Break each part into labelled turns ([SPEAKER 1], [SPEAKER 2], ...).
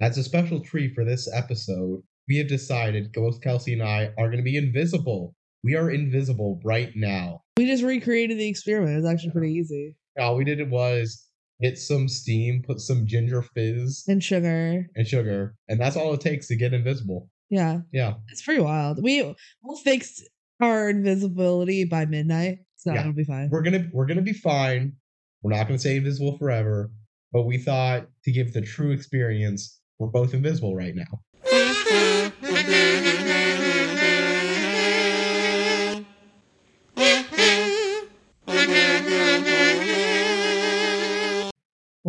[SPEAKER 1] As a special treat for this episode, we have decided both Kelsey and I are going to be invisible. We are invisible right now.
[SPEAKER 2] We just recreated the experiment. It was actually pretty easy.
[SPEAKER 1] All we did was hit some steam, put some ginger fizz
[SPEAKER 2] And sugar.
[SPEAKER 1] and sugar, and that's all it takes to get invisible.
[SPEAKER 2] Yeah.
[SPEAKER 1] Yeah,
[SPEAKER 2] It's pretty wild. We we'll fix our invisibility by midnight. So
[SPEAKER 1] Yeah.
[SPEAKER 2] it'll be fine.
[SPEAKER 1] we're gonna we're gonna be fine. We're not gonna stay invisible forever, but we thought to give the true experience, we're both invisible right now.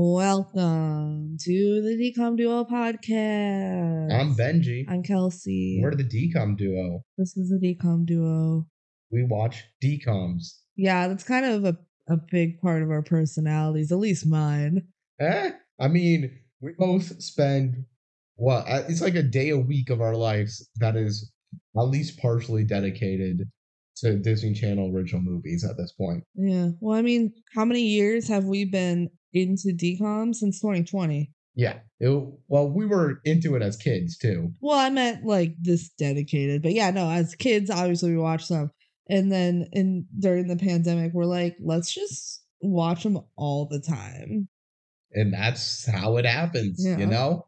[SPEAKER 2] Welcome to the Decom Duo podcast.
[SPEAKER 1] I'm Benji.
[SPEAKER 2] I'm Kelsey.
[SPEAKER 1] We're the decom duo.
[SPEAKER 2] this is the Decom Duo.
[SPEAKER 1] We watch decoms.
[SPEAKER 2] Yeah, that's kind of a, a big part of our personalities, at least mine.
[SPEAKER 1] Eh? I mean, we both spend what I- it's like a day a week of our lives that is at least partially dedicated to Disney Channel original movies at this point.
[SPEAKER 2] Yeah. Well, I mean, how many years have we been into decom since 2020?
[SPEAKER 1] Yeah. It, well, we were into it as kids too.
[SPEAKER 2] Well, I meant like this dedicated, but yeah, no, as kids, obviously we watched them. And then in during the pandemic, we're like, let's just watch them all the time.
[SPEAKER 1] And that's how it happens,
[SPEAKER 2] Yeah.
[SPEAKER 1] you know?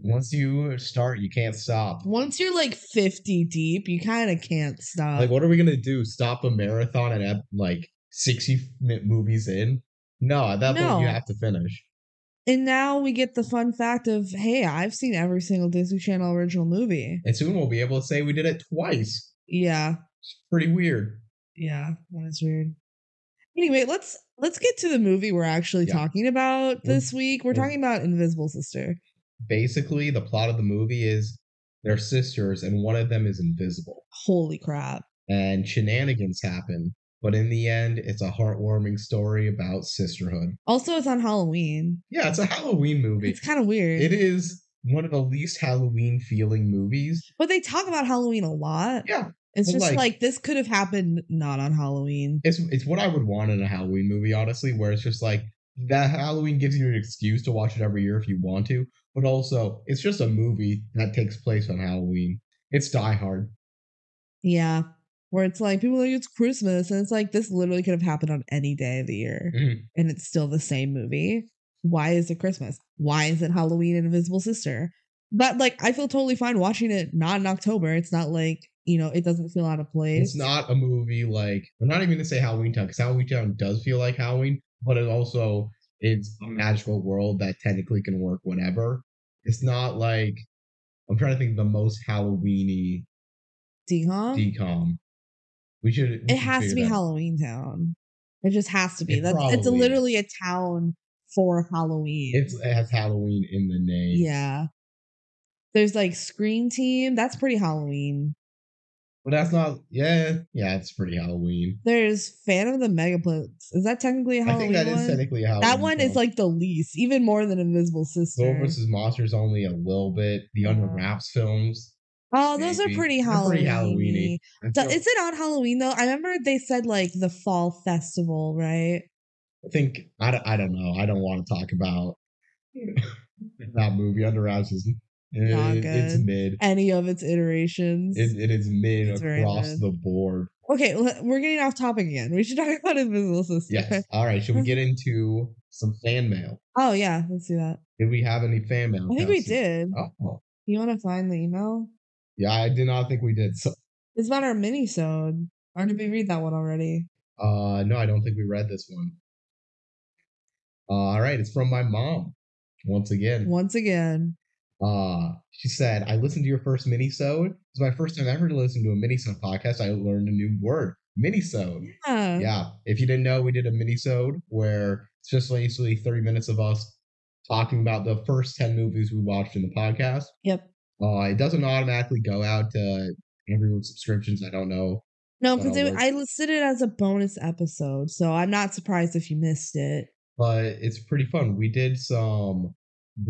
[SPEAKER 1] Once you start, you can't stop.
[SPEAKER 2] Once you're like 50 deep, you kind of can't stop.
[SPEAKER 1] Like, what are we going to do? Stop a marathon at ep- like 60 minute movies in? No, at that point, you
[SPEAKER 2] No.
[SPEAKER 1] have to finish.
[SPEAKER 2] and now we get the fun fact of, hey, I've seen every single Disney Channel original movie.
[SPEAKER 1] And soon we'll be able to say we did it twice.
[SPEAKER 2] Yeah.
[SPEAKER 1] Pretty weird.
[SPEAKER 2] Yeah, that is weird. Anyway, let's let's get to the movie we're actually
[SPEAKER 1] Yeah.
[SPEAKER 2] talking about
[SPEAKER 1] We're-
[SPEAKER 2] this week. We're
[SPEAKER 1] we're-
[SPEAKER 2] talking about Invisible Sister.
[SPEAKER 1] basically the plot of the movie is they're sisters and one of them is invisible
[SPEAKER 2] Holy crap.
[SPEAKER 1] and shenanigans happen but in the end it's a heartwarming story about sisterhood
[SPEAKER 2] Also, it's on Halloween.
[SPEAKER 1] yeah it's a halloween movie
[SPEAKER 2] It's kind of weird.
[SPEAKER 1] it is one of the least halloween feeling movies
[SPEAKER 2] But they talk about Halloween a lot.
[SPEAKER 1] yeah
[SPEAKER 2] It's
[SPEAKER 1] well,
[SPEAKER 2] just
[SPEAKER 1] like-
[SPEAKER 2] like, this could have happened not on Halloween.
[SPEAKER 1] it's, it's what i would want in a halloween movie honestly where it's just like that halloween gives you an excuse to watch it every year if you want to but also it's just a movie that takes place on halloween it's die hard
[SPEAKER 2] Yeah. Where it's like people are like it's Christmas and it's like this literally could have happened on any day of the year
[SPEAKER 1] Mhm.
[SPEAKER 2] and it's still the same movie. Why is it Christmas? Why is it Halloween and Invisible Sister? But like I feel totally fine watching it not in October. It's not like, you know, it doesn't feel out of place.
[SPEAKER 1] It's not a movie like I'm not even gonna say Halloween Town because Halloween Town does feel like Halloween, but it also is
[SPEAKER 2] Mm.
[SPEAKER 1] a magical world that technically can work whenever. It's not like I'm trying to think of the most Halloweeny
[SPEAKER 2] decom.
[SPEAKER 1] decom. We should. we
[SPEAKER 2] Um, it
[SPEAKER 1] should
[SPEAKER 2] has to be
[SPEAKER 1] figure that out.
[SPEAKER 2] Halloween Town. It just has to be.
[SPEAKER 1] It
[SPEAKER 2] That's it's
[SPEAKER 1] probably
[SPEAKER 2] literally a town for Halloween.
[SPEAKER 1] It's, it has Halloween in the name.
[SPEAKER 2] Yeah. There's like Screen Team. That's pretty Halloween.
[SPEAKER 1] but that's not. Yeah, yeah, it's pretty Halloween.
[SPEAKER 2] There's Fan of the Megaplex. Is that technically a
[SPEAKER 1] I
[SPEAKER 2] Halloween
[SPEAKER 1] think that is
[SPEAKER 2] one?
[SPEAKER 1] technically a Halloween.
[SPEAKER 2] that one is
[SPEAKER 1] film.
[SPEAKER 2] like the least, even more than Invisible
[SPEAKER 1] Gold
[SPEAKER 2] Sister.
[SPEAKER 1] versus Monsters only a little bit. The
[SPEAKER 2] Yeah.
[SPEAKER 1] Under Wraps films.
[SPEAKER 2] Oh, those are
[SPEAKER 1] maybe.
[SPEAKER 2] pretty
[SPEAKER 1] They're pretty
[SPEAKER 2] Halloween.
[SPEAKER 1] Halloweeny. I
[SPEAKER 2] So
[SPEAKER 1] feel-
[SPEAKER 2] is it on Halloween though? I remember they said like the fall festival, right?
[SPEAKER 1] I think I don't, I don't know. I don't want to talk about that movie. Under Wraps is
[SPEAKER 2] Not
[SPEAKER 1] it- it's
[SPEAKER 2] good.
[SPEAKER 1] mid.
[SPEAKER 2] Any of its iterations.
[SPEAKER 1] It, it is mid
[SPEAKER 2] It's very
[SPEAKER 1] across
[SPEAKER 2] mid.
[SPEAKER 1] the board.
[SPEAKER 2] okay, l- we're getting off topic again. We should talk about Invisible Sister.
[SPEAKER 1] Yes. All right. Should we get into some fan mail?
[SPEAKER 2] Oh yeah, let's do that.
[SPEAKER 1] Did we have any fan mail?
[SPEAKER 2] I think we
[SPEAKER 1] Kelsey?
[SPEAKER 2] did.
[SPEAKER 1] Oh,
[SPEAKER 2] You want to find the email?
[SPEAKER 1] yeah. I did not think we did. So,
[SPEAKER 2] It's about our mini sode. Or
[SPEAKER 1] Mm-hmm.
[SPEAKER 2] did we read that one already?
[SPEAKER 1] uh, no, I don't think we read this one. all right. It's from my mom. Once again.
[SPEAKER 2] Once again.
[SPEAKER 1] Uh, she said, I listened to your first minisode. It's my first time ever to listen to a minisode podcast. I learned a new word, minisode.
[SPEAKER 2] Yeah.
[SPEAKER 1] Yeah. If you didn't know, we did a minisode where it's just basically 30 minutes of us talking about the first 10 movies we watched in the podcast.
[SPEAKER 2] Yep.
[SPEAKER 1] Uh, it doesn't automatically go out to everyone's subscriptions. I don't know.
[SPEAKER 2] No,
[SPEAKER 1] That'll
[SPEAKER 2] because it,
[SPEAKER 1] work.
[SPEAKER 2] I listed it as a bonus episode, so I'm not surprised if you missed it.
[SPEAKER 1] but it's pretty fun. We did some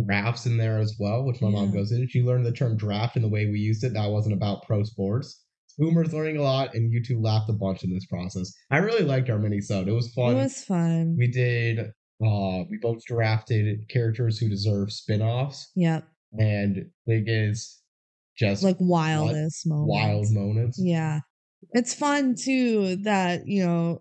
[SPEAKER 1] drafts in there as well, which my mom
[SPEAKER 2] Yeah.
[SPEAKER 1] goes in. She learned the term draft and the way we used it. That wasn't about pro sports. Boomer's learning a lot, and you two laughed a bunch in this process. I really liked our mini sode. It was fun.
[SPEAKER 2] It was fun.
[SPEAKER 1] we did uh we both drafted characters who deserve spin-offs.
[SPEAKER 2] yep.
[SPEAKER 1] and biggest just
[SPEAKER 2] like wildest moments.
[SPEAKER 1] wild moments.
[SPEAKER 2] Yeah. It's fun too that, you know,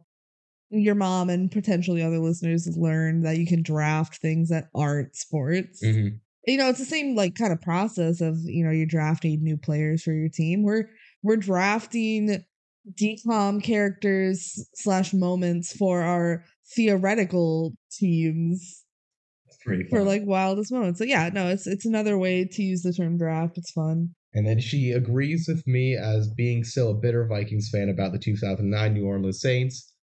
[SPEAKER 2] your mom and potentially other listeners learn that you can draft things that aren't sports.
[SPEAKER 1] Mhm.
[SPEAKER 2] You know, it's the same like kind of process of, you know, you're drafting new players for your team. We're we're drafting decom characters slash moments for our theoretical teams
[SPEAKER 1] It's pretty
[SPEAKER 2] for
[SPEAKER 1] fun.
[SPEAKER 2] like wildest moments. So yeah, no, it's it's another way to use the term draft. It's fun.
[SPEAKER 1] And then she agrees with me as being still a bitter Vikings fan about the 2009 New Orleans Saints.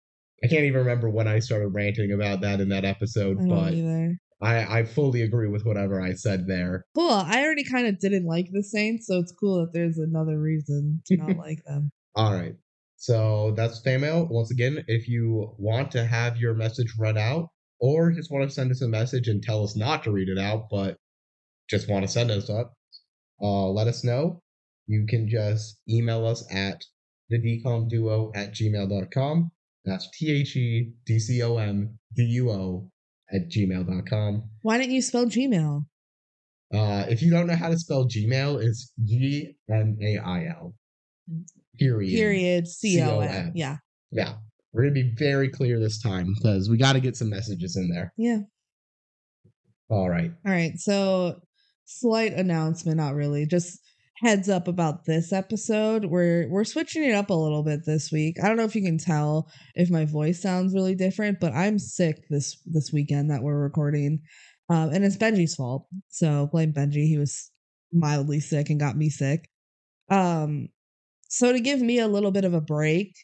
[SPEAKER 1] I can't even remember when I started ranting about that in that episode,
[SPEAKER 2] I don't
[SPEAKER 1] but
[SPEAKER 2] either.
[SPEAKER 1] I, I fully agree with whatever I said there.
[SPEAKER 2] Cool. I already kind of didn't like the Saints, so it's cool that there's another reason to not like them.
[SPEAKER 1] All right. So that's fan mail. Once again, if you want to have your message read out or just want to send us a message and tell us not to read it out, but just want to send us up, uh, let us know. You can just email us at the duo at gmail.com. That's T H E D C O M D U O at gmail.com.
[SPEAKER 2] Why didn't you spell Gmail?
[SPEAKER 1] Uh, if you don't know how to spell Gmail, it's G M A I L. Period.
[SPEAKER 2] Period. C O
[SPEAKER 1] C-O-M.
[SPEAKER 2] M. Yeah.
[SPEAKER 1] Yeah. We're going to be very clear this time because we got to get some messages in there.
[SPEAKER 2] Yeah.
[SPEAKER 1] All right.
[SPEAKER 2] All right. So, slight announcement, not really. Just heads up about this episode. We're we're switching it up a little bit this week. I don't know if you can tell if my voice sounds really different, but I'm sick this this weekend that we're recording. Um, and it's Benji's fault. So, blame Benji. He was mildly sick and got me sick. Um so to give me a little bit of a break,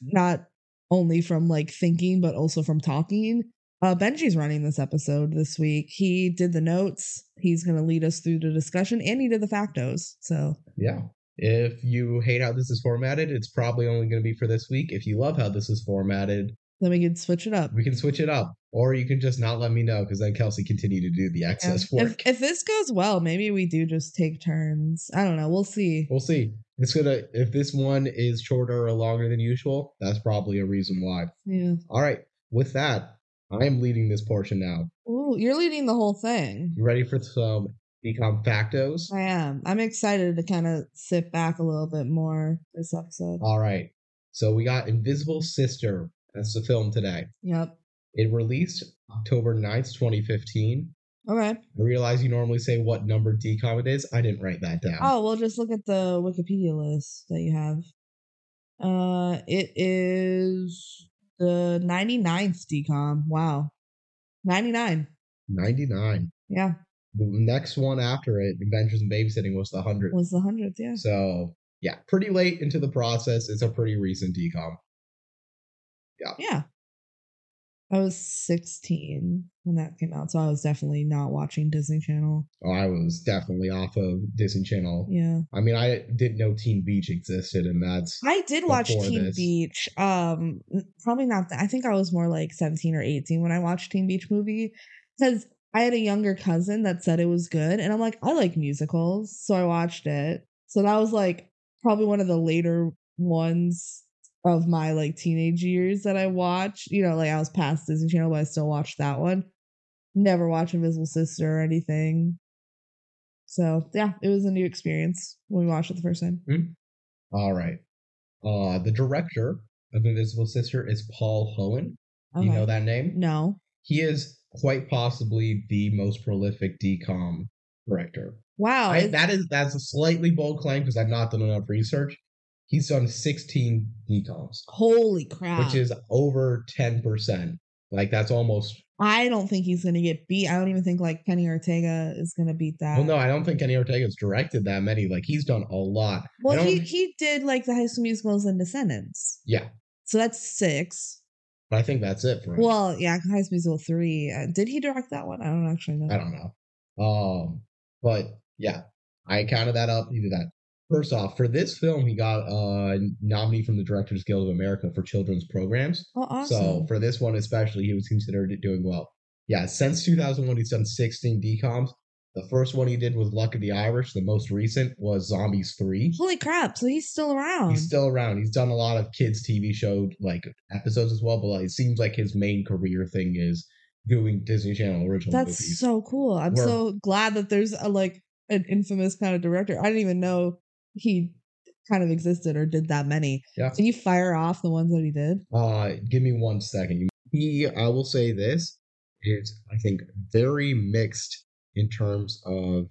[SPEAKER 2] not only from like thinking but also from talking, uh, Benji's running this episode this week. He did the notes. He's going to lead us through the discussion, and he did the factos. So
[SPEAKER 1] Yeah. If you hate how this is formatted, it's probably only going to be for this week. If you love how this is formatted,
[SPEAKER 2] then we can switch it up.
[SPEAKER 1] we can switch it up. Or you can just not let me know because then Kelsey continued to do the excess
[SPEAKER 2] Yeah. If,
[SPEAKER 1] work.
[SPEAKER 2] if this goes well, maybe we do just take turns. I don't know. We'll see.
[SPEAKER 1] we'll see. It's gonna if this one is shorter or longer than usual, that's probably a reason why.
[SPEAKER 2] Yeah.
[SPEAKER 1] All right. With that, I am leading this portion now.
[SPEAKER 2] Ooh, you're leading the whole thing.
[SPEAKER 1] You ready for some econ factos?
[SPEAKER 2] I am. I'm excited to kind of sit back a little bit more this episode.
[SPEAKER 1] All right. So we got Invisible Sister. That's the film today.
[SPEAKER 2] Yep.
[SPEAKER 1] It released October 9th, 2015.
[SPEAKER 2] Okay.
[SPEAKER 1] I realize you normally say what number decom it is. I didn't write that down.
[SPEAKER 2] Oh, well, just look at the Wikipedia list that you have. Uh, it is the 99th decom. Wow. 99.
[SPEAKER 1] 99.
[SPEAKER 2] Yeah.
[SPEAKER 1] The next one after it, Adventures in Babysitting, was the 100.
[SPEAKER 2] Was the 100th. Yeah.
[SPEAKER 1] So, yeah, pretty late into the process. It's a pretty recent decom.
[SPEAKER 2] Yeah. I was 16 when that came out. So I was definitely not watching Disney Channel.
[SPEAKER 1] Oh, I was definitely off of Disney Channel.
[SPEAKER 2] Yeah.
[SPEAKER 1] I mean, I didn't know Teen Beach existed, and that's
[SPEAKER 2] I did watch
[SPEAKER 1] Before
[SPEAKER 2] Teen
[SPEAKER 1] this.
[SPEAKER 2] Beach. Um, n- probably not. That. I think I was more like seventeen or eighteen when I watched Teen Beach movie because I had a younger cousin that said it was good, and I'm like, I like musicals, so I watched it. So that was like probably one of the later ones of my like teenage years that I watched. You know, like I was past Disney Channel, but I still watched that one. Never watched Invisible Sister or anything. So yeah, it was a new experience when we watched it the first time.
[SPEAKER 1] all right. Uh, the director of Invisible Sister is Paul Hohen.
[SPEAKER 2] Okay.
[SPEAKER 1] You know that name?
[SPEAKER 2] No.
[SPEAKER 1] He is quite possibly the most prolific decom director.
[SPEAKER 2] Wow.
[SPEAKER 1] I,
[SPEAKER 2] Oh, is-
[SPEAKER 1] that is that's a slightly bold claim because I've not done enough research. He's done 16 decoms,
[SPEAKER 2] Holy crap.
[SPEAKER 1] which is over 10%. Like that's almost
[SPEAKER 2] I don't think he's gonna get beat. I don't even think like Kenny Ortega is gonna beat that.
[SPEAKER 1] well no, I don't think Kenny Ortega's directed that many. Like he's done a lot. I
[SPEAKER 2] Well, he,
[SPEAKER 1] don't-
[SPEAKER 2] he did like the High School Musicals and Descendants,
[SPEAKER 1] yeah,
[SPEAKER 2] so that's six.
[SPEAKER 1] but I think that's it for him.
[SPEAKER 2] Well, yeah, High School Musical three. Uh, did he direct that one? I don't actually know.
[SPEAKER 1] I don't know. Um, but yeah, I counted that up. He did that. First off, for this film, he got a nominee from the Directors Guild of America for children's programs.
[SPEAKER 2] Oh, awesome.
[SPEAKER 1] So for this one especially, he was considered doing well. Yeah, since 2001, he's done 16 decoms. The first one he did was Luck of the Irish. The most recent was Zombies 3.
[SPEAKER 2] Holy crap! So he's still around.
[SPEAKER 1] He's still around. He's done a lot of kids' TV show like episodes as well, but like, it seems like his main career thing is doing Disney Channel original
[SPEAKER 2] that's
[SPEAKER 1] movies.
[SPEAKER 2] so cool. I'm
[SPEAKER 1] We're-
[SPEAKER 2] so glad that there's a like an infamous kind of director. I didn't even know he kind of existed or did that many.
[SPEAKER 1] Yeah.
[SPEAKER 2] Can you fire off the ones that he did?
[SPEAKER 1] Uh, give me one second. He, I will say this is, I think, very mixed in terms of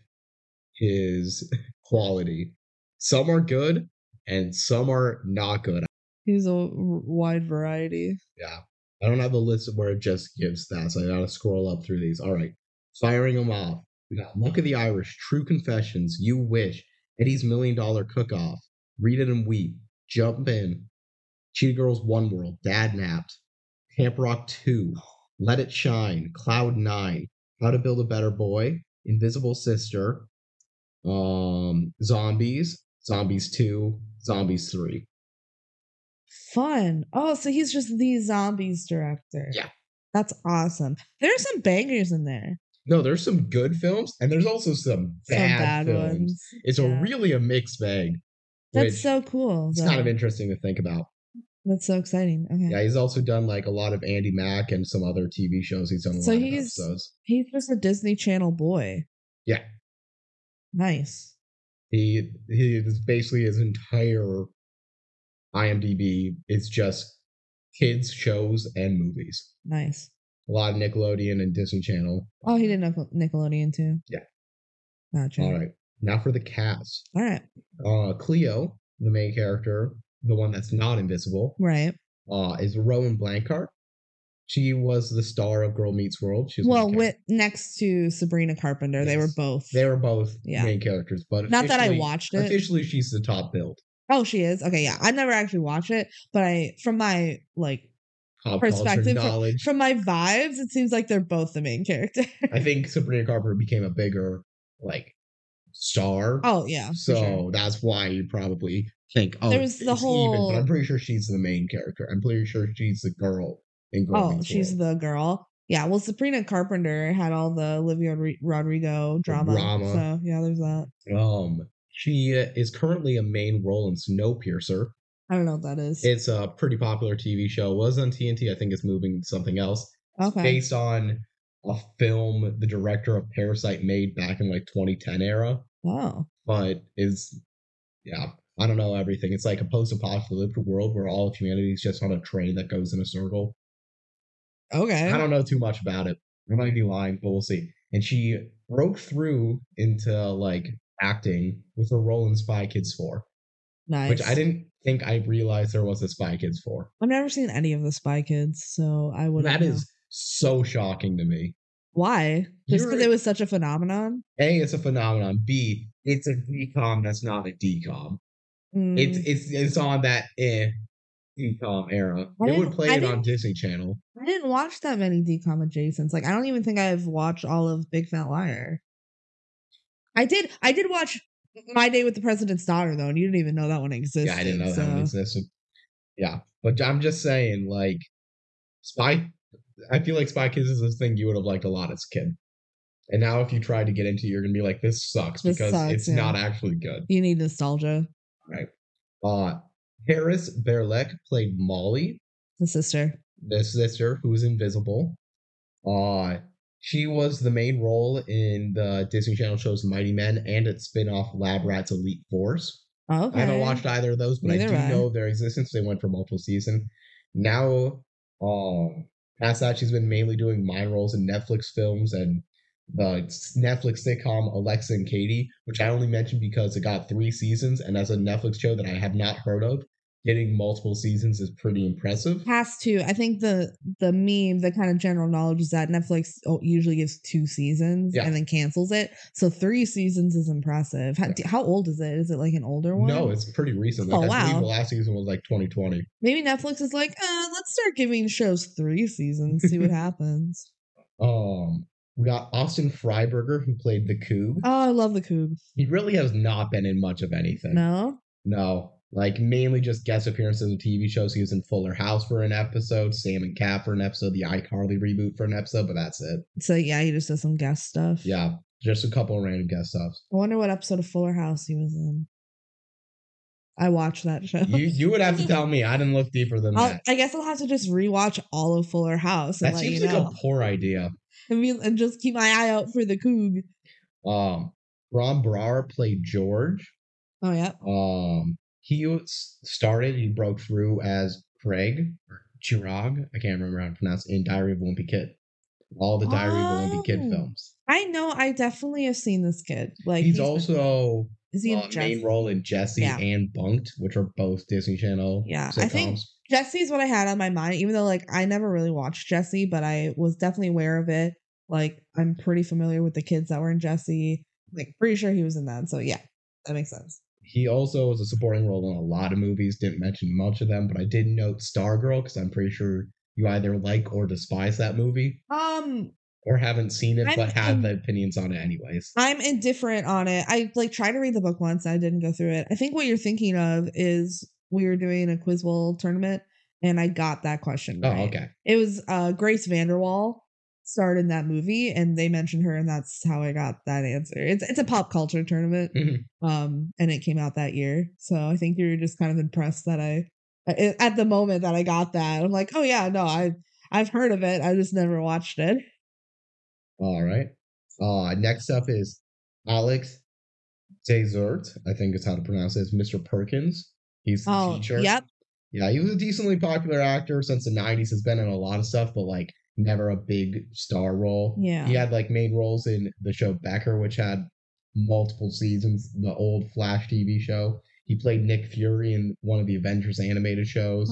[SPEAKER 1] his quality. Some are good and some are not good.
[SPEAKER 2] He's a r- wide variety.
[SPEAKER 1] Yeah. I don't have a list where it just gives stats. I gotta scroll up through these. All right. Firing them off. We got Luck of the Irish, True Confessions, You Wish, Eddie's Million Dollar Cook Off, Read It and Weep, Jump In, Cheetah Girls One World, Dad Napped, Camp Rock 2, Let It Shine, Cloud 9, How to Build a Better Boy, Invisible Sister, um, Zombies, Zombies 2, Zombies 3.
[SPEAKER 2] Fun. Oh, so he's just the zombies director.
[SPEAKER 1] Yeah.
[SPEAKER 2] That's awesome. There are some bangers in there.
[SPEAKER 1] No, there's some good films, and there's also some
[SPEAKER 2] Some
[SPEAKER 1] bad, films. It's a
[SPEAKER 2] Yeah.
[SPEAKER 1] really a mixed bag.
[SPEAKER 2] That's
[SPEAKER 1] which
[SPEAKER 2] so cool.
[SPEAKER 1] it's
[SPEAKER 2] though.
[SPEAKER 1] kind of interesting to think about.
[SPEAKER 2] That's so exciting. Okay.
[SPEAKER 1] Yeah, he's also done like a lot of Andy Mack and some other TV shows. He's done a
[SPEAKER 2] So
[SPEAKER 1] lot
[SPEAKER 2] he's-
[SPEAKER 1] of episodes.
[SPEAKER 2] He's just a Disney Channel boy.
[SPEAKER 1] Yeah.
[SPEAKER 2] Nice.
[SPEAKER 1] He he is basically his entire IMDb is just kids shows and movies.
[SPEAKER 2] Nice.
[SPEAKER 1] A lot of Nickelodeon and Disney Channel.
[SPEAKER 2] Oh, he did Nickel- Nickelodeon too.
[SPEAKER 1] Yeah.
[SPEAKER 2] Gotcha.
[SPEAKER 1] All right, now for the cast.
[SPEAKER 2] All right.
[SPEAKER 1] Uh, Cleo, the main character, the one that's not invisible,
[SPEAKER 2] Right.
[SPEAKER 1] uh, is Rowan Blankart. She was the star of Girl Meets World. She was the
[SPEAKER 2] Well,
[SPEAKER 1] main
[SPEAKER 2] with next to Sabrina Carpenter, they were
[SPEAKER 1] Yes.
[SPEAKER 2] both.
[SPEAKER 1] They were both
[SPEAKER 2] Yeah.
[SPEAKER 1] main characters, but
[SPEAKER 2] Not that I
[SPEAKER 1] officially-
[SPEAKER 2] watched it.
[SPEAKER 1] Officially, she's the top build.
[SPEAKER 2] Oh, she is. Okay, yeah. I never actually watched it, but I from my like
[SPEAKER 1] Pop
[SPEAKER 2] Perspective
[SPEAKER 1] culture
[SPEAKER 2] for-
[SPEAKER 1] knowledge.
[SPEAKER 2] from my vibes, it seems like they're both the main character.
[SPEAKER 1] I think Sabrina Carpenter became a bigger like star.
[SPEAKER 2] oh yeah. for
[SPEAKER 1] so
[SPEAKER 2] sure.
[SPEAKER 1] that's why you probably think oh
[SPEAKER 2] There was the
[SPEAKER 1] it's
[SPEAKER 2] whole-
[SPEAKER 1] Even, but I'm pretty sure she's the main character. I'm pretty sure she's the girl in Girl
[SPEAKER 2] Oh,
[SPEAKER 1] Meets
[SPEAKER 2] she's
[SPEAKER 1] World.
[SPEAKER 2] the girl. Yeah, well, Sabrina Carpenter had all the Olivia Rodri- Rodrigo drama.
[SPEAKER 1] drama.
[SPEAKER 2] So yeah, there's that.
[SPEAKER 1] Um, she uh, is currently a main role in Snowpiercer.
[SPEAKER 2] I don't know what that is.
[SPEAKER 1] It's a pretty popular TV show. Was on TNT. I think it's moving to something else.
[SPEAKER 2] okay.
[SPEAKER 1] based on a film the director of Parasite made back in like 2010 era,
[SPEAKER 2] Wow.
[SPEAKER 1] but is yeah, I don't know everything. It's like a post-apocalyptic world where all of humanity is just on a train that goes in a circle.
[SPEAKER 2] Okay.
[SPEAKER 1] I don't know too much about it. I might be lying, but we'll see. And she broke through into like acting with her role in Spy Kids 4,
[SPEAKER 2] nice.
[SPEAKER 1] which I didn't think I realized there was a Spy Kids 4.
[SPEAKER 2] I've never seen any of the Spy Kids, so I would.
[SPEAKER 1] that is so shocking to me.
[SPEAKER 2] why just because
[SPEAKER 1] You're-
[SPEAKER 2] it was such a phenomenon.
[SPEAKER 1] A, it's a phenomenon. B, it's a decom that's not a decom.
[SPEAKER 2] Mm,
[SPEAKER 1] It's it's it's on that eh, decom era.
[SPEAKER 2] I
[SPEAKER 1] They would
[SPEAKER 2] didn't-
[SPEAKER 1] play
[SPEAKER 2] I
[SPEAKER 1] it on
[SPEAKER 2] didn't-
[SPEAKER 1] Disney Channel.
[SPEAKER 2] I didn't watch that many decom adjacents. Like I don't even think I've watched all of Big Fat Liar. I did. I did watch My Day with the President's Daughter though, and you didn't even know that one existed.
[SPEAKER 1] Yeah, I didn't know
[SPEAKER 2] so.
[SPEAKER 1] that one existed. Yeah, but I'm just saying, like, Spy. I feel like Spy Kids is this thing you would have liked a lot as a kid, and now if you try to get into, it, you're gonna be like, this sucks
[SPEAKER 2] This
[SPEAKER 1] because
[SPEAKER 2] sucks,
[SPEAKER 1] it's
[SPEAKER 2] yeah.
[SPEAKER 1] not actually good.
[SPEAKER 2] You need nostalgia,
[SPEAKER 1] Uh Harris Berlek played Molly.
[SPEAKER 2] the sister.
[SPEAKER 1] the sister who is invisible. Uh she was the main role in the Disney Channel shows Mighty Men and its spin-off Lab Rats Elite Force.
[SPEAKER 2] Okay.
[SPEAKER 1] I haven't watched either of those, but I
[SPEAKER 2] Neither
[SPEAKER 1] do
[SPEAKER 2] have I.
[SPEAKER 1] know of their existence. They went for multiple seasons. Now, um, past that, she's been mainly doing mine roles in Netflix films and the Netflix sitcom Alexa and Katie, which I only mentioned because it got three seasons, and as a Netflix show that I have not heard of, getting multiple seasons is pretty impressive.
[SPEAKER 2] Has to. I think the the meme, the kind of general knowledge is that Netflix o- usually gives two seasons
[SPEAKER 1] Yeah.
[SPEAKER 2] and then cancels it. So three seasons is impressive. How, d- how old is it? Is it like an older one?
[SPEAKER 1] No, it's pretty recent. Like,
[SPEAKER 2] Oh,
[SPEAKER 1] I
[SPEAKER 2] wow.
[SPEAKER 1] believe the last season was like 2020.
[SPEAKER 2] Maybe Netflix is like, uh, let's start giving shows three seasons, see what happens.
[SPEAKER 1] Um, we got Austin Freiberger, who played the Coog.
[SPEAKER 2] Oh, I love the Coog.
[SPEAKER 1] He really has not been in much of anything.
[SPEAKER 2] No?
[SPEAKER 1] No, like mainly just guest appearances in TV shows. He was in Fuller House for an episode, Sam and Cat for an episode, the iCarly reboot for an episode, but that's it.
[SPEAKER 2] So yeah, he just does some guest stuff.
[SPEAKER 1] Yeah, just a couple of random guest stuffs.
[SPEAKER 2] I wonder what episode of Fuller House he was in. I watched that show.
[SPEAKER 1] You you would have to tell me. I didn't look deeper than
[SPEAKER 2] I'll,
[SPEAKER 1] that.
[SPEAKER 2] I guess I'll have to just rewatch all of Fuller House and
[SPEAKER 1] That
[SPEAKER 2] let
[SPEAKER 1] seems
[SPEAKER 2] you
[SPEAKER 1] like
[SPEAKER 2] know.
[SPEAKER 1] a poor idea.
[SPEAKER 2] and, be, and just keep my eye out for the Coog.
[SPEAKER 1] Um, Ron Brar played George.
[SPEAKER 2] Oh yeah.
[SPEAKER 1] Um, he was- started, he broke through as Craig or Chirag. I can't remember how to pronounce it, in Diary of a Wimpy Kid. All the Diary of a Wimpy Kid
[SPEAKER 2] Oh.
[SPEAKER 1] films.
[SPEAKER 2] I know I definitely have seen this kid. Like
[SPEAKER 1] he's,
[SPEAKER 2] been-
[SPEAKER 1] also
[SPEAKER 2] is he in
[SPEAKER 1] uh, main
[SPEAKER 2] Jess-
[SPEAKER 1] role in Jesse
[SPEAKER 2] Yeah.
[SPEAKER 1] and Bunked, which are both Disney Channel.
[SPEAKER 2] Yeah, I think-
[SPEAKER 1] sitcoms.
[SPEAKER 2] Jesse's what I had on my mind, even though like I never really watched Jesse, but I was definitely aware of it. Like I'm pretty familiar with the kids that were in Jesse. Like pretty sure he was in that. So yeah, that makes sense.
[SPEAKER 1] He also was a supporting role in a lot of movies. Didn't mention much of them, but I did note Stargirl because I'm pretty sure you either like or despise that movie
[SPEAKER 2] Um,
[SPEAKER 1] or haven't seen it
[SPEAKER 2] I'm-
[SPEAKER 1] but have
[SPEAKER 2] I'm-
[SPEAKER 1] the opinions on it anyways.
[SPEAKER 2] I'm indifferent on it. I like tried to read the book once. I didn't go through it. I think what you're thinking of is we were doing a quiz bowl tournament, and I got that question.
[SPEAKER 1] Oh,
[SPEAKER 2] right.
[SPEAKER 1] okay.
[SPEAKER 2] It was uh, Grace Vanderwall starred in that movie, and they mentioned her, and that's how I got that answer. It's it's a pop culture tournament,
[SPEAKER 1] Mhm.
[SPEAKER 2] um, and it came out that year. So I think you were just kind of impressed that I, I- at the moment that I got that, I'm like, oh yeah, no, I I've heard of it, I just never watched it.
[SPEAKER 1] All right. Uh, next up is Alex Desert. I think is how to pronounce it. It's Mr. Perkins. He's the
[SPEAKER 2] Oh,
[SPEAKER 1] teacher.
[SPEAKER 2] yep,
[SPEAKER 1] Yeah, he was a decently popular actor since the 90s. Has been in a lot of stuff, but like never a big star role.
[SPEAKER 2] Yeah.
[SPEAKER 1] He had like main roles in the show Becker, which had multiple seasons, the old Flash TV show. He played Nick Fury in one of the Avengers animated shows.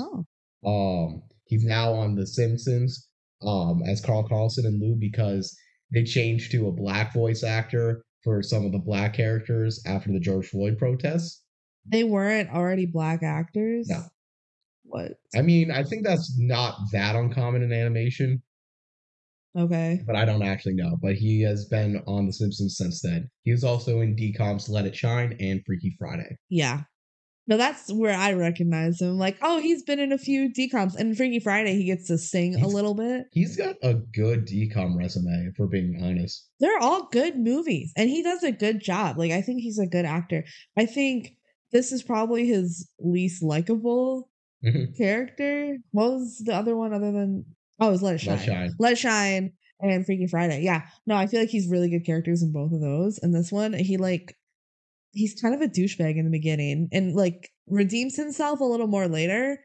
[SPEAKER 2] oh,
[SPEAKER 1] Um, he's now on The Simpsons um, as Carl Carlson and Lou because they changed to a black voice actor for some of the black characters after the George Floyd protests.
[SPEAKER 2] they weren't already black actors.
[SPEAKER 1] No.
[SPEAKER 2] What?
[SPEAKER 1] I mean, I think that's not that uncommon in animation,
[SPEAKER 2] Okay.
[SPEAKER 1] but I don't actually know. But he has been on The Simpsons since then. He was also in DCOM's Let It Shine and Freaky Friday.
[SPEAKER 2] Yeah. No, that's where I recognize him. Like, oh, he's been in a few decomps, and Freaky Friday, he gets to sing a
[SPEAKER 1] He's-
[SPEAKER 2] little bit.
[SPEAKER 1] He's got a good DCOM resume, if we're being honest.
[SPEAKER 2] They're all good movies, and he does a good job. Like, I think he's a good actor. I think this is probably his least likable
[SPEAKER 1] Let
[SPEAKER 2] character. What was the other one other than oh, it was Let It Shine.
[SPEAKER 1] It Shine.
[SPEAKER 2] Let It Shine and Freaky Friday. Yeah. No, I feel like he's really good characters in both of those. And this one, he like he's kind of a douchebag in the beginning and like redeems himself a little more later.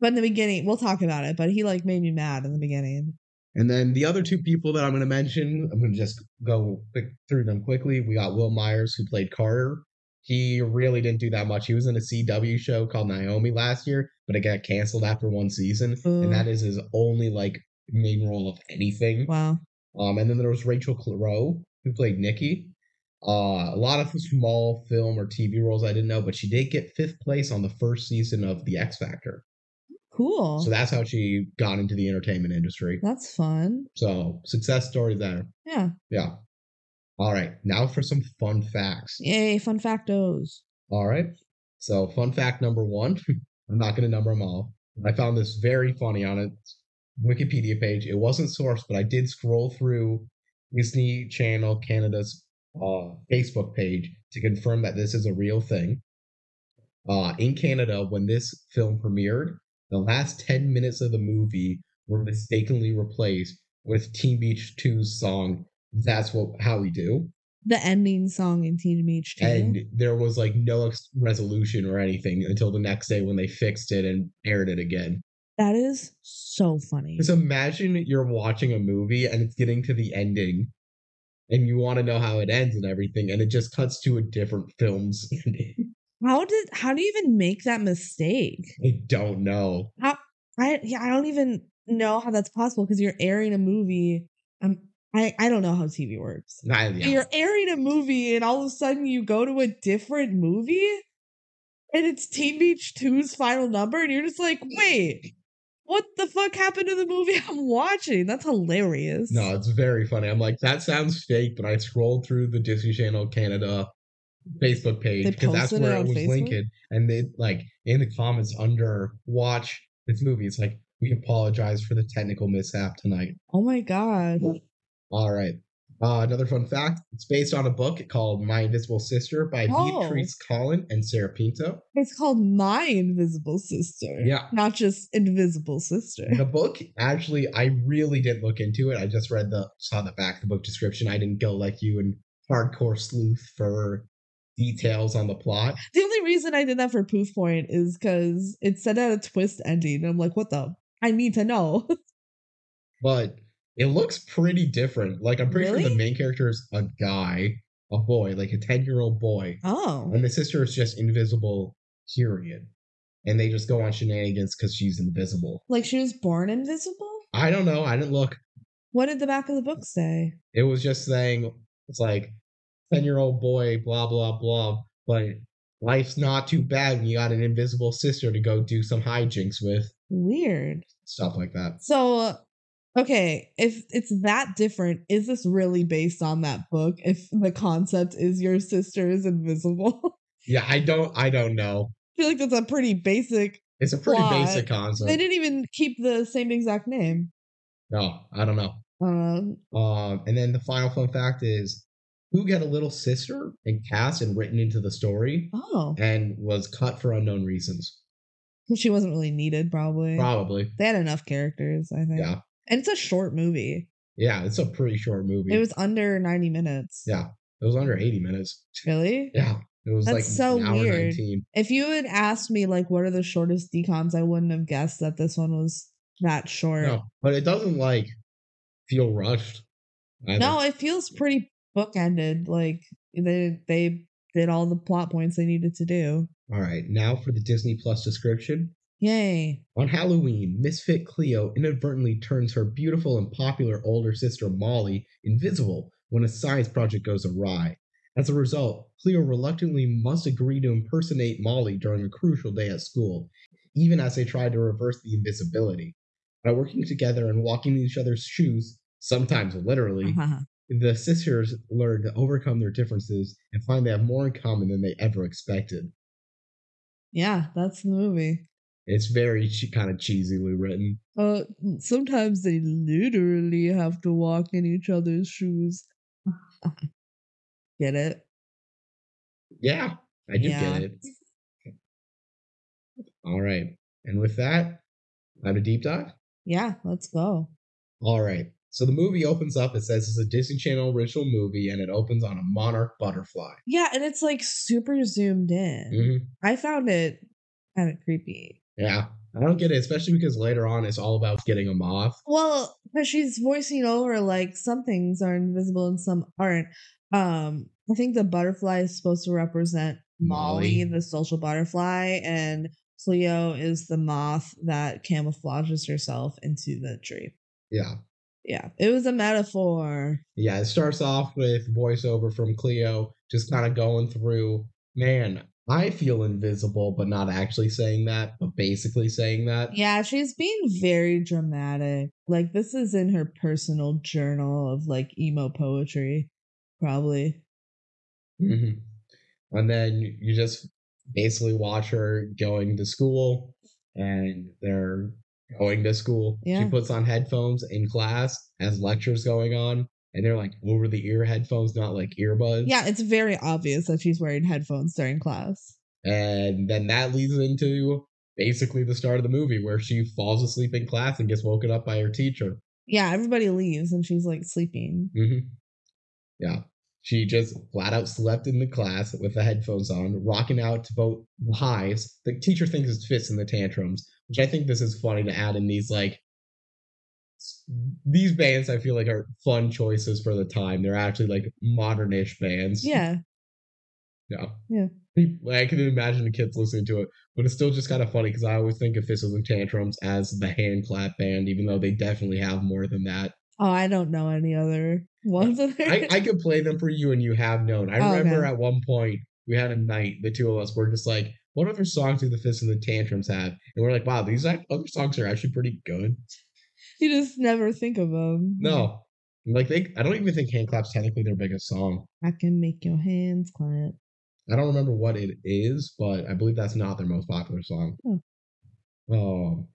[SPEAKER 2] But in the beginning, we'll talk about it, but he like made me mad in the beginning.
[SPEAKER 1] And then the other two people that I'm going to mention, I'm going to just go quick through them quickly. We got Will Myers, who played Carter. He really didn't do that much. He was in a CW show called Naomi last year, but it got canceled after one season,
[SPEAKER 2] Boo.
[SPEAKER 1] and that is his only like main role of anything.
[SPEAKER 2] Wow.
[SPEAKER 1] Um, and then there was Rachel Claro, who played Nikki. Uh, a lot of small film or TV roles I didn't know, but she did get fifth place on the first season of The X Factor.
[SPEAKER 2] Cool.
[SPEAKER 1] So that's how she got into the entertainment industry.
[SPEAKER 2] That's fun.
[SPEAKER 1] So success story there.
[SPEAKER 2] Yeah.
[SPEAKER 1] Yeah. All right. Now for some fun facts.
[SPEAKER 2] Yay, fun factos.
[SPEAKER 1] All right. So, fun fact number one I'm not going to number them all. I found this very funny on a Wikipedia page. It wasn't sourced, but I did scroll through Disney Channel Canada's uh, Facebook page to confirm that this is a real thing. Uh, in Canada, when this film premiered, the last 10 minutes of the movie were mistakenly replaced with Teen Beach 2's song, That's What How We Do
[SPEAKER 2] The ending song in Teen Beach 2.
[SPEAKER 1] and there was like no ex- resolution or anything until the next day when they fixed it and aired it again.
[SPEAKER 2] that is so funny.
[SPEAKER 1] Just imagine you're watching a movie and it's getting to the ending, and you want to know how it ends and everything, and it just cuts to a different film's ending.
[SPEAKER 2] How did how do you even make that mistake?
[SPEAKER 1] I don't know.
[SPEAKER 2] I yeah, I don't even know how that's possible because you're airing a movie. Um, I I don't know how TV works.
[SPEAKER 1] I, yeah.
[SPEAKER 2] You're airing a movie, and all of a sudden you go to a different movie, and it's Teen Beach 2's final number, and you're just like, wait, what the fuck happened to the movie I'm watching? That's hilarious.
[SPEAKER 1] No, it's very funny. I'm like, that sounds fake, but I scrolled through the Disney Channel Canada Facebook page
[SPEAKER 2] They
[SPEAKER 1] because that's
[SPEAKER 2] posted it
[SPEAKER 1] where it,
[SPEAKER 2] on
[SPEAKER 1] was
[SPEAKER 2] Facebook?
[SPEAKER 1] linked. And they like in the comments under watch this movie, it's like, we apologize for the technical mishap tonight.
[SPEAKER 2] Oh my god.
[SPEAKER 1] All right. Uh, another fun fact it's based on a book called My Invisible Sister by
[SPEAKER 2] Oh.
[SPEAKER 1] Beatrice Collin and Sarah Pinto.
[SPEAKER 2] It's called My Invisible Sister.
[SPEAKER 1] Yeah.
[SPEAKER 2] Not just Invisible Sister.
[SPEAKER 1] The book, actually, I really didn't look into it. I just read the saw the back of the book description. I didn't go like you and hardcore sleuth for details on the plot.
[SPEAKER 2] The only reason I did that for Proof Point is because it said that a twist ending. And I'm like, what the? I need to know.
[SPEAKER 1] But it looks pretty different. Like I'm pretty sure
[SPEAKER 2] Really?
[SPEAKER 1] the main character is a guy, a boy, like a 10 year old boy.
[SPEAKER 2] Oh.
[SPEAKER 1] And the sister is just invisible, period. And they just go on shenanigans because she's invisible.
[SPEAKER 2] Like she was born invisible?
[SPEAKER 1] I don't know. I didn't look.
[SPEAKER 2] What did the back of the book say?
[SPEAKER 1] It was just saying it's like 10 year old boy, blah, blah, blah. But life's not too bad when you got an invisible sister to go do some hijinks with,
[SPEAKER 2] Weird.
[SPEAKER 1] stuff like that.
[SPEAKER 2] So, okay, if it's that different, is this really based on that book? If the concept is your sister is invisible,
[SPEAKER 1] Yeah, I don't, I don't know.
[SPEAKER 2] I feel like that's a pretty basic.
[SPEAKER 1] It's a pretty
[SPEAKER 2] Plot.
[SPEAKER 1] basic concept.
[SPEAKER 2] They didn't even keep the same exact name.
[SPEAKER 1] no, I don't know.
[SPEAKER 2] Um,
[SPEAKER 1] Um, and then the final fun fact is who got a little sister and cast and written into the story
[SPEAKER 2] oh,
[SPEAKER 1] and was cut for unknown reasons.
[SPEAKER 2] she wasn't really needed, probably.
[SPEAKER 1] Probably.
[SPEAKER 2] They had enough characters, I think.
[SPEAKER 1] Yeah.
[SPEAKER 2] And it's a short movie.
[SPEAKER 1] Yeah, it's a pretty short movie.
[SPEAKER 2] It was under ninety minutes.
[SPEAKER 1] yeah. It was under 80 minutes.
[SPEAKER 2] Really?
[SPEAKER 1] Yeah. It was
[SPEAKER 2] That's
[SPEAKER 1] like
[SPEAKER 2] so
[SPEAKER 1] an hour
[SPEAKER 2] weird.
[SPEAKER 1] 19.
[SPEAKER 2] If you had asked me like what are the shortest decons, I wouldn't have guessed that this one was that short.
[SPEAKER 1] No, but it doesn't like feel rushed. either.
[SPEAKER 2] No, it feels pretty bookended. Like they they did all the plot points they needed to do.
[SPEAKER 1] All right. Now for the Disney Plus description.
[SPEAKER 2] Yay.
[SPEAKER 1] On Halloween, misfit Cleo inadvertently turns her beautiful and popular older sister Molly invisible when a science project goes awry. As a result, Cleo reluctantly must agree to impersonate Molly during a crucial day at school, even as they try to reverse the invisibility. By working together and walking in each other's shoes, sometimes
[SPEAKER 2] Mm-hmm.
[SPEAKER 1] literally, the sisters learn to overcome their differences and find they have more in common than they ever expected.
[SPEAKER 2] yeah, that's the movie.
[SPEAKER 1] It's very che- kind of cheesily written.
[SPEAKER 2] Uh, sometimes they literally have to walk in each other's shoes. Get it?
[SPEAKER 1] Yeah, I do
[SPEAKER 2] Yeah.
[SPEAKER 1] get it. All right. And with that, I have a deep dive.
[SPEAKER 2] Yeah, let's go.
[SPEAKER 1] All right. So the movie opens up. It says it's a Disney Channel original movie, and it opens on a monarch butterfly.
[SPEAKER 2] Yeah, and it's like super zoomed in.
[SPEAKER 1] Mhm.
[SPEAKER 2] I found it kind of creepy.
[SPEAKER 1] Yeah. I don't get it, especially because later on it's all about getting a moth.
[SPEAKER 2] Well, because she's voicing over like some things are invisible and some aren't. Um, I think the butterfly is supposed to represent
[SPEAKER 1] Molly.
[SPEAKER 2] Molly, the social butterfly, and Cleo is the moth that camouflages herself into the tree.
[SPEAKER 1] Yeah.
[SPEAKER 2] Yeah, it was a metaphor.
[SPEAKER 1] Yeah. It starts off with voiceover from Cleo, just kind of going through, man, I feel invisible, but not actually saying that, but basically saying that.
[SPEAKER 2] Yeah, she's being very dramatic. Like this is in her personal journal of like emo poetry, probably.
[SPEAKER 1] hmm And then you just basically watch her going to school, and they're going to school.
[SPEAKER 2] Yeah.
[SPEAKER 1] She puts on headphones in class as lectures going on, and they're like over the ear headphones, not like earbuds.
[SPEAKER 2] Yeah, it's very obvious that she's wearing headphones during class.
[SPEAKER 1] And then that leads into basically the start of the movie where she falls asleep in class and gets woken up by her teacher.
[SPEAKER 2] Yeah, everybody leaves and she's like sleeping.
[SPEAKER 1] hmm Yeah. She just flat out slept in the class with the headphones on, rocking out to both the highs. The teacher thinks it fits in the tantrums, which I think this is funny to add in these like s- these bands I feel like are fun choices for the time. They're actually like modernish bands.
[SPEAKER 2] Yeah.
[SPEAKER 1] Yeah.
[SPEAKER 2] Yeah.
[SPEAKER 1] People- I can imagine the kids listening to it, but it's still just kind of funny because I always think of Thistles and Tantrums as the hand clap band, even though they definitely have more than that.
[SPEAKER 2] Oh, I don't know any other ones. in there.
[SPEAKER 1] I, I could play them for you and you have known. I
[SPEAKER 2] Oh, okay.
[SPEAKER 1] remember at one point we had a night, the two of us were just like, what other songs do the Fists and the Tantrums have? And we're like, wow, these act- other songs are actually pretty good.
[SPEAKER 2] you just never think of them.
[SPEAKER 1] No. Like they I don't even think hand claps technically their biggest song.
[SPEAKER 2] I can make your hands clap.
[SPEAKER 1] I don't remember what it is, but I believe that's not their most popular song.
[SPEAKER 2] Hmm.
[SPEAKER 1] Um,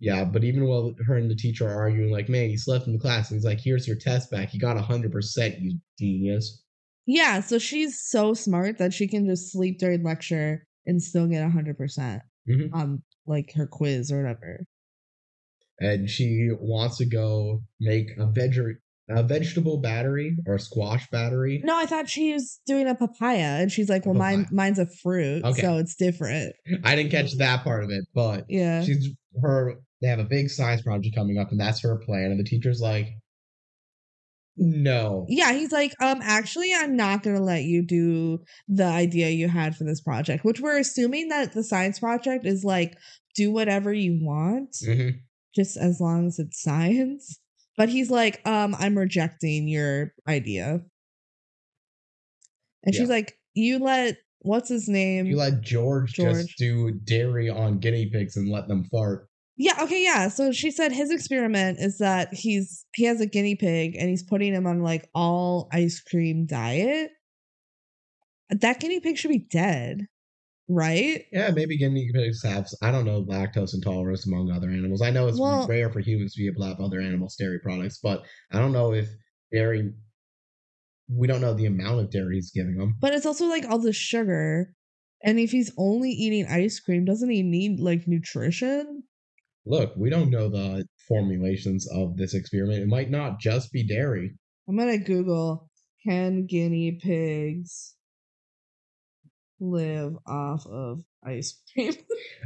[SPEAKER 1] yeah, but even while her and the teacher are arguing, like, man, you slept in the class, and he's like, here's your test back. You got 100%, you genius.
[SPEAKER 2] Yeah, so she's so smart that she can just sleep during lecture and still get 100%
[SPEAKER 1] Mhm.
[SPEAKER 2] on like her quiz or whatever.
[SPEAKER 1] and she wants to go make a veggie A vegetable battery or a squash battery.
[SPEAKER 2] No, I thought she was doing a papaya, and she's like,
[SPEAKER 1] A
[SPEAKER 2] "Well, mine
[SPEAKER 1] papaya.
[SPEAKER 2] mine's a fruit,
[SPEAKER 1] Okay.
[SPEAKER 2] so it's different."
[SPEAKER 1] I didn't catch that part of it, but
[SPEAKER 2] Yeah,
[SPEAKER 1] she's her they have a big science project coming up and that's her plan and the teacher's like no
[SPEAKER 2] yeah. He's like, "Um, actually, I'm not gonna let you do the idea you had for this project," which we're assuming that the science project is like, do whatever you want,
[SPEAKER 1] Mhm.
[SPEAKER 2] just as long as it's science. But he's like, um, I'm rejecting your idea. And
[SPEAKER 1] Yeah.
[SPEAKER 2] she's like, you let what's his name?
[SPEAKER 1] you let george,
[SPEAKER 2] George.
[SPEAKER 1] just do dairy on guinea pigs and let them fart
[SPEAKER 2] yeah, okay, yeah. So she said his experiment is that he's he has a guinea pig and he's putting him on like all ice cream diet. That guinea pig should be dead, right?
[SPEAKER 1] yeah maybe guinea pigs have i don't know lactose intolerance among other animals i know it's
[SPEAKER 2] Well-
[SPEAKER 1] rare for humans to be able to have other animals dairy products but i don't know if dairy we don't know the amount of dairy he's giving them
[SPEAKER 2] But it's also like all the sugar. And if he's only eating ice cream, doesn't he need like nutrition?
[SPEAKER 1] look we don't know the formulations of this experiment it might not just be dairy
[SPEAKER 2] I'm gonna Google can guinea pigs live off of ice cream?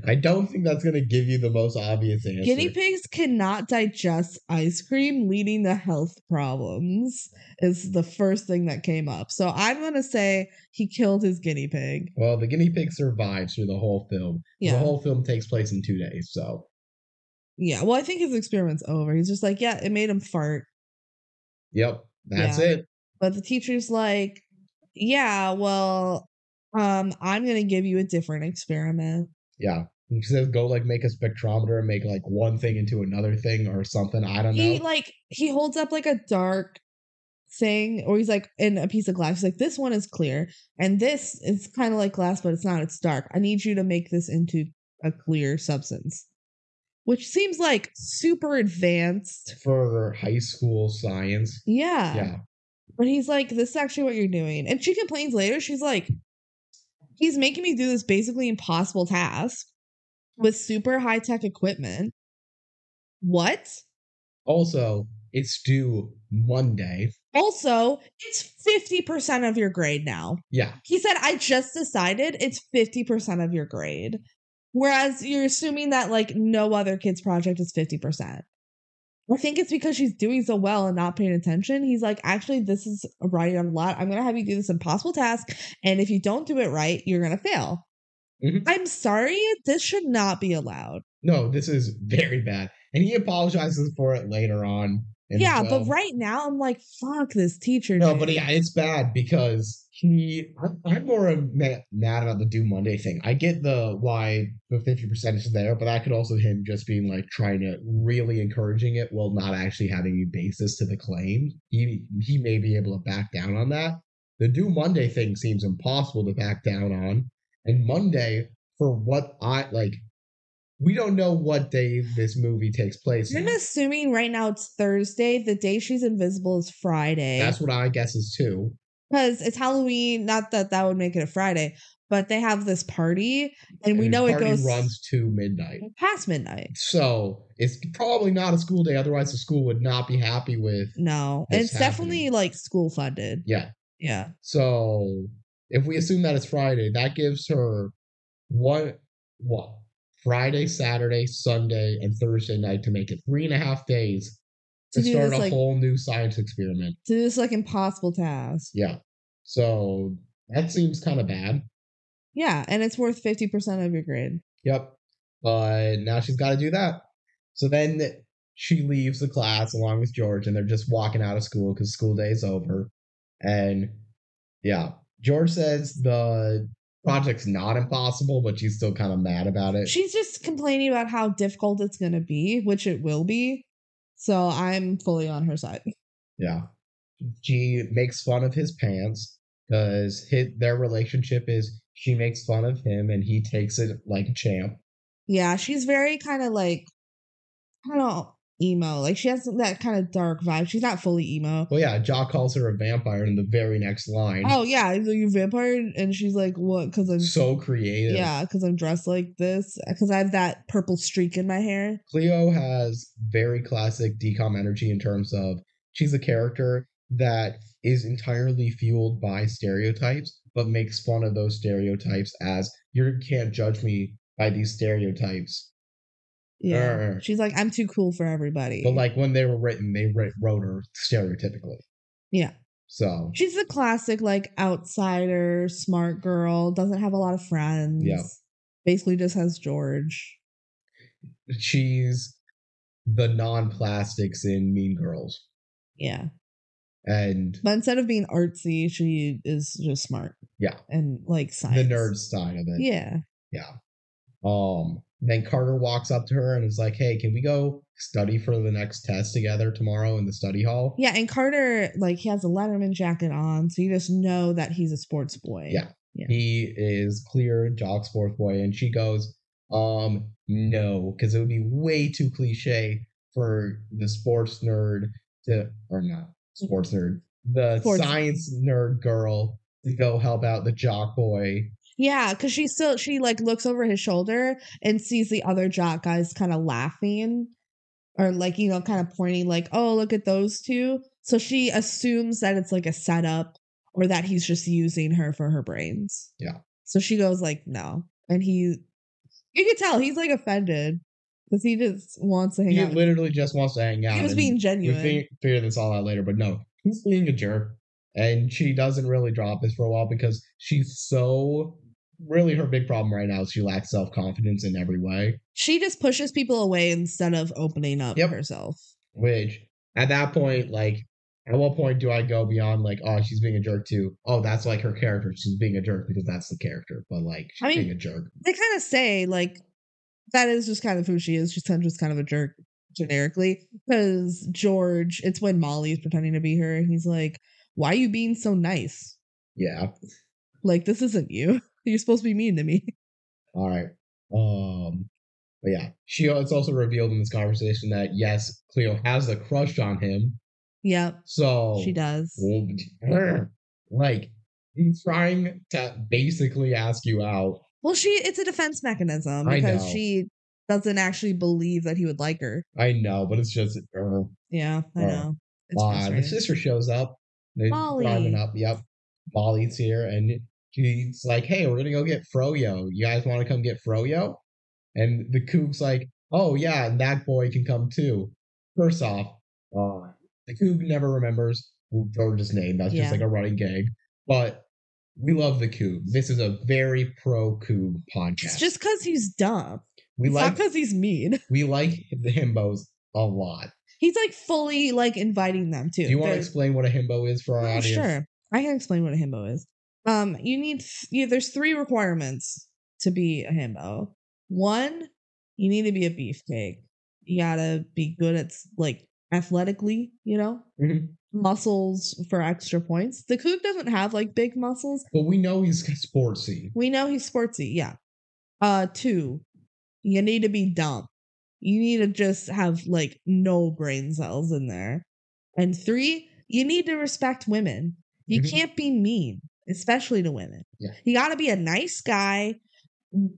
[SPEAKER 1] I don't think that's going to give you the most obvious answer.
[SPEAKER 2] guinea pigs cannot digest ice cream, leading to health problems, is the first thing that came up. So I'm gonna say he killed his guinea pig.
[SPEAKER 1] Well, the guinea pig survives through the whole film.
[SPEAKER 2] Yeah.
[SPEAKER 1] The whole film takes place in two days, so
[SPEAKER 2] yeah. Well, I think his experiment's over. He's just like, yeah, it made him fart.
[SPEAKER 1] yep, that's
[SPEAKER 2] Yeah.
[SPEAKER 1] it.
[SPEAKER 2] But the teacher's like, yeah, well, um, I'm gonna give you a different experiment.
[SPEAKER 1] Yeah, he says go like make a spectrometer and make like one thing into another thing or something. I don't
[SPEAKER 2] he
[SPEAKER 1] know.
[SPEAKER 2] like he holds up like a dark thing or he's like in a piece of glass he's like this one is clear and this is kind of like glass but it's not it's dark i need you to make this into a clear substance which seems like super advanced
[SPEAKER 1] For high school science,
[SPEAKER 2] yeah,
[SPEAKER 1] yeah,
[SPEAKER 2] but he's like this is actually what you're doing and she complains later she's like he's making me do this basically impossible task with super high-tech equipment what
[SPEAKER 1] Also, it's due Monday.
[SPEAKER 2] Also, it's 50% of your grade now.
[SPEAKER 1] Yeah,
[SPEAKER 2] He said, I just decided it's 50% of your grade. Whereas you're assuming that like no other kid's project is 50%. I think it's because she's doing so well and not paying attention. He's like, actually, this is right on a lot. I'm going to have you do this impossible task. And if you don't do it right, you're going to fail.
[SPEAKER 1] Mhm.
[SPEAKER 2] I'm sorry. This should not be allowed.
[SPEAKER 1] no, this is very bad, and he apologizes for it later on. in the
[SPEAKER 2] yeah.
[SPEAKER 1] film.
[SPEAKER 2] But right now, I'm like, fuck this teacher.
[SPEAKER 1] No,
[SPEAKER 2] dude.
[SPEAKER 1] but yeah, it's bad because he. I'm, I'm more ma- mad about the Do Monday thing. I get the why the fifty percent is there, but that could also him just being like trying to really encouraging it while not actually having a basis to the claim. He he may be able to back down on that. The Do Monday thing seems impossible to back down on, and Monday for what I like. We don't know what day this movie takes place.
[SPEAKER 2] I'm
[SPEAKER 1] in.
[SPEAKER 2] assuming right now it's Thursday. The day she's invisible is Friday
[SPEAKER 1] That's what I guess is too.
[SPEAKER 2] because it's Halloween. Not that that would make it a Friday, but they have this party, and we
[SPEAKER 1] And
[SPEAKER 2] know it
[SPEAKER 1] party
[SPEAKER 2] goes
[SPEAKER 1] runs to midnight.
[SPEAKER 2] past midnight.
[SPEAKER 1] So it's probably not a school day, otherwise the school would not be happy with
[SPEAKER 2] No, and
[SPEAKER 1] It's
[SPEAKER 2] it's definitely like school funded.
[SPEAKER 1] yeah.
[SPEAKER 2] Yeah,
[SPEAKER 1] So if we assume that it's Friday, that gives her one what Friday, Saturday, Sunday, and Thursday night to make it three and a half days
[SPEAKER 2] to
[SPEAKER 1] to,
[SPEAKER 2] do
[SPEAKER 1] start
[SPEAKER 2] this
[SPEAKER 1] a
[SPEAKER 2] like
[SPEAKER 1] whole new science experiment.
[SPEAKER 2] to do this like impossible task.
[SPEAKER 1] Yeah. So that seems kind of bad.
[SPEAKER 2] Yeah, and it's worth fifty percent of your grade.
[SPEAKER 1] Yep. But now she's got to do that. So then she leaves the class along with George, and they're just walking out of school because school day is over. And yeah, George says the project's not impossible, but she's still kind of mad about it.
[SPEAKER 2] She's just complaining about how difficult it's going to be, which it will be. So I'm fully on her side.
[SPEAKER 1] yeah. She makes fun of his pants because their relationship is she makes fun of him and he takes it like a champ.
[SPEAKER 2] Yeah, she's very kind of like I don't know emo. Like she has that kind of dark vibe. She's not fully emo.
[SPEAKER 1] Well, yeah, Jaw calls her a vampire in the very next line.
[SPEAKER 2] Oh yeah, he's like you vampire, and she's like what? Because I'm
[SPEAKER 1] so creative.
[SPEAKER 2] yeah, because I'm dressed like this. Because I have that purple streak in my hair.
[SPEAKER 1] Cleo has very classic decom energy in terms of She's a character that is entirely fueled by stereotypes, but makes fun of those stereotypes as you can't judge me by these stereotypes.
[SPEAKER 2] Yeah.
[SPEAKER 1] Err.
[SPEAKER 2] She's like, I'm too cool for everybody.
[SPEAKER 1] But like when they were written, they writ- wrote her stereotypically.
[SPEAKER 2] Yeah.
[SPEAKER 1] So
[SPEAKER 2] She's the classic, like, outsider, smart girl, doesn't have a lot of friends.
[SPEAKER 1] Yeah.
[SPEAKER 2] Basically just has George.
[SPEAKER 1] she's the non-plastics in Mean Girls,
[SPEAKER 2] Yeah.
[SPEAKER 1] and
[SPEAKER 2] But instead of being artsy, she is just smart.
[SPEAKER 1] Yeah.
[SPEAKER 2] And like science.
[SPEAKER 1] the nerd side of it.
[SPEAKER 2] Yeah.
[SPEAKER 1] Yeah. Um. Then Carter walks up to her and is like, "Hey, can we go study for the next test together tomorrow in the study hall?"
[SPEAKER 2] Yeah. And Carter, like, he has a Letterman jacket on. So you just know that he's a sports boy.
[SPEAKER 1] Yeah. He is clear jock sports boy, and she goes, "Um, no, because it would be way too cliche for the sports nerd to, or not sports nerd, the
[SPEAKER 2] Sports-
[SPEAKER 1] science nerd girl to go help out the jock boy."
[SPEAKER 2] Yeah. Cause she still, she like looks over his shoulder and sees the other jock guys kind of laughing or like, you know, kind of pointing, like, oh, look at those two. So she assumes that it's like a setup or that he's just using her for her brains.
[SPEAKER 1] Yeah.
[SPEAKER 2] So she goes, like, no. And he, you could tell he's like offended because he just wants to hang
[SPEAKER 1] He
[SPEAKER 2] out.
[SPEAKER 1] literally just wants to hang out.
[SPEAKER 2] he was
[SPEAKER 1] and-
[SPEAKER 2] being
[SPEAKER 1] we
[SPEAKER 2] genuine.
[SPEAKER 1] fi- figure this all out later, but no, he's being a jerk, and she doesn't really drop this for a while because she's so really her big problem right now is she lacks self confidence in every way,
[SPEAKER 2] she just pushes people away instead of opening up
[SPEAKER 1] Yep.
[SPEAKER 2] herself.
[SPEAKER 1] which at that point, like, at what point do I go beyond like, oh, she's being a jerk too? Oh, that's like her character. She's being a jerk because that's the character, but like she's
[SPEAKER 2] I mean-
[SPEAKER 1] being a jerk.
[SPEAKER 2] They kind of say like that is just kind of who she is. She's kind of just kind of a jerk generically because George. It's when Molly's pretending to be her, and he's like, "Why are you being so nice?
[SPEAKER 1] Yeah.
[SPEAKER 2] Like this isn't you. You're supposed to be mean to me."
[SPEAKER 1] All right. Um, but yeah, she. It's also revealed in this conversation that yes, Cleo has a crush on him.
[SPEAKER 2] Yep,
[SPEAKER 1] So
[SPEAKER 2] she does.
[SPEAKER 1] Well, like he's trying to basically ask you out.
[SPEAKER 2] Well, she it's a defense mechanism
[SPEAKER 1] I
[SPEAKER 2] because
[SPEAKER 1] know.
[SPEAKER 2] she doesn't actually believe that he would like her.
[SPEAKER 1] I know, but it's just uh,
[SPEAKER 2] Yeah, I
[SPEAKER 1] Oh.
[SPEAKER 2] know. It's
[SPEAKER 1] uh, the
[SPEAKER 2] frustrating.
[SPEAKER 1] sister shows up. They're
[SPEAKER 2] Molly.
[SPEAKER 1] driving up. Yep, Molly's here, and she's like, "Hey, we're gonna go get Froyo. You guys want to come get Froyo?" And the kook's like, "Oh yeah, and that boy can come too." First off, uh, the kook never remembers George's name. That's
[SPEAKER 2] Yeah.
[SPEAKER 1] just like a running gag. But we love the kook. This is a very pro kook podcast.
[SPEAKER 2] It's just because he's dumb.
[SPEAKER 1] we
[SPEAKER 2] it's
[SPEAKER 1] like
[SPEAKER 2] not because he's mean.
[SPEAKER 1] we like the himbos a lot.
[SPEAKER 2] He's like fully like inviting them too.
[SPEAKER 1] Do you want to
[SPEAKER 2] They're-
[SPEAKER 1] explain what a himbo is for our
[SPEAKER 2] Oh,
[SPEAKER 1] audience?
[SPEAKER 2] Sure, I can explain what a himbo is. Um, you need th- you, there's three requirements to be a himbo. One, you need to be a beefcake. You gotta be good at s- like athletically, you know,
[SPEAKER 1] Mhm.
[SPEAKER 2] muscles for extra points. The kook doesn't have like big muscles.
[SPEAKER 1] Well, we know he's sportsy.
[SPEAKER 2] We know he's sportsy. Yeah. Uh, two, you need to be dumb. You need to just have like no brain cells in there. And three, you need to respect women. You
[SPEAKER 1] Mhm.
[SPEAKER 2] can't be mean, especially to women.
[SPEAKER 1] Yeah.
[SPEAKER 2] You got to be a nice guy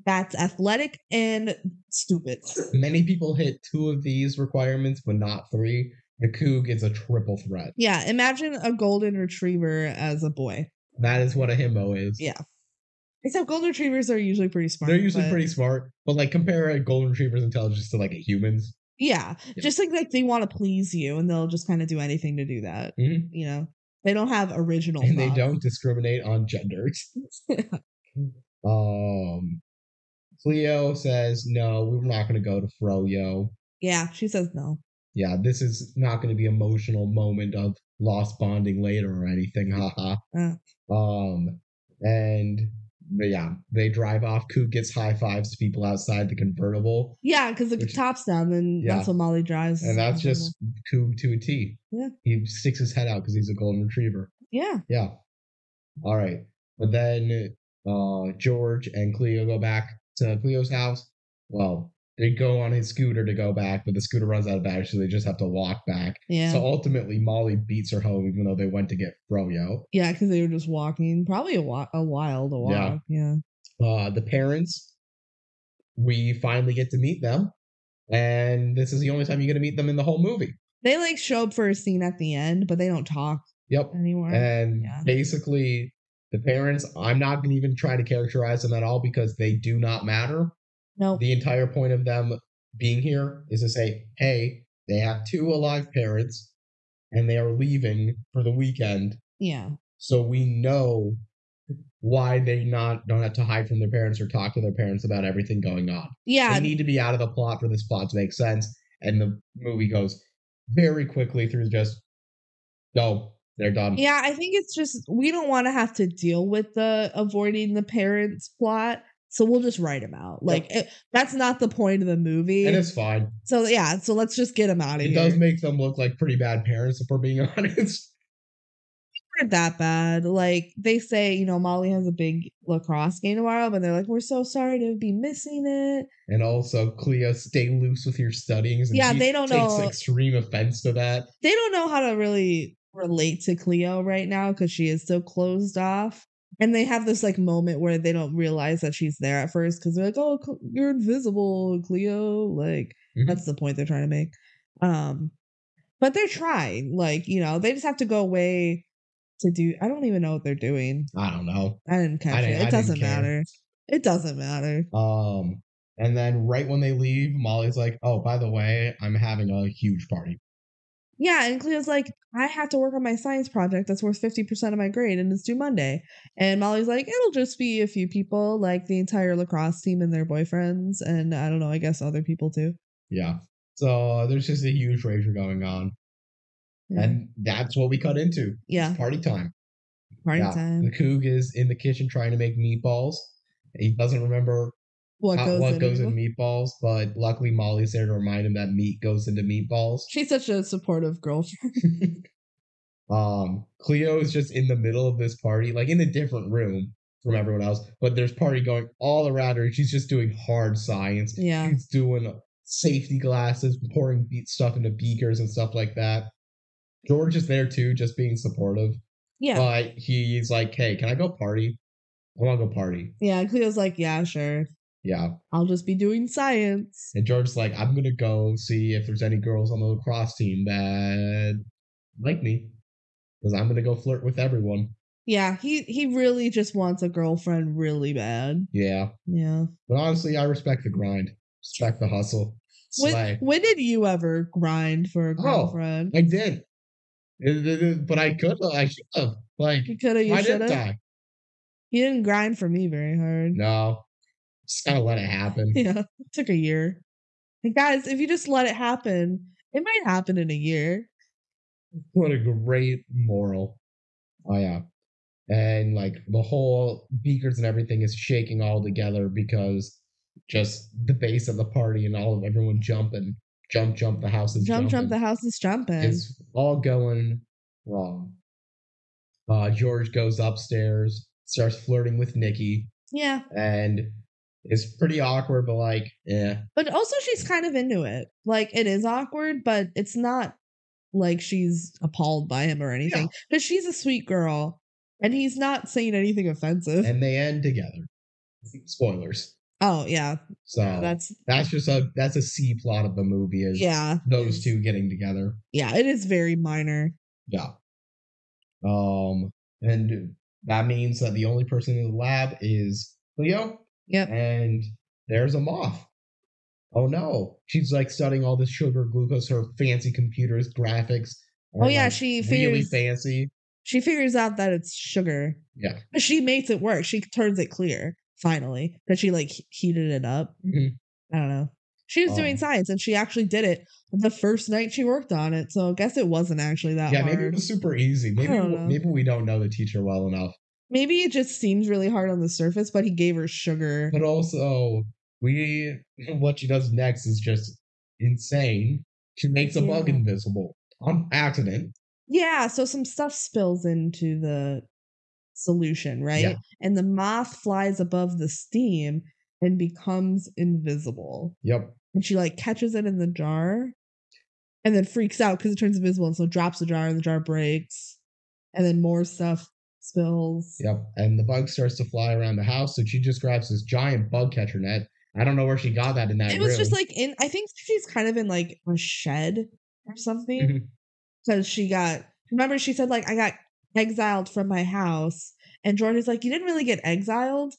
[SPEAKER 2] that's athletic and stupid.
[SPEAKER 1] Many people hit two of these requirements, but not three. The Koog is a triple threat.
[SPEAKER 2] Yeah, imagine a golden retriever as a boy.
[SPEAKER 1] That is what a himbo is.
[SPEAKER 2] Yeah. Except golden retrievers are usually pretty smart.
[SPEAKER 1] They're usually
[SPEAKER 2] but-
[SPEAKER 1] pretty smart, but like compare a golden retriever's intelligence to like a human's.
[SPEAKER 2] Yeah,
[SPEAKER 1] Yeah.
[SPEAKER 2] just like like they want to please you, and they'll just kind of do anything to do that.
[SPEAKER 1] Mhm.
[SPEAKER 2] You know, they don't have original.
[SPEAKER 1] and they
[SPEAKER 2] thought.
[SPEAKER 1] don't discriminate on genders. um Cleo says, no, we're not gonna go to Froyo.
[SPEAKER 2] Yeah, she says no.
[SPEAKER 1] yeah, this is not going to be emotional moment of lost bonding later or anything. Haha.
[SPEAKER 2] Uh.
[SPEAKER 1] Um, and but yeah, they drive off. Coop gets high fives to people outside the convertible,
[SPEAKER 2] Yeah, because the
[SPEAKER 1] Which-
[SPEAKER 2] top's down, then
[SPEAKER 1] Yeah.
[SPEAKER 2] that's what Molly drives.
[SPEAKER 1] and that's just Coop to a T.
[SPEAKER 2] Yeah.
[SPEAKER 1] he sticks his head out because he's a golden retriever.
[SPEAKER 2] yeah.
[SPEAKER 1] Yeah. All right, but then uh, George and Cleo go back to Cleo's house. Well, they go on his scooter to go back, but the scooter runs out of battery, so they just have to walk back.
[SPEAKER 2] Yeah.
[SPEAKER 1] So ultimately, Molly beats her home, even though they went to get Froyo.
[SPEAKER 2] yeah, because they were just walking, probably a, wa- a while to walk.
[SPEAKER 1] Yeah.
[SPEAKER 2] Yeah.
[SPEAKER 1] Uh, the parents, we finally get to meet them, and this is the only time you get to meet them in the whole movie.
[SPEAKER 2] They like show up for a scene at the end, but they don't talk
[SPEAKER 1] Yep.
[SPEAKER 2] anymore.
[SPEAKER 1] And
[SPEAKER 2] Mm-hmm. Yeah.
[SPEAKER 1] basically, the parents, I'm not going to even try to characterize them at all because they do not matter.
[SPEAKER 2] no,
[SPEAKER 1] The entire point of them being here is to say, hey, they have two alive parents and they are leaving for the weekend.
[SPEAKER 2] yeah,
[SPEAKER 1] So we know why they not don't have to hide from their parents or talk to their parents about everything going on.
[SPEAKER 2] yeah.
[SPEAKER 1] They need to be out of the plot for this plot to make sense. And the movie goes very quickly through just no, they're done.
[SPEAKER 2] Yeah, I think it's just we don't want to have to deal with the avoiding the parents plot, so we'll just write them out. Like it, that's not the point of the movie.
[SPEAKER 1] And it's fine.
[SPEAKER 2] So yeah, so let's just get them out of
[SPEAKER 1] It
[SPEAKER 2] here.
[SPEAKER 1] does make them look like pretty bad parents, if we're being honest.
[SPEAKER 2] aren't that bad. Like they say, you know, Molly has a big lacrosse game tomorrow, but they're like, we're so sorry to be missing it.
[SPEAKER 1] And also, Cleo, stay loose with your studyings. And
[SPEAKER 2] Yeah,
[SPEAKER 1] she
[SPEAKER 2] they don't
[SPEAKER 1] takes
[SPEAKER 2] know-
[SPEAKER 1] extreme offense to that.
[SPEAKER 2] They don't know how to really relate to Cleo right now because she is so closed off. And they have this like moment where they don't realize that she's there at first because they're like, oh, Cl- you're invisible, Cleo. Like
[SPEAKER 1] Mhm.
[SPEAKER 2] that's the point they're trying to make. Um, but they're trying. Like you know, they just have to go away to do. I don't even know what they're doing.
[SPEAKER 1] I don't know.
[SPEAKER 2] I didn't catch
[SPEAKER 1] didn't-
[SPEAKER 2] it.
[SPEAKER 1] I
[SPEAKER 2] It
[SPEAKER 1] didn't
[SPEAKER 2] doesn't
[SPEAKER 1] care.
[SPEAKER 2] matter. It doesn't matter.
[SPEAKER 1] Um, and then right when they leave, Molly's like, "Oh, by the way, I'm having a huge party."
[SPEAKER 2] Yeah, and Cleo's like, I have to work on my science project that's worth 50% of my grade and it's due Monday. And Molly's like, it'll just be a few people, like the entire lacrosse team and their boyfriends. And I don't know, I guess other people too.
[SPEAKER 1] Yeah. So uh, there's just a huge rager going on,
[SPEAKER 2] Yeah.
[SPEAKER 1] and that's what we cut into.
[SPEAKER 2] yeah,
[SPEAKER 1] Party time.
[SPEAKER 2] party
[SPEAKER 1] Yeah.
[SPEAKER 2] time.
[SPEAKER 1] The Coog is in the kitchen trying to make meatballs. He doesn't remember
[SPEAKER 2] What
[SPEAKER 1] how-
[SPEAKER 2] goes,
[SPEAKER 1] what
[SPEAKER 2] in,
[SPEAKER 1] goes
[SPEAKER 2] people?
[SPEAKER 1] in meatballs, but luckily Molly's there to remind him that meat goes into meatballs.
[SPEAKER 2] She's such a supportive girlfriend.
[SPEAKER 1] Um, Cleo is just in the middle of this party, like in a different room from everyone else, but there's party going all around her. She's just doing hard science.
[SPEAKER 2] yeah.
[SPEAKER 1] She's doing safety glasses, pouring beat stuff into beakers and stuff like that. George is there too, just being supportive.
[SPEAKER 2] Yeah.
[SPEAKER 1] But he's like, hey, can I go party? I want to go party.
[SPEAKER 2] yeah. and Cleo's like, yeah, sure.
[SPEAKER 1] Yeah.
[SPEAKER 2] I'll just be doing science.
[SPEAKER 1] And George's like, I'm going to go see if there's any girls on the lacrosse team that like me because I'm going to go flirt with everyone.
[SPEAKER 2] Yeah. He, he really just wants a girlfriend really bad.
[SPEAKER 1] Yeah.
[SPEAKER 2] Yeah.
[SPEAKER 1] But honestly, I respect the grind, respect the hustle.
[SPEAKER 2] When,
[SPEAKER 1] Slay. Oh,
[SPEAKER 2] when did you ever grind for a girlfriend?
[SPEAKER 1] I did, It- it- it- but I could, I should have. Like,
[SPEAKER 2] You could have. You
[SPEAKER 1] why
[SPEAKER 2] should
[SPEAKER 1] didn't
[SPEAKER 2] have.
[SPEAKER 1] I?
[SPEAKER 2] You didn't grind for me very hard.
[SPEAKER 1] No, just gotta let it happen.
[SPEAKER 2] Yeah, it took a year. And guys, if you just let it happen, it might happen in a year.
[SPEAKER 1] What a great moral. Oh yeah, and like the whole beakers and everything is shaking all together because just the base of the party and all of everyone jumping, jump, jump. The house is
[SPEAKER 2] Jump, jump.
[SPEAKER 1] jumping.
[SPEAKER 2] The house is jumping.
[SPEAKER 1] It's all going wrong. Uh, George goes upstairs, starts flirting with Nikki,
[SPEAKER 2] yeah,
[SPEAKER 1] and it's pretty awkward, but like, eh. yeah,
[SPEAKER 2] but also she's kind of into it. Like it is awkward, but it's not like she's appalled by him or anything. Because she's a sweet girl, and he's not saying anything offensive.
[SPEAKER 1] and they end together. Spoilers.
[SPEAKER 2] oh yeah,
[SPEAKER 1] So that's
[SPEAKER 2] that's
[SPEAKER 1] just a that's a C plot of the movie is
[SPEAKER 2] yeah,
[SPEAKER 1] those two getting together.
[SPEAKER 2] yeah. It is very minor.
[SPEAKER 1] Yeah. Um, and that means that the only person in the lab is Leo,
[SPEAKER 2] Yep.
[SPEAKER 1] and there's a moth. Oh no, she's like studying all this sugar, glucose, her fancy computers, graphics.
[SPEAKER 2] Oh
[SPEAKER 1] are,
[SPEAKER 2] yeah,
[SPEAKER 1] like,
[SPEAKER 2] she
[SPEAKER 1] really
[SPEAKER 2] figures
[SPEAKER 1] fancy.
[SPEAKER 2] she figures out that it's sugar.
[SPEAKER 1] Yeah.
[SPEAKER 2] But she makes it work. She turns it clear finally because she like he- heated it up.
[SPEAKER 1] Mhm.
[SPEAKER 2] I don't know. She was doing
[SPEAKER 1] Oh.
[SPEAKER 2] science and she actually did it the first night she worked on it. So I guess it wasn't actually that
[SPEAKER 1] Yeah,
[SPEAKER 2] hard.
[SPEAKER 1] maybe it was super easy. Maybe
[SPEAKER 2] don't know.
[SPEAKER 1] maybe we don't know the teacher well enough.
[SPEAKER 2] maybe it just seems really hard on the surface, but he gave her sugar.
[SPEAKER 1] But also, we what she does next is just insane. She makes a bug
[SPEAKER 2] Yeah.
[SPEAKER 1] invisible on accident.
[SPEAKER 2] Yeah, so some stuff spills into the solution, right?
[SPEAKER 1] Yeah.
[SPEAKER 2] And the moth flies above the steam and becomes invisible.
[SPEAKER 1] Yep.
[SPEAKER 2] and she like catches it in the jar and then freaks out because it turns invisible and so drops the jar and the jar breaks and then more stuff spills
[SPEAKER 1] Yep. And the bug starts to fly around the house, so she just grabs this giant bug catcher net. I don't know where she got that in that
[SPEAKER 2] it was
[SPEAKER 1] room.
[SPEAKER 2] just like in i think she's kind of in like a shed or something because she got remember she said like I got exiled from my house and Jordan's like you didn't really get exiled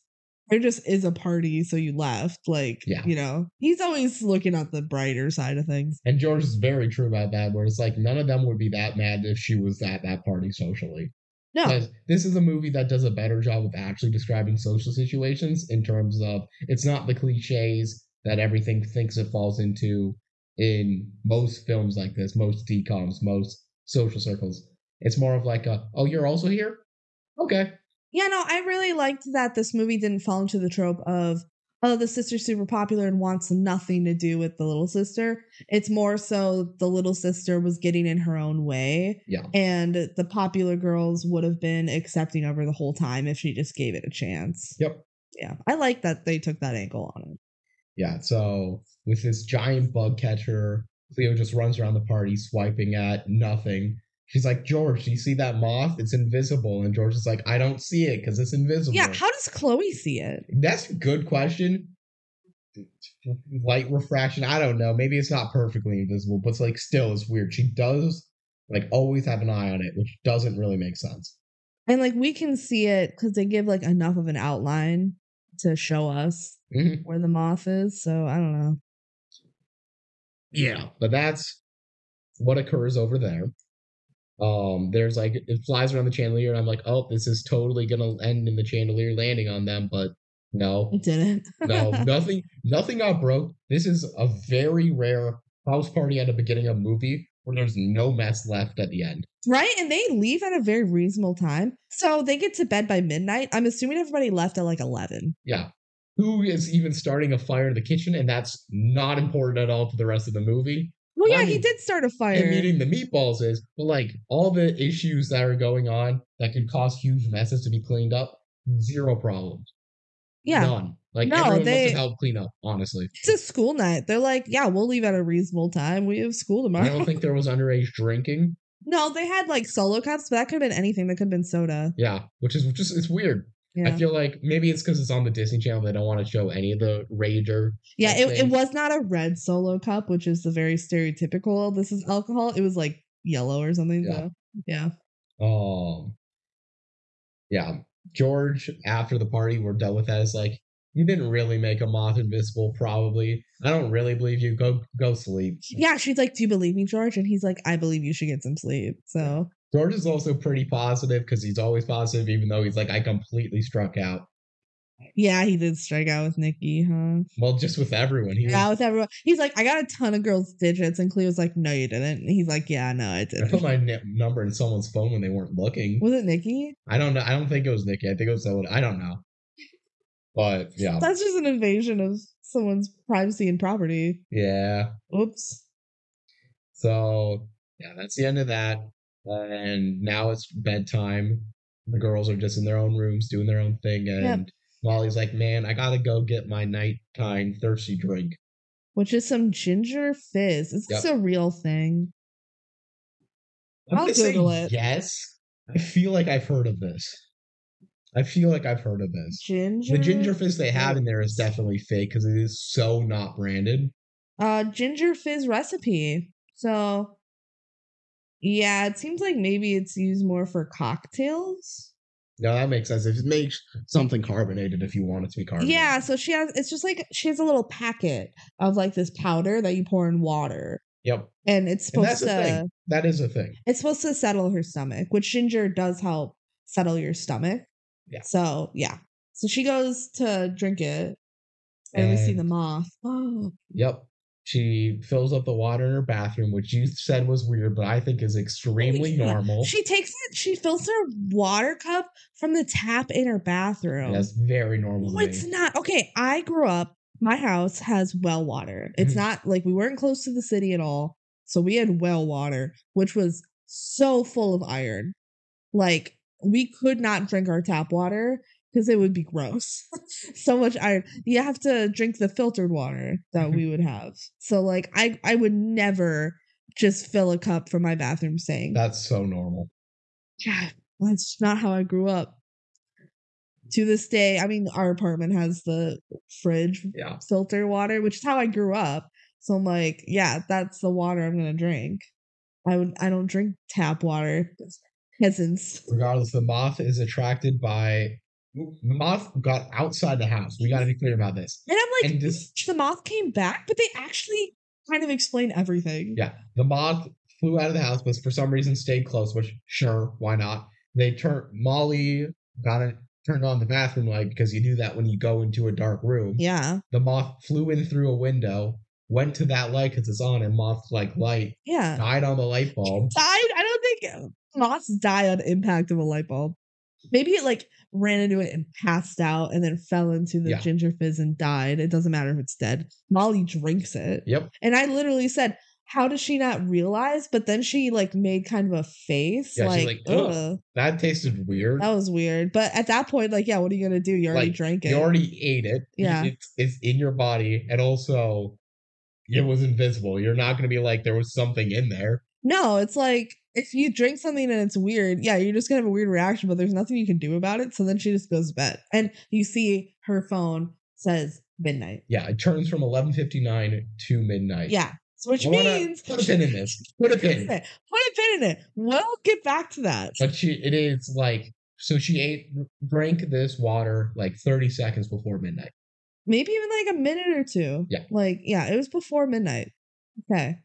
[SPEAKER 2] there just is a party so you left like
[SPEAKER 1] Yeah.
[SPEAKER 2] you know he's always looking at the brighter side of things
[SPEAKER 1] And George is very true about that, where it's like none of them would be that mad if she was at that party socially.
[SPEAKER 2] no
[SPEAKER 1] Because This is a movie that does a better job of actually describing social situations in terms of it's not the cliches that everything thinks it falls into in most films like this, most decoms, most social circles. It's more of like a, oh, you're also here? Okay.
[SPEAKER 2] Yeah, no, I really liked that this movie didn't fall into the trope of, oh, the sister's super popular and wants nothing to do with the little sister. It's more so the little sister was getting in her own way.
[SPEAKER 1] Yeah.
[SPEAKER 2] And the popular girls would have been accepting of her the whole time if she just gave it a chance.
[SPEAKER 1] Yep.
[SPEAKER 2] Yeah. I like that they took that angle on it.
[SPEAKER 1] Yeah, so with this giant bug catcher, Cleo just runs around the party swiping at nothing. She's like, George, do you see that moth? It's invisible. And George is like, I don't see it because it's invisible.
[SPEAKER 2] Yeah. How does Chloe see it?
[SPEAKER 1] That's a good question. Light refraction, I don't know. Maybe it's not perfectly invisible, but it's like still it's weird. She does like always have an eye on it, which doesn't really make sense.
[SPEAKER 2] And like we can see it because they give like enough of an outline to show us
[SPEAKER 1] Mhm.
[SPEAKER 2] where the moth is. So I don't know.
[SPEAKER 1] Yeah. But that's what occurs over there. Um, there's like it flies around the chandelier, and I'm like, oh, this is totally gonna end in the chandelier landing on them, but no,
[SPEAKER 2] It didn't.
[SPEAKER 1] no, nothing, nothing got broke. This is a very rare house party at the beginning of a movie where there's no mess left at the end.
[SPEAKER 2] Right? And they leave at a very reasonable time. So they get to bed by midnight. I'm assuming everybody left at like 11.
[SPEAKER 1] Yeah. Who is even starting a fire in the kitchen, and that's not important at all to the rest of the movie.
[SPEAKER 2] Well, yeah,
[SPEAKER 1] I
[SPEAKER 2] he
[SPEAKER 1] mean,
[SPEAKER 2] did start a
[SPEAKER 1] and
[SPEAKER 2] fire.
[SPEAKER 1] meeting the meatballs is, but like all the issues that are going on that could cause huge messes to be cleaned up, zero problems.
[SPEAKER 2] Yeah.
[SPEAKER 1] None. Like
[SPEAKER 2] No,
[SPEAKER 1] everyone
[SPEAKER 2] they-
[SPEAKER 1] must have helped clean up, honestly.
[SPEAKER 2] It's a school night. They're like, yeah, we'll leave at a reasonable time. We have
[SPEAKER 1] I
[SPEAKER 2] school tomorrow.
[SPEAKER 1] don't think there was underage drinking.
[SPEAKER 2] no, they had like solo cups, but that could have been anything. That could have been soda.
[SPEAKER 1] Yeah, which is just it's weird. I
[SPEAKER 2] Yeah.
[SPEAKER 1] feel like maybe it's because it's on the Disney Channel. They don't want to show any of the rager.
[SPEAKER 2] Yeah,
[SPEAKER 1] I
[SPEAKER 2] it, it
[SPEAKER 1] think-
[SPEAKER 2] was not a red solo cup, which is the very stereotypical. "Oh, This is alcohol. It was like yellow or something.
[SPEAKER 1] Yeah.
[SPEAKER 2] So, yeah.
[SPEAKER 1] Um, yeah, George after the party, we're done with that. Is like you didn't really make a moth invisible. Probably, I don't really believe you. Go go sleep.
[SPEAKER 2] Yeah, she's like, do you believe me, George? And he's like, I believe you should get some sleep. So,
[SPEAKER 1] George is also pretty positive because he's always positive, even though he's like, I completely struck out.
[SPEAKER 2] yeah, he did strike out with Nikki, huh?
[SPEAKER 1] Well, just with everyone. He was,
[SPEAKER 2] Yeah, with everyone. He's like, I got a ton of girls' digits. And Cleo's like, No, you didn't. And he's like, Yeah, no, I
[SPEAKER 1] I put
[SPEAKER 2] didn't.
[SPEAKER 1] my n- number in someone's phone when they weren't looking.
[SPEAKER 2] Was it Nikki?
[SPEAKER 1] I don't know. I don't think it was Nikki. I think it was someone. I don't know. But yeah.
[SPEAKER 2] That's just an invasion of someone's privacy and property.
[SPEAKER 1] Yeah.
[SPEAKER 2] Oops.
[SPEAKER 1] So yeah, that's the end of that. And now it's bedtime. The girls are just in their own rooms doing their own thing. And
[SPEAKER 2] Yep.
[SPEAKER 1] Molly's like, man, I got to go get my nighttime thirsty drink.
[SPEAKER 2] Which is some ginger fizz. Is this a real thing?
[SPEAKER 1] I'm
[SPEAKER 2] I'll
[SPEAKER 1] gonna say
[SPEAKER 2] Google it.
[SPEAKER 1] Yes. I feel like I've heard of this. I feel like I've heard of this.
[SPEAKER 2] Ginger.
[SPEAKER 1] The ginger fizz they have in there is definitely fake because it is so not branded.
[SPEAKER 2] Uh, ginger fizz recipe. So, yeah, it seems like maybe it's used more for cocktails.
[SPEAKER 1] No, that makes sense. If it makes something carbonated if you want it to be carbonated.
[SPEAKER 2] Yeah, so she has. It's just like she has a little packet of like this powder that you pour in water,
[SPEAKER 1] Yep.
[SPEAKER 2] and it's
[SPEAKER 1] And that's
[SPEAKER 2] supposed
[SPEAKER 1] the
[SPEAKER 2] to.
[SPEAKER 1] thing. That is a thing.
[SPEAKER 2] It's supposed to settle her stomach, which ginger does help settle your stomach.
[SPEAKER 1] Yeah.
[SPEAKER 2] So yeah. So she goes to drink it, and we see
[SPEAKER 1] And-
[SPEAKER 2] the moth. Oh,
[SPEAKER 1] Yep. She fills up the water in her bathroom, which you said was weird, but I think is extremely
[SPEAKER 2] Yeah.
[SPEAKER 1] normal.
[SPEAKER 2] she takes it. She fills her water cup from the tap in her bathroom.
[SPEAKER 1] That's very normal.
[SPEAKER 2] No,
[SPEAKER 1] to
[SPEAKER 2] it's
[SPEAKER 1] me.
[SPEAKER 2] not. Okay, I grew up. My house has well water. It's
[SPEAKER 1] Mhm.
[SPEAKER 2] not like we weren't close to the city at all, so we had well water, which was so full of iron. Like we could not drink our tap water because it would be gross. so much iron. You have to drink the filtered water that we would have. So like I I would never just fill a cup from my bathroom saying
[SPEAKER 1] That's so normal.
[SPEAKER 2] God, that's not how I grew up. To this day, I mean, our apartment has the fridge
[SPEAKER 1] Yeah.
[SPEAKER 2] filter water, which is how I grew up. So I'm like, yeah, that's the water I'm gonna drink. I would I don't drink tap water. Peasants.
[SPEAKER 1] Regardless, the moth is attracted by the moth got outside the house. We got to be clear about this.
[SPEAKER 2] And I'm like,
[SPEAKER 1] And this,
[SPEAKER 2] the moth came back, but they actually kind of explain everything.
[SPEAKER 1] yeah, the moth flew out of the house, but for some reason stayed close. Which sure, why not? They turned Molly got it turned on the bathroom light because you do that when you go into a dark room.
[SPEAKER 2] Yeah.
[SPEAKER 1] The moth flew in through a window, went to that light because it's on, and moth like light
[SPEAKER 2] Yeah.
[SPEAKER 1] died on the light bulb.
[SPEAKER 2] Died. I don't think moths die on impact of a light bulb. Maybe it like ran into it and passed out and then fell into the
[SPEAKER 1] Yeah.
[SPEAKER 2] ginger fizz and died. It doesn't matter if it's dead. Molly drinks it.
[SPEAKER 1] Yep.
[SPEAKER 2] And I literally said, How does she not realize? But then she like made kind of a face.
[SPEAKER 1] Yeah, she's
[SPEAKER 2] like,
[SPEAKER 1] like, "Ugh."
[SPEAKER 2] Ugh,
[SPEAKER 1] That tasted weird.
[SPEAKER 2] that was weird. But at that point, like, yeah, what are you gonna do? You already
[SPEAKER 1] Like,
[SPEAKER 2] drank it.
[SPEAKER 1] You already ate it. You-
[SPEAKER 2] Yeah.
[SPEAKER 1] It's, it's in your body. And also, it was invisible. You're not going to be like, there was something in there.
[SPEAKER 2] No, it's like if you drink something and it's weird, yeah, you're just gonna have a weird reaction, but there's nothing you can do about it. So then she just goes to bed. And you see her phone says midnight.
[SPEAKER 1] Yeah. It turns from 11.59 to midnight.
[SPEAKER 2] Yeah. So which
[SPEAKER 1] I wanna
[SPEAKER 2] means
[SPEAKER 1] Put a pin in this. Put a
[SPEAKER 2] put a
[SPEAKER 1] pin.
[SPEAKER 2] pin in it. We'll get back to that.
[SPEAKER 1] But she, it is like, so she ate, drank this water like 30 seconds before midnight.
[SPEAKER 2] Maybe even like a minute or two.
[SPEAKER 1] Yeah.
[SPEAKER 2] Like, yeah, it was before midnight. Okay.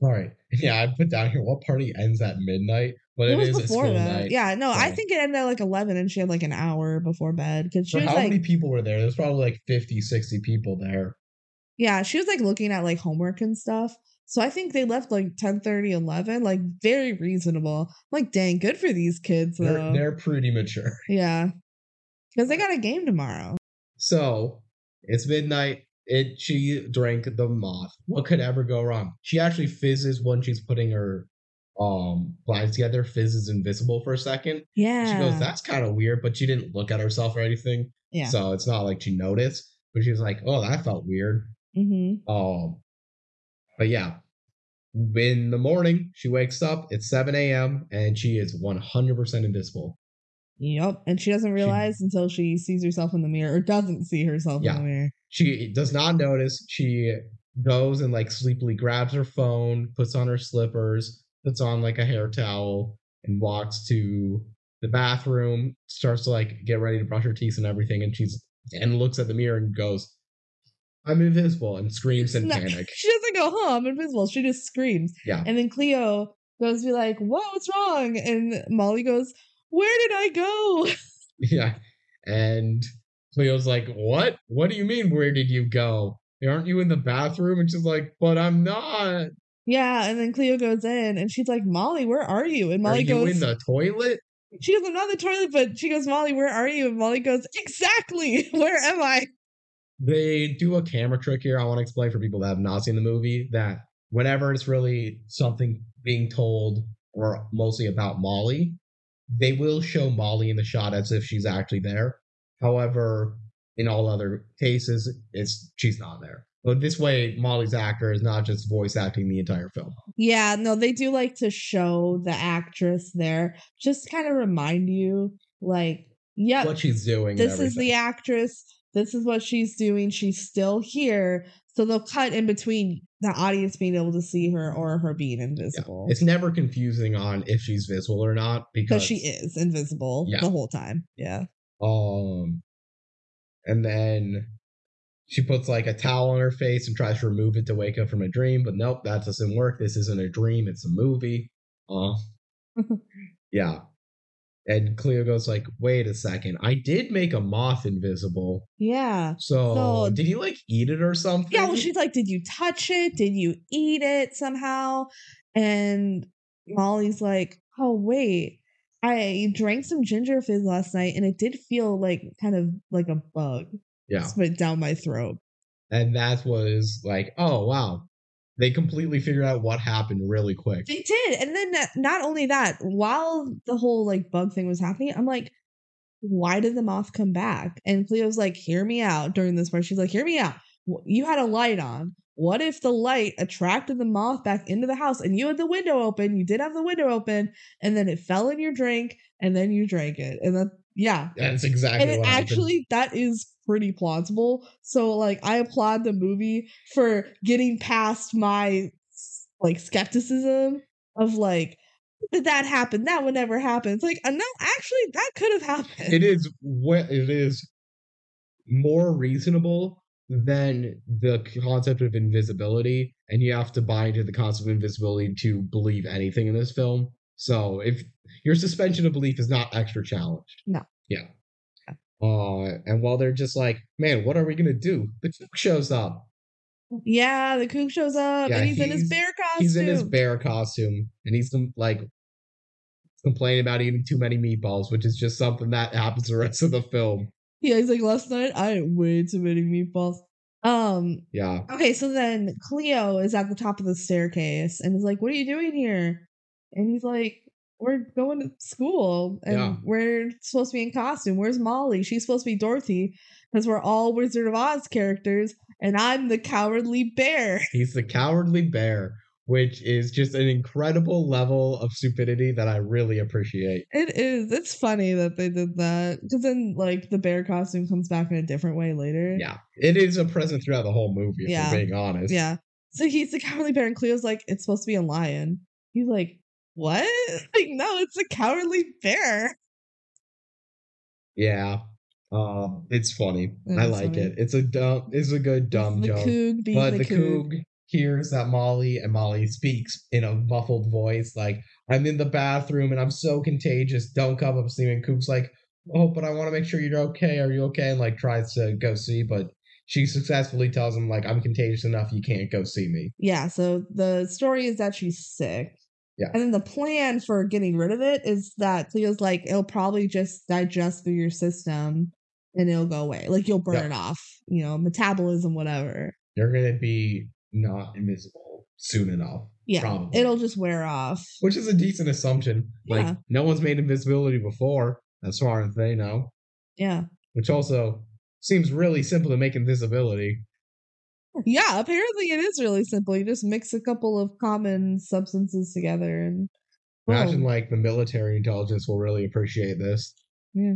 [SPEAKER 1] All right. Yeah. I put down here what party ends at midnight, but
[SPEAKER 2] it
[SPEAKER 1] it is
[SPEAKER 2] was
[SPEAKER 1] a
[SPEAKER 2] before
[SPEAKER 1] school
[SPEAKER 2] that.
[SPEAKER 1] night.
[SPEAKER 2] Yeah, no, I
[SPEAKER 1] so-
[SPEAKER 2] think it ended at like 11 and she had like an hour before bed because she
[SPEAKER 1] So
[SPEAKER 2] was
[SPEAKER 1] how
[SPEAKER 2] like,
[SPEAKER 1] many people were there? There's probably like 50, 60 people there.
[SPEAKER 2] yeah, she was like looking at like homework and stuff. So I think they left like 10 11, like very reasonable. Like, dang, good for these kids though.
[SPEAKER 1] They're, they're pretty mature.
[SPEAKER 2] yeah. Because they got a game tomorrow.
[SPEAKER 1] So it's midnight. It she drank the moth. What could ever go wrong? She actually fizzes when she's putting her um blinds together, fizzes invisible for a second.
[SPEAKER 2] Yeah.
[SPEAKER 1] She goes, That's kind of weird, but she didn't look at herself or anything.
[SPEAKER 2] Yeah.
[SPEAKER 1] So it's not like she noticed. But she was like, Oh, that felt weird.
[SPEAKER 2] hmm
[SPEAKER 1] Um but yeah. In the morning, she wakes up, it's 7 a.m., and she is 100% invisible.
[SPEAKER 2] Yep. And she doesn't realize until she sees herself in the mirror or doesn't see herself
[SPEAKER 1] Yeah.
[SPEAKER 2] in the mirror.
[SPEAKER 1] she does not notice. She goes and like sleepily grabs her phone, puts on her slippers, puts on like a hair towel, and walks to the bathroom. Starts to like get ready to brush her teeth and everything, and she's and looks at the mirror and goes, "I'm invisible," and screams in
[SPEAKER 2] No,
[SPEAKER 1] panic.
[SPEAKER 2] She doesn't go, huh, I'm invisible. She just screams.
[SPEAKER 1] Yeah.
[SPEAKER 2] And then Cleo goes to be like, whoa, what's wrong? And Molly goes, where did I go?
[SPEAKER 1] Yeah, and Cleo's like, "What? What do you mean? Where did you go? Aren't you in the bathroom?" And she's like, "But I'm not.
[SPEAKER 2] Yeah, and then Cleo goes in and she's like, Molly, where are you? And
[SPEAKER 1] Are
[SPEAKER 2] Molly
[SPEAKER 1] you
[SPEAKER 2] goes,
[SPEAKER 1] in the toilet?"
[SPEAKER 2] she goes, I'm not in the toilet, but she goes, Molly, where are you? And Molly goes, exactly, where am I?
[SPEAKER 1] they do a camera trick here. I want to explain for people that have not seen the movie that whenever it's really something being told or mostly about Molly, they will show Molly in the shot as if she's actually there. However, in all other cases, it's she's not there. But this way, Molly's actor is not just voice acting the entire film.
[SPEAKER 2] Yeah, no, they do like to show the actress there, just kind of remind you, like, yep,
[SPEAKER 1] What she's doing.
[SPEAKER 2] this is the actress this is what she's doing she's still here so they'll cut in between the audience being able to see her or her being invisible
[SPEAKER 1] It's never confusing on if she's visible or not
[SPEAKER 2] because
[SPEAKER 1] because
[SPEAKER 2] she is invisible
[SPEAKER 1] Yeah.
[SPEAKER 2] the whole time yeah
[SPEAKER 1] Um, and then she puts like a towel on her face and tries to remove it to wake up from a dream, but nope, that doesn't work. This isn't a dream; it's a movie. Uh, yeah. And Cleo goes like, "Wait a second! I did make a moth invisible.
[SPEAKER 2] yeah
[SPEAKER 1] So,
[SPEAKER 2] So-
[SPEAKER 1] did he like eat it or something?
[SPEAKER 2] yeah well she's like did you touch it did you eat it somehow and molly's like oh wait i drank some ginger fizz last night and it did feel like kind of like a bug
[SPEAKER 1] yeah.
[SPEAKER 2] spit down my throat
[SPEAKER 1] And that was like, oh wow, they completely figured out what happened really quick.
[SPEAKER 2] They did. And then that- not only that, while the whole like bug thing was happening, I'm like, why did the moth come back? And Cleo's like, hear me out during this part. She's like, hear me out. Wh- You had a light on. What if the light attracted the moth back into the house and you had the window open? You did have the window open and then it fell in your drink and then you drank it. And that, yeah.
[SPEAKER 1] That's exactly
[SPEAKER 2] And it
[SPEAKER 1] what happened.
[SPEAKER 2] actually, that is pretty plausible. So, like, I applaud the movie for getting past my like skepticism of like did that happen? That would never happen. It's like uh, no, actually, that could have happened.
[SPEAKER 1] It is what it is more reasonable than the concept of invisibility, and you have to buy into the concept of invisibility to believe anything in this film. So if your suspension of belief is not extra challenged,
[SPEAKER 2] No.
[SPEAKER 1] yeah. Uh, and while they're just like, man, what are we gonna do? The cook shows up.
[SPEAKER 2] Yeah, the kook shows up
[SPEAKER 1] Yeah,
[SPEAKER 2] and he's, in his
[SPEAKER 1] he's-
[SPEAKER 2] bear costume.
[SPEAKER 1] He's in his bear costume, and he's com- like complaining about eating too many meatballs, which is just something that happens the rest of the film.
[SPEAKER 2] yeah, he's like last night I ate way too many meatballs. Um.
[SPEAKER 1] Yeah.
[SPEAKER 2] Okay, so then Cleo is at the top of the staircase and is like, "What are you doing here?" And he's like, "We're going to school and
[SPEAKER 1] Yeah.
[SPEAKER 2] we're supposed to be in costume. Where's Molly? She's supposed to be Dorothy because we're all Wizard of Oz characters, and I'm the cowardly bear."
[SPEAKER 1] He's the cowardly bear, which is just an incredible level of stupidity that I really appreciate.
[SPEAKER 2] It is. It's funny that they did that because then, like, the bear costume comes back in a different way later.
[SPEAKER 1] Yeah. It is a present throughout the whole movie, if
[SPEAKER 2] Mm-hmm. Yeah.
[SPEAKER 1] we're being honest.
[SPEAKER 2] Yeah. So he's the cowardly bear, and Cleo's like, it's supposed to be a lion. He's like, what? Like, no, it's a cowardly bear.
[SPEAKER 1] Yeah. Um, it's funny.
[SPEAKER 2] It
[SPEAKER 1] I
[SPEAKER 2] is
[SPEAKER 1] like
[SPEAKER 2] funny.
[SPEAKER 1] it. It's a dumb it's a good dumb
[SPEAKER 2] the
[SPEAKER 1] joke.
[SPEAKER 2] Coog being
[SPEAKER 1] but
[SPEAKER 2] the,
[SPEAKER 1] the
[SPEAKER 2] coog.
[SPEAKER 1] Coog hears that Molly and Molly speaks in a muffled voice, like, I'm in the bathroom and I'm so contagious. Don't come up see me. And Coog's like, Oh, but I want to make sure you're okay. Are you okay? And like tries to go see, but she successfully tells him, like, I'm contagious enough, you can't go see me.
[SPEAKER 2] Yeah. So the story is that she's sick.
[SPEAKER 1] Yeah.
[SPEAKER 2] And then the plan for getting rid of it is that Cleo's like, it'll probably just digest through your system and it'll go away. Like, you'll burn
[SPEAKER 1] Yeah.
[SPEAKER 2] it off, you know, metabolism, whatever.
[SPEAKER 1] You're gonna be not invisible soon enough.
[SPEAKER 2] Yeah.
[SPEAKER 1] Probably.
[SPEAKER 2] It'll just wear off.
[SPEAKER 1] which is a decent assumption. Like
[SPEAKER 2] Yeah.
[SPEAKER 1] no one's made invisibility before, as far as they know.
[SPEAKER 2] Yeah.
[SPEAKER 1] Which also seems really simple to make invisibility.
[SPEAKER 2] Yeah, apparently it is really simple. You just mix a couple of common substances together and
[SPEAKER 1] Imagine
[SPEAKER 2] boom.
[SPEAKER 1] like the military intelligence will really appreciate this.
[SPEAKER 2] Yeah.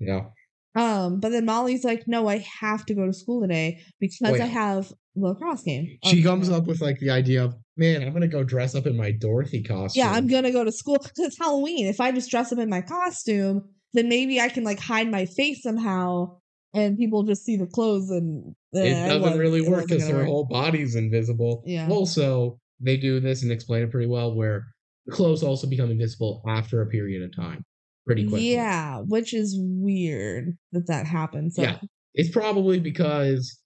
[SPEAKER 1] Yeah.
[SPEAKER 2] um but then Molly's like, "No, I have to go to school today because
[SPEAKER 1] Wait.
[SPEAKER 2] I have lacrosse game."
[SPEAKER 1] Oh, She
[SPEAKER 2] Oh,
[SPEAKER 1] comes
[SPEAKER 2] yeah.
[SPEAKER 1] up with like the idea of, man, I'm gonna go dress up in my Dorothy costume.
[SPEAKER 2] Yeah, I'm going to go to school cuz it's Halloween. If I just dress up in my costume, then maybe I can like hide my face somehow and people just see the clothes and
[SPEAKER 1] it
[SPEAKER 2] eh,
[SPEAKER 1] doesn't
[SPEAKER 2] wasn't-
[SPEAKER 1] really
[SPEAKER 2] it
[SPEAKER 1] work
[SPEAKER 2] wasn't
[SPEAKER 1] because
[SPEAKER 2] gonna
[SPEAKER 1] her
[SPEAKER 2] work.
[SPEAKER 1] whole body's invisible.
[SPEAKER 2] Yeah.
[SPEAKER 1] Also, they do this and explain it pretty well where the clothes also become invisible after a period of time pretty quickly.
[SPEAKER 2] Yeah, which is weird that that happened. So
[SPEAKER 1] Yeah. It's probably because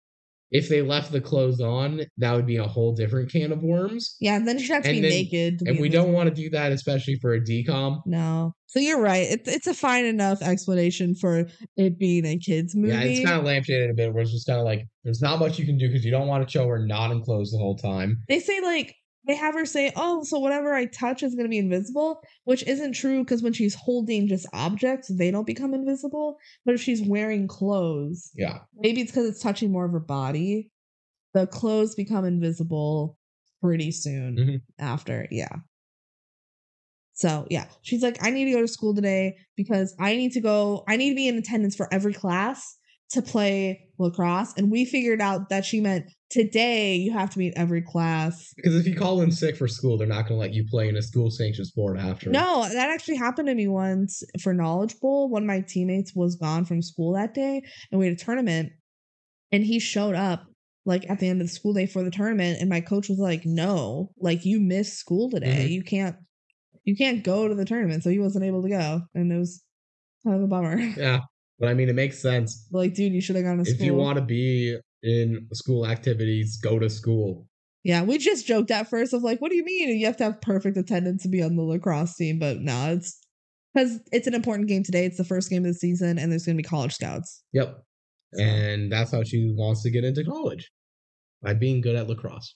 [SPEAKER 1] if they left the clothes on, that would be a whole different can of worms.
[SPEAKER 2] yeah, and then she'd have to
[SPEAKER 1] And
[SPEAKER 2] be
[SPEAKER 1] then-
[SPEAKER 2] naked. To
[SPEAKER 1] And
[SPEAKER 2] be
[SPEAKER 1] we
[SPEAKER 2] invisible.
[SPEAKER 1] don't want to do that, especially for a decom.
[SPEAKER 2] No. So you're right. It's it's a fine enough explanation for it being a kids movie.
[SPEAKER 1] Yeah, it's kind of lampshaded a bit where it's just kind of like there's not much you can do because you don't want to show her not in clothes the whole time.
[SPEAKER 2] they say like they have her say, "Oh, so whatever I touch is going to be invisible," which isn't true because when she's holding just objects, they don't become invisible. But if she's wearing clothes,
[SPEAKER 1] Yeah.
[SPEAKER 2] maybe it's because it's touching more of her body. The clothes become invisible pretty soon
[SPEAKER 1] Mhm.
[SPEAKER 2] after. Yeah. So yeah, she's like, I need to go to school today because I need to go. I need to be in attendance for every class to play lacrosse. And we figured out that she meant today you have to be in every class.
[SPEAKER 1] Because if you call in sick for school, they're not going to let you play in a school sanctioned sport after.
[SPEAKER 2] No, that actually happened to me once for Knowledge Bowl. One of my teammates was gone from school that day, and we had a tournament, and he showed up like at the end of the school day for the tournament, and my coach was like, "No, like you missed school today.
[SPEAKER 1] Mhm.
[SPEAKER 2] You can't, you can't go to the tournament." So he wasn't able to go, and it was kind of a bummer.
[SPEAKER 1] Yeah. But I mean, it makes sense.
[SPEAKER 2] like, dude, you should have gone to
[SPEAKER 1] If
[SPEAKER 2] school.
[SPEAKER 1] you want to be in school activities, go to school.
[SPEAKER 2] yeah, we just joked at first of like, "What do you mean you have to have perfect attendance to be on the lacrosse team?" But no, it's. Because it's an important game today. It's the first game of the season, and there's going to be college scouts.
[SPEAKER 1] Yep.
[SPEAKER 2] So-
[SPEAKER 1] And that's how she wants to get into college by being good at lacrosse.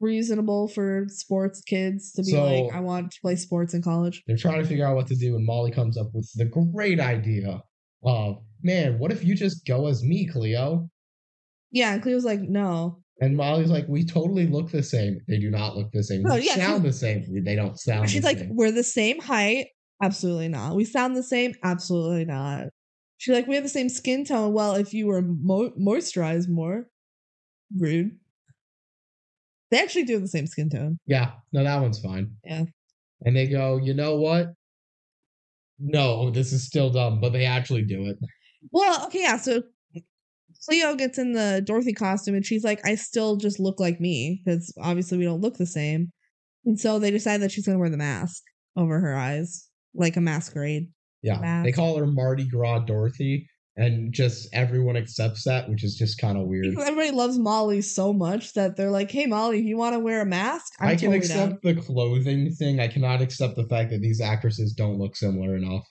[SPEAKER 2] reasonable for sports kids to be
[SPEAKER 1] So-
[SPEAKER 2] like, I want to play sports in college.
[SPEAKER 1] They're trying to figure out what to do, and Molly comes up with the great idea of, man, what if you just go as me, Cleo?
[SPEAKER 2] Yeah, and Cleo's like, no.
[SPEAKER 1] And Molly's like, we totally look the same. They do not look the same.
[SPEAKER 2] No,
[SPEAKER 1] we
[SPEAKER 2] yeah,
[SPEAKER 1] sound the same. They don't sound
[SPEAKER 2] She's
[SPEAKER 1] the
[SPEAKER 2] like,
[SPEAKER 1] same.
[SPEAKER 2] we're the same height. Absolutely not. We sound the same. Absolutely not. She's like, we have the same skin tone. Well, if you were mo- moisturized more, rude. They actually do have the same skin tone.
[SPEAKER 1] Yeah, no, that one's fine.
[SPEAKER 2] Yeah.
[SPEAKER 1] And they go, you know what? No, this is still dumb, but they actually do it.
[SPEAKER 2] Well, okay, yeah. So Cleo gets in the Dorothy costume and she's like, I still just look like me because obviously we don't look the same. And so they decide that she's going to wear the mask over her eyes, like a masquerade.
[SPEAKER 1] Yeah. They
[SPEAKER 2] Mask.
[SPEAKER 1] call her Mardi Gras Dorothy, and just everyone accepts that, which is just kind of weird.
[SPEAKER 2] Because everybody loves Molly so much that they're like, hey, Molly, you want to wear a mask?
[SPEAKER 1] i can
[SPEAKER 2] totally down."
[SPEAKER 1] accept the clothing thing. I cannot accept the fact that these actresses don't look similar enough.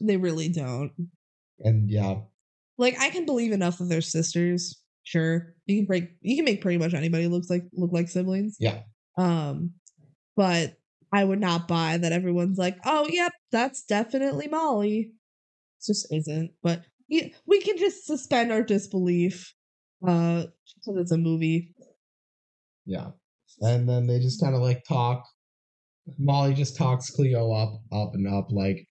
[SPEAKER 2] They really don't.
[SPEAKER 1] And yeah,
[SPEAKER 2] Like, I can believe enough that they're sisters. Sure. You can break, you can make pretty much anybody looks like, look like siblings.
[SPEAKER 1] yeah,
[SPEAKER 2] Um, but I would not buy that everyone's like, oh, yep, that's definitely Molly. It just isn't. But yeah, we can just suspend our disbelief. Uh, because it's a movie.
[SPEAKER 1] yeah. And then they just kind of like talk. Molly just talks Cleo up, up and up, like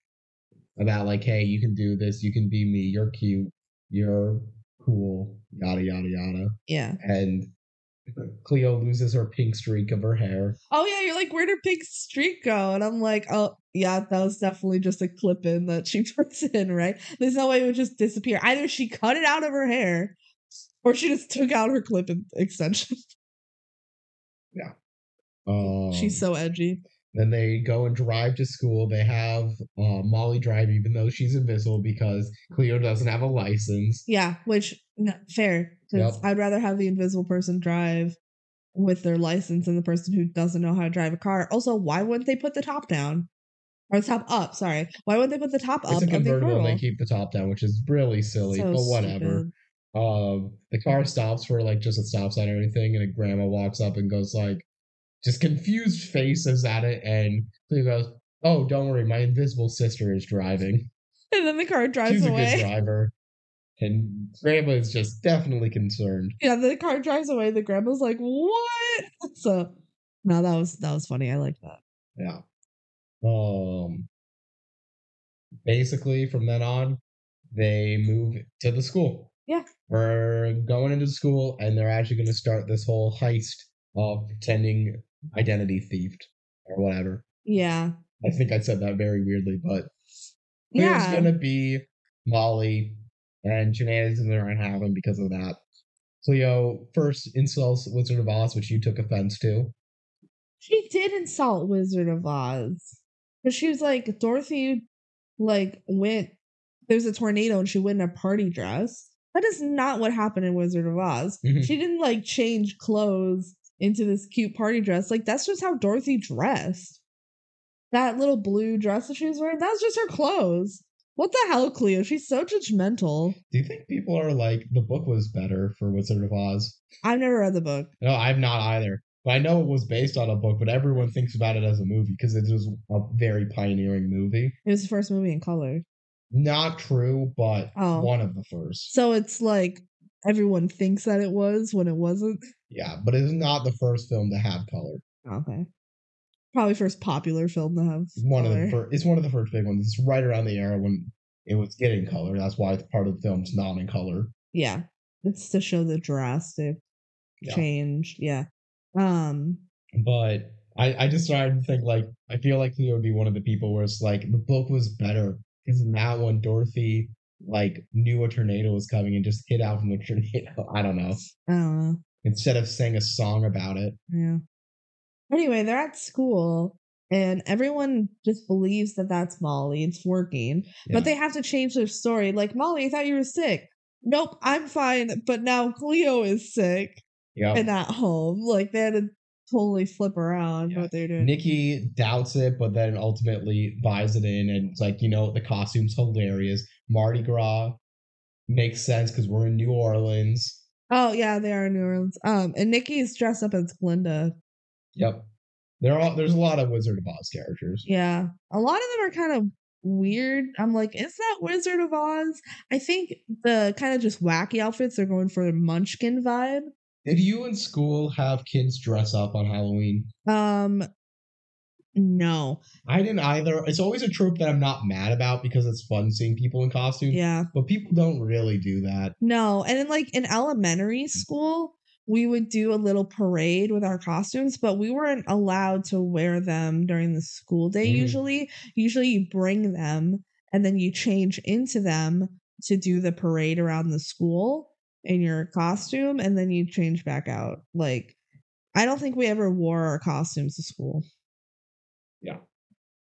[SPEAKER 1] about like, hey, you can do this. You can be me. You're cute. You're cool. Yada yada yada.
[SPEAKER 2] Yeah.
[SPEAKER 1] And Cleo loses her pink streak of her hair.
[SPEAKER 2] Oh yeah, you're like, where did Pink Streak go? And I'm like, oh yeah, that was definitely just a clip in that she puts in, right? There's no way it would just disappear. Either she cut it out of her hair, or she just took out her clip in extension.
[SPEAKER 1] Um,
[SPEAKER 2] She's so edgy.
[SPEAKER 1] Then they go and drive to school. They have uh, Molly drive, even though she's invisible, because Cleo doesn't have a license.
[SPEAKER 2] Yeah, which no, fair. 'cause
[SPEAKER 1] Yep.
[SPEAKER 2] I'd rather have the invisible person drive with their license than the person who doesn't know how to drive a car. Also, why wouldn't they put the top down or the top up? Sorry, why wouldn't they put the top up
[SPEAKER 1] It's a
[SPEAKER 2] of the
[SPEAKER 1] convertible. They
[SPEAKER 2] convertible?
[SPEAKER 1] keep the top down, which is really silly,
[SPEAKER 2] So
[SPEAKER 1] but whatever.
[SPEAKER 2] stupid.
[SPEAKER 1] Um, the car stops for like just a stop sign or anything, and a grandma walks up and goes like, just confused faces at it, and Cleo goes, "Oh, don't worry, my invisible sister is driving.
[SPEAKER 2] And then the car drives
[SPEAKER 1] She's a
[SPEAKER 2] away.
[SPEAKER 1] good driver." And grandma is just definitely concerned.
[SPEAKER 2] yeah, the car drives away. The grandma's like, "What?" So, no, that was that was funny. I like that.
[SPEAKER 1] Yeah. Um basically from then on, they move to the school.
[SPEAKER 2] Yeah.
[SPEAKER 1] We're going into school and they're actually gonna start this whole heist of pretending identity thieved or whatever.
[SPEAKER 2] Yeah,
[SPEAKER 1] I think I said that very weirdly, but there's
[SPEAKER 2] yeah.
[SPEAKER 1] gonna be Molly and shenanigans that are gonna happen because of that. Cleo first insults Wizard of Oz, which you took offense to.
[SPEAKER 2] she did insult Wizard of Oz, but she was like, "Dorothy, like went there's a tornado and she went in a party dress." That is not what happened in Wizard of Oz.
[SPEAKER 1] Mhm.
[SPEAKER 2] She didn't like change clothes into this cute party dress. Like that's just how Dorothy dressed. That little blue dress that she was wearing, that's just her clothes. What the hell, Cleo? She's so judgmental.
[SPEAKER 1] Do you think people are like the book was better for Wizard of Oz?
[SPEAKER 2] I've never read the book.
[SPEAKER 1] No, I've not either. But I know it was based on a book, but everyone thinks about it as a movie because it was a very pioneering movie.
[SPEAKER 2] It was the first movie in color.
[SPEAKER 1] Not true, but
[SPEAKER 2] Oh.
[SPEAKER 1] one of the first.
[SPEAKER 2] So it's like everyone thinks that it was when it wasn't.
[SPEAKER 1] Yeah, but it's not the first film to have color.
[SPEAKER 2] Okay. Probably first popular film to have.
[SPEAKER 1] It's one of the
[SPEAKER 2] color.
[SPEAKER 1] first. It's one of the first big ones. It's right around the era when it was getting color. That's why it's part of the film's not in color.
[SPEAKER 2] Yeah. It's to show the drastic
[SPEAKER 1] Yeah.
[SPEAKER 2] change. Yeah. Um
[SPEAKER 1] But I, I just started to think like I feel like Cleo would be one of the people where it's like the book was better because in that one Dorothy like knew a tornado was coming and just hid out from the tornado. I don't know.
[SPEAKER 2] I don't know.
[SPEAKER 1] Instead of saying a song about it.
[SPEAKER 2] Yeah. Anyway, they're at school and everyone just believes that that's Molly. It's working.
[SPEAKER 1] Yeah.
[SPEAKER 2] But they have to change their story. Like, Molly, I thought you were sick. Nope, I'm fine. But now Cleo is sick.
[SPEAKER 1] Yeah.
[SPEAKER 2] and at home. Like they had to totally flip around
[SPEAKER 1] Yeah.
[SPEAKER 2] what they're doing.
[SPEAKER 1] Nikki doubts it, but then ultimately buys it in, and it's like you know the costume's hilarious. Mardi Gras makes sense because we're in New Orleans.
[SPEAKER 2] oh yeah, they are in New Orleans. Um, and Nikki's dressed up as Glinda.
[SPEAKER 1] Yep, there are there's a lot of Wizard of Oz characters.
[SPEAKER 2] Yeah, a lot of them are kind of weird. I'm like, is that Wizard of Oz? I think the kind of just wacky outfits they're going for the Munchkin vibe.
[SPEAKER 1] Did you in school have kids dress up on Halloween?
[SPEAKER 2] Um, no,
[SPEAKER 1] I didn't either. It's always a trope that I'm not mad about because it's fun seeing people in costume,
[SPEAKER 2] yeah,
[SPEAKER 1] but people don't really do that.
[SPEAKER 2] no. And then like in elementary school. we would do a little parade with our costumes, but we weren't allowed to wear them during the school day
[SPEAKER 1] Mm.
[SPEAKER 2] usually. Usually you bring them and then you change into them to do the parade around the school in your costume and then you change back out. Like I don't think we ever wore our costumes to school.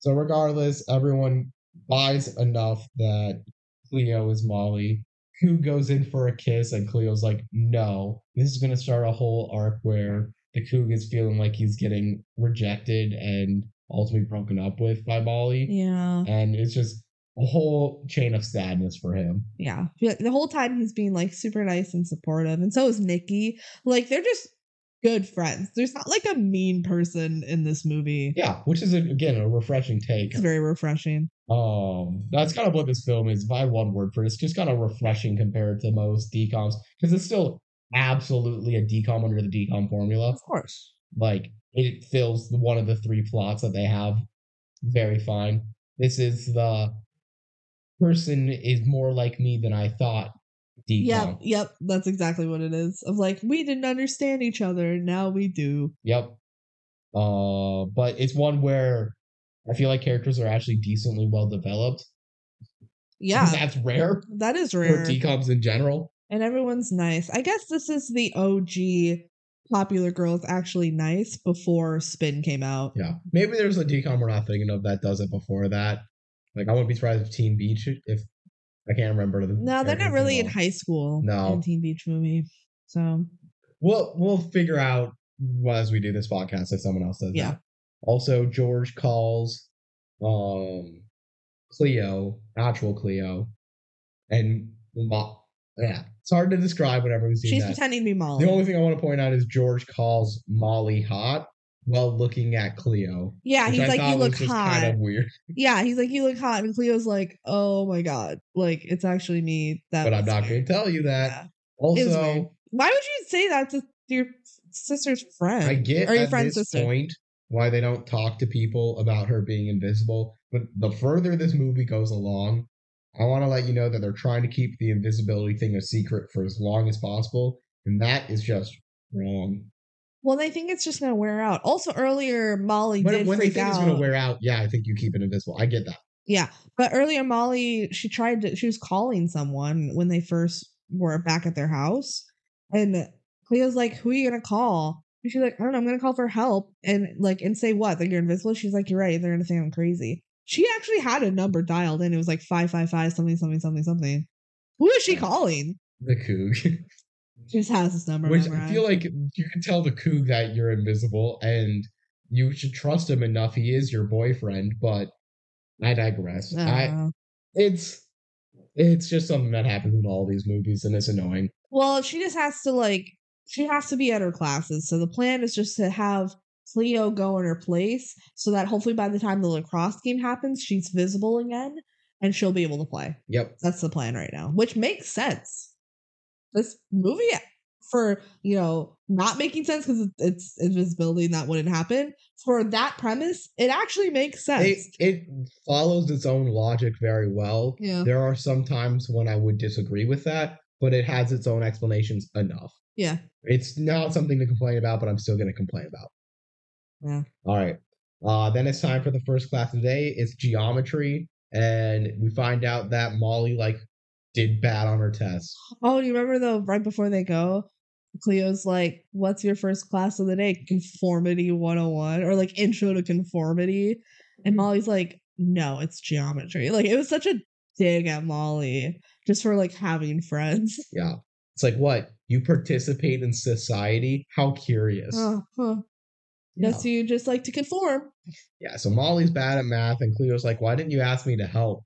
[SPEAKER 1] So regardless, everyone buys enough that Cleo is Molly. Who goes in for a kiss and Cleo's like, no, this is gonna start a whole arc where the Coog is feeling like he's getting rejected and ultimately broken up with by Molly.
[SPEAKER 2] Yeah.
[SPEAKER 1] And it's just a whole chain of sadness for him.
[SPEAKER 2] Yeah. Yeah, The whole time he's being like super nice and supportive. And so is Nikki. Like they're just good friends. There's not like a mean person in this movie.
[SPEAKER 1] Yeah, which is again a refreshing take.
[SPEAKER 2] It's very refreshing.
[SPEAKER 1] Um, that's kind of what this film is. If I had one word for it, it's just kind of refreshing compared to most decoms because it's still absolutely a decom under the decom formula.
[SPEAKER 2] course.
[SPEAKER 1] Like it fills one of the three plots that they have very fine. This is the person is more like me than I thought. Decom.
[SPEAKER 2] Yep, yep, that's exactly what it is. Of like, we didn't understand each other, now we do.
[SPEAKER 1] Yep. Uh, but it's one where I feel like characters are actually decently well developed.
[SPEAKER 2] Yeah,
[SPEAKER 1] that's rare
[SPEAKER 2] that is
[SPEAKER 1] for
[SPEAKER 2] rare.
[SPEAKER 1] decoms in general.
[SPEAKER 2] And everyone's nice. I guess this is the OG popular girls actually nice before Spin came out.
[SPEAKER 1] Yeah. Maybe there's a decom we're not thinking of that does it before that. Like I wouldn't be surprised if Teen Beach if I can't remember the
[SPEAKER 2] No, they're not
[SPEAKER 1] characters
[SPEAKER 2] really in
[SPEAKER 1] involved.
[SPEAKER 2] high school
[SPEAKER 1] No.
[SPEAKER 2] in Teen Beach movie. So
[SPEAKER 1] We'll we'll figure out as we do this podcast if someone else does
[SPEAKER 2] Yeah.
[SPEAKER 1] that. Also, George calls um Cleo, actual Cleo, and Ma- yeah. It's hard to describe whenever we've seen
[SPEAKER 2] she's
[SPEAKER 1] that.
[SPEAKER 2] pretending to be Molly.
[SPEAKER 1] The only thing I want to point out is George calls Molly hot while looking at Cleo.
[SPEAKER 2] yeah,
[SPEAKER 1] which
[SPEAKER 2] he's
[SPEAKER 1] I
[SPEAKER 2] like,
[SPEAKER 1] thought
[SPEAKER 2] you look
[SPEAKER 1] was just
[SPEAKER 2] hot.
[SPEAKER 1] Kind of weird.
[SPEAKER 2] yeah, he's like, you look hot. And Cleo's like, oh my God. Like, it's actually me. That
[SPEAKER 1] but I'm
[SPEAKER 2] was
[SPEAKER 1] not going
[SPEAKER 2] weird."
[SPEAKER 1] to tell you that.
[SPEAKER 2] Yeah. It was weird.
[SPEAKER 1] Also,
[SPEAKER 2] Why would you say that to your sister's friend?
[SPEAKER 1] I get
[SPEAKER 2] Or your
[SPEAKER 1] at
[SPEAKER 2] friend's
[SPEAKER 1] this
[SPEAKER 2] sister.
[SPEAKER 1] point why they don't talk to people about her being invisible. But the further this movie goes along, I want to let you know that they're trying to keep the invisibility thing a secret for as long as possible, and that is just wrong.
[SPEAKER 2] Well, they think it's just gonna wear out. Also, earlier Molly
[SPEAKER 1] When,
[SPEAKER 2] did
[SPEAKER 1] when they
[SPEAKER 2] freak
[SPEAKER 1] think it's
[SPEAKER 2] out.
[SPEAKER 1] going to wear out, yeah, I think you keep it invisible. I get that.
[SPEAKER 2] yeah, but earlier Molly, she tried to. She was calling someone when they first were back at their house, and Cleo's like, "Who are you gonna call?" And she's like, "I don't know. I'm gonna call for help." And like, and say what? Like you're invisible. She's like, "You're right. They're gonna think I'm crazy." She actually had a number dialed in. It was like five five five something something something something. Who is she calling?
[SPEAKER 1] The Coog.
[SPEAKER 2] She just has this number.
[SPEAKER 1] Which I
[SPEAKER 2] memorized.
[SPEAKER 1] feel like you can tell the Coog that you're invisible and you should trust him enough. He is your boyfriend, but I digress. I,
[SPEAKER 2] Uh,
[SPEAKER 1] it's it's just something that happens in all these movies and it's annoying
[SPEAKER 2] Well, she just has to like she has to be at her classes. So the plan is just to have Cleo go in her place so that hopefully by the time the lacrosse game happens, she's visible again and she'll be able to play.
[SPEAKER 1] yep
[SPEAKER 2] That's the plan right now, which makes sense. This movie for, you know, not making sense because it's invisibility and that wouldn't happen. For that premise, it actually makes sense.
[SPEAKER 1] it, it follows its own logic very well
[SPEAKER 2] yeah.
[SPEAKER 1] there are some times when i would disagree with that but it has its own explanations enough
[SPEAKER 2] Yeah.
[SPEAKER 1] it's not something to complain about but i'm still going to complain about
[SPEAKER 2] Yeah.
[SPEAKER 1] all right uh, then it's time for the first class of the day it's geometry and we find out that molly like did bad on her test
[SPEAKER 2] Oh, do you remember though, right before they go, Cleo's like, What's your first class of the day? Conformity 101 or like intro to conformity.
[SPEAKER 1] Mm-hmm.
[SPEAKER 2] And Molly's like, No, it's geometry. Like, it was such a dig at Molly just for like having friends.
[SPEAKER 1] yeah it's like what you participate in society how curious
[SPEAKER 2] Huh, huh.
[SPEAKER 1] Yeah.
[SPEAKER 2] Yes, you just like to conform.
[SPEAKER 1] Yeah, so Molly's bad at math, and Cleo's like, Why didn't you ask me to help?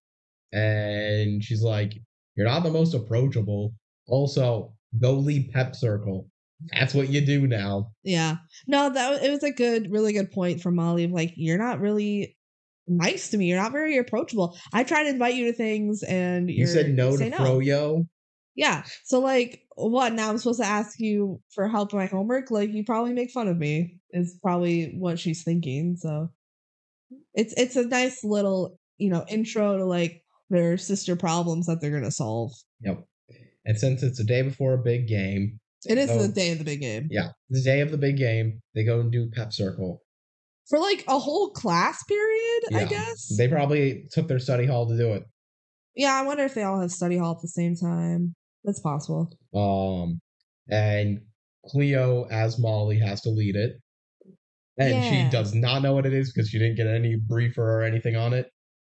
[SPEAKER 1] And she's like, You're not the most approachable. Also, go lead pep circle. That's what you do now.
[SPEAKER 2] Yeah. No, that wa- it was a good, really good point from Molly of like, you're not really nice to me. You're not very approachable. I try to invite you to things and
[SPEAKER 1] You
[SPEAKER 2] you're,
[SPEAKER 1] said no
[SPEAKER 2] say
[SPEAKER 1] to Froyo.
[SPEAKER 2] Yeah. So like what now I'm supposed to ask you for help with my homework? Like you probably make fun of me is probably what she's thinking. So it's it's a nice little, you know, intro to like their sister problems that they're gonna solve.
[SPEAKER 1] Yep. And since it's the day before a big game,
[SPEAKER 2] It is
[SPEAKER 1] So-
[SPEAKER 2] the day of the big game.
[SPEAKER 1] Yeah, the day of the big game, they go and do pep circle.
[SPEAKER 2] For like a whole class period, I
[SPEAKER 1] Yeah.
[SPEAKER 2] guess.
[SPEAKER 1] They probably took their study hall to do it.
[SPEAKER 2] yeah, I wonder if they all have study hall at the same time. That's possible.
[SPEAKER 1] Um, and Cleo as Molly has to lead it, and
[SPEAKER 2] Yeah.
[SPEAKER 1] she does not know what it is because she didn't get any briefer or anything on it.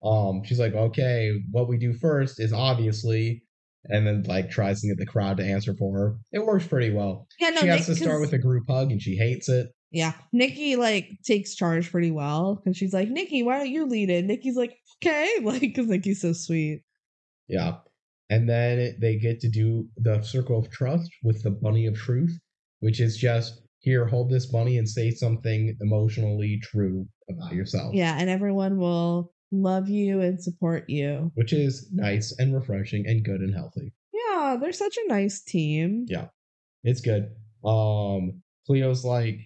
[SPEAKER 1] Um, she's like, okay, what we do first is obviously, and then like tries to get the crowd to answer for her. It works pretty well.
[SPEAKER 2] Yeah, no,
[SPEAKER 1] she
[SPEAKER 2] Nick,
[SPEAKER 1] has to start
[SPEAKER 2] 'cause-
[SPEAKER 1] with a group hug, and she hates it.
[SPEAKER 2] yeah. Nikki like takes charge pretty well, and she's like, "Nikki, why don't you lead it?" Nikki's like, "Okay," like because Nikki's so sweet.
[SPEAKER 1] Yeah. And then they get to do the circle of trust with the bunny of truth, which is just here, hold this bunny and say something emotionally true about yourself,
[SPEAKER 2] Yeah, and everyone will love you and support you.
[SPEAKER 1] which is nice and refreshing and good and healthy.
[SPEAKER 2] Yeah, they're such a nice team.
[SPEAKER 1] Yeah. It's good. Um, Cleo's like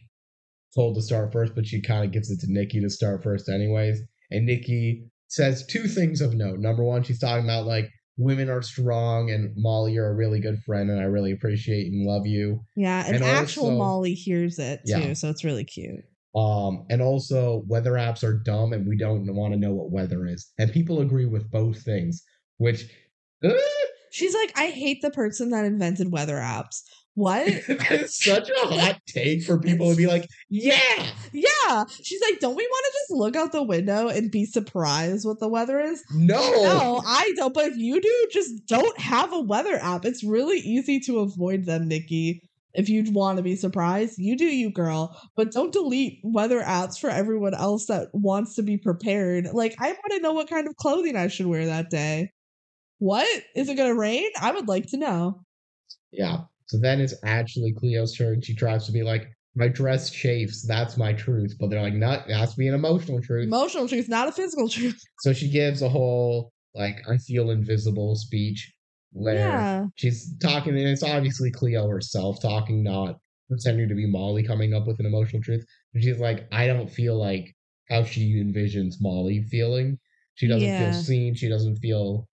[SPEAKER 1] told to start first, but she kind of gives it to Nikki to start first, anyways. And Nikki says two things of note. Number one, she's talking about like women are strong, and Molly, you're a really good friend, and I really appreciate and love you.
[SPEAKER 2] Yeah, and,
[SPEAKER 1] And
[SPEAKER 2] actual
[SPEAKER 1] also-
[SPEAKER 2] Molly hears it too,
[SPEAKER 1] Yeah.
[SPEAKER 2] so it's really cute.
[SPEAKER 1] Um, and also weather apps are dumb and we don't want to know what weather is. And people agree with both things, which
[SPEAKER 2] She's like, I hate the person that invented weather apps. What?
[SPEAKER 1] is such a hot take for people to be like, yeah,
[SPEAKER 2] yeah. She's like, don't we want to just look out the window and be surprised what the weather is?
[SPEAKER 1] no.
[SPEAKER 2] No, I don't. But if you do, just don't have a weather app. It's really easy to avoid them, Nikki. If you want to be surprised, you do you, girl. But don't delete weather apps for everyone else that wants to be prepared. Like, I want to know what kind of clothing I should wear that day. What? Is it going to rain? I would like to know.
[SPEAKER 1] Yeah. So then it's actually Cleo's turn. She tries to be like, my dress chafes. That's my truth. But they're like, no, it has to be an emotional truth.
[SPEAKER 2] Emotional truth, not a physical truth.
[SPEAKER 1] so she gives a whole like, I feel invisible speech where
[SPEAKER 2] Yeah.
[SPEAKER 1] she's talking, and it's obviously Cleo herself talking, not pretending to be Molly coming up with an emotional truth. But she's like, I don't feel like how she envisions Molly feeling. She doesn't
[SPEAKER 2] Yeah.
[SPEAKER 1] feel seen. She doesn't feel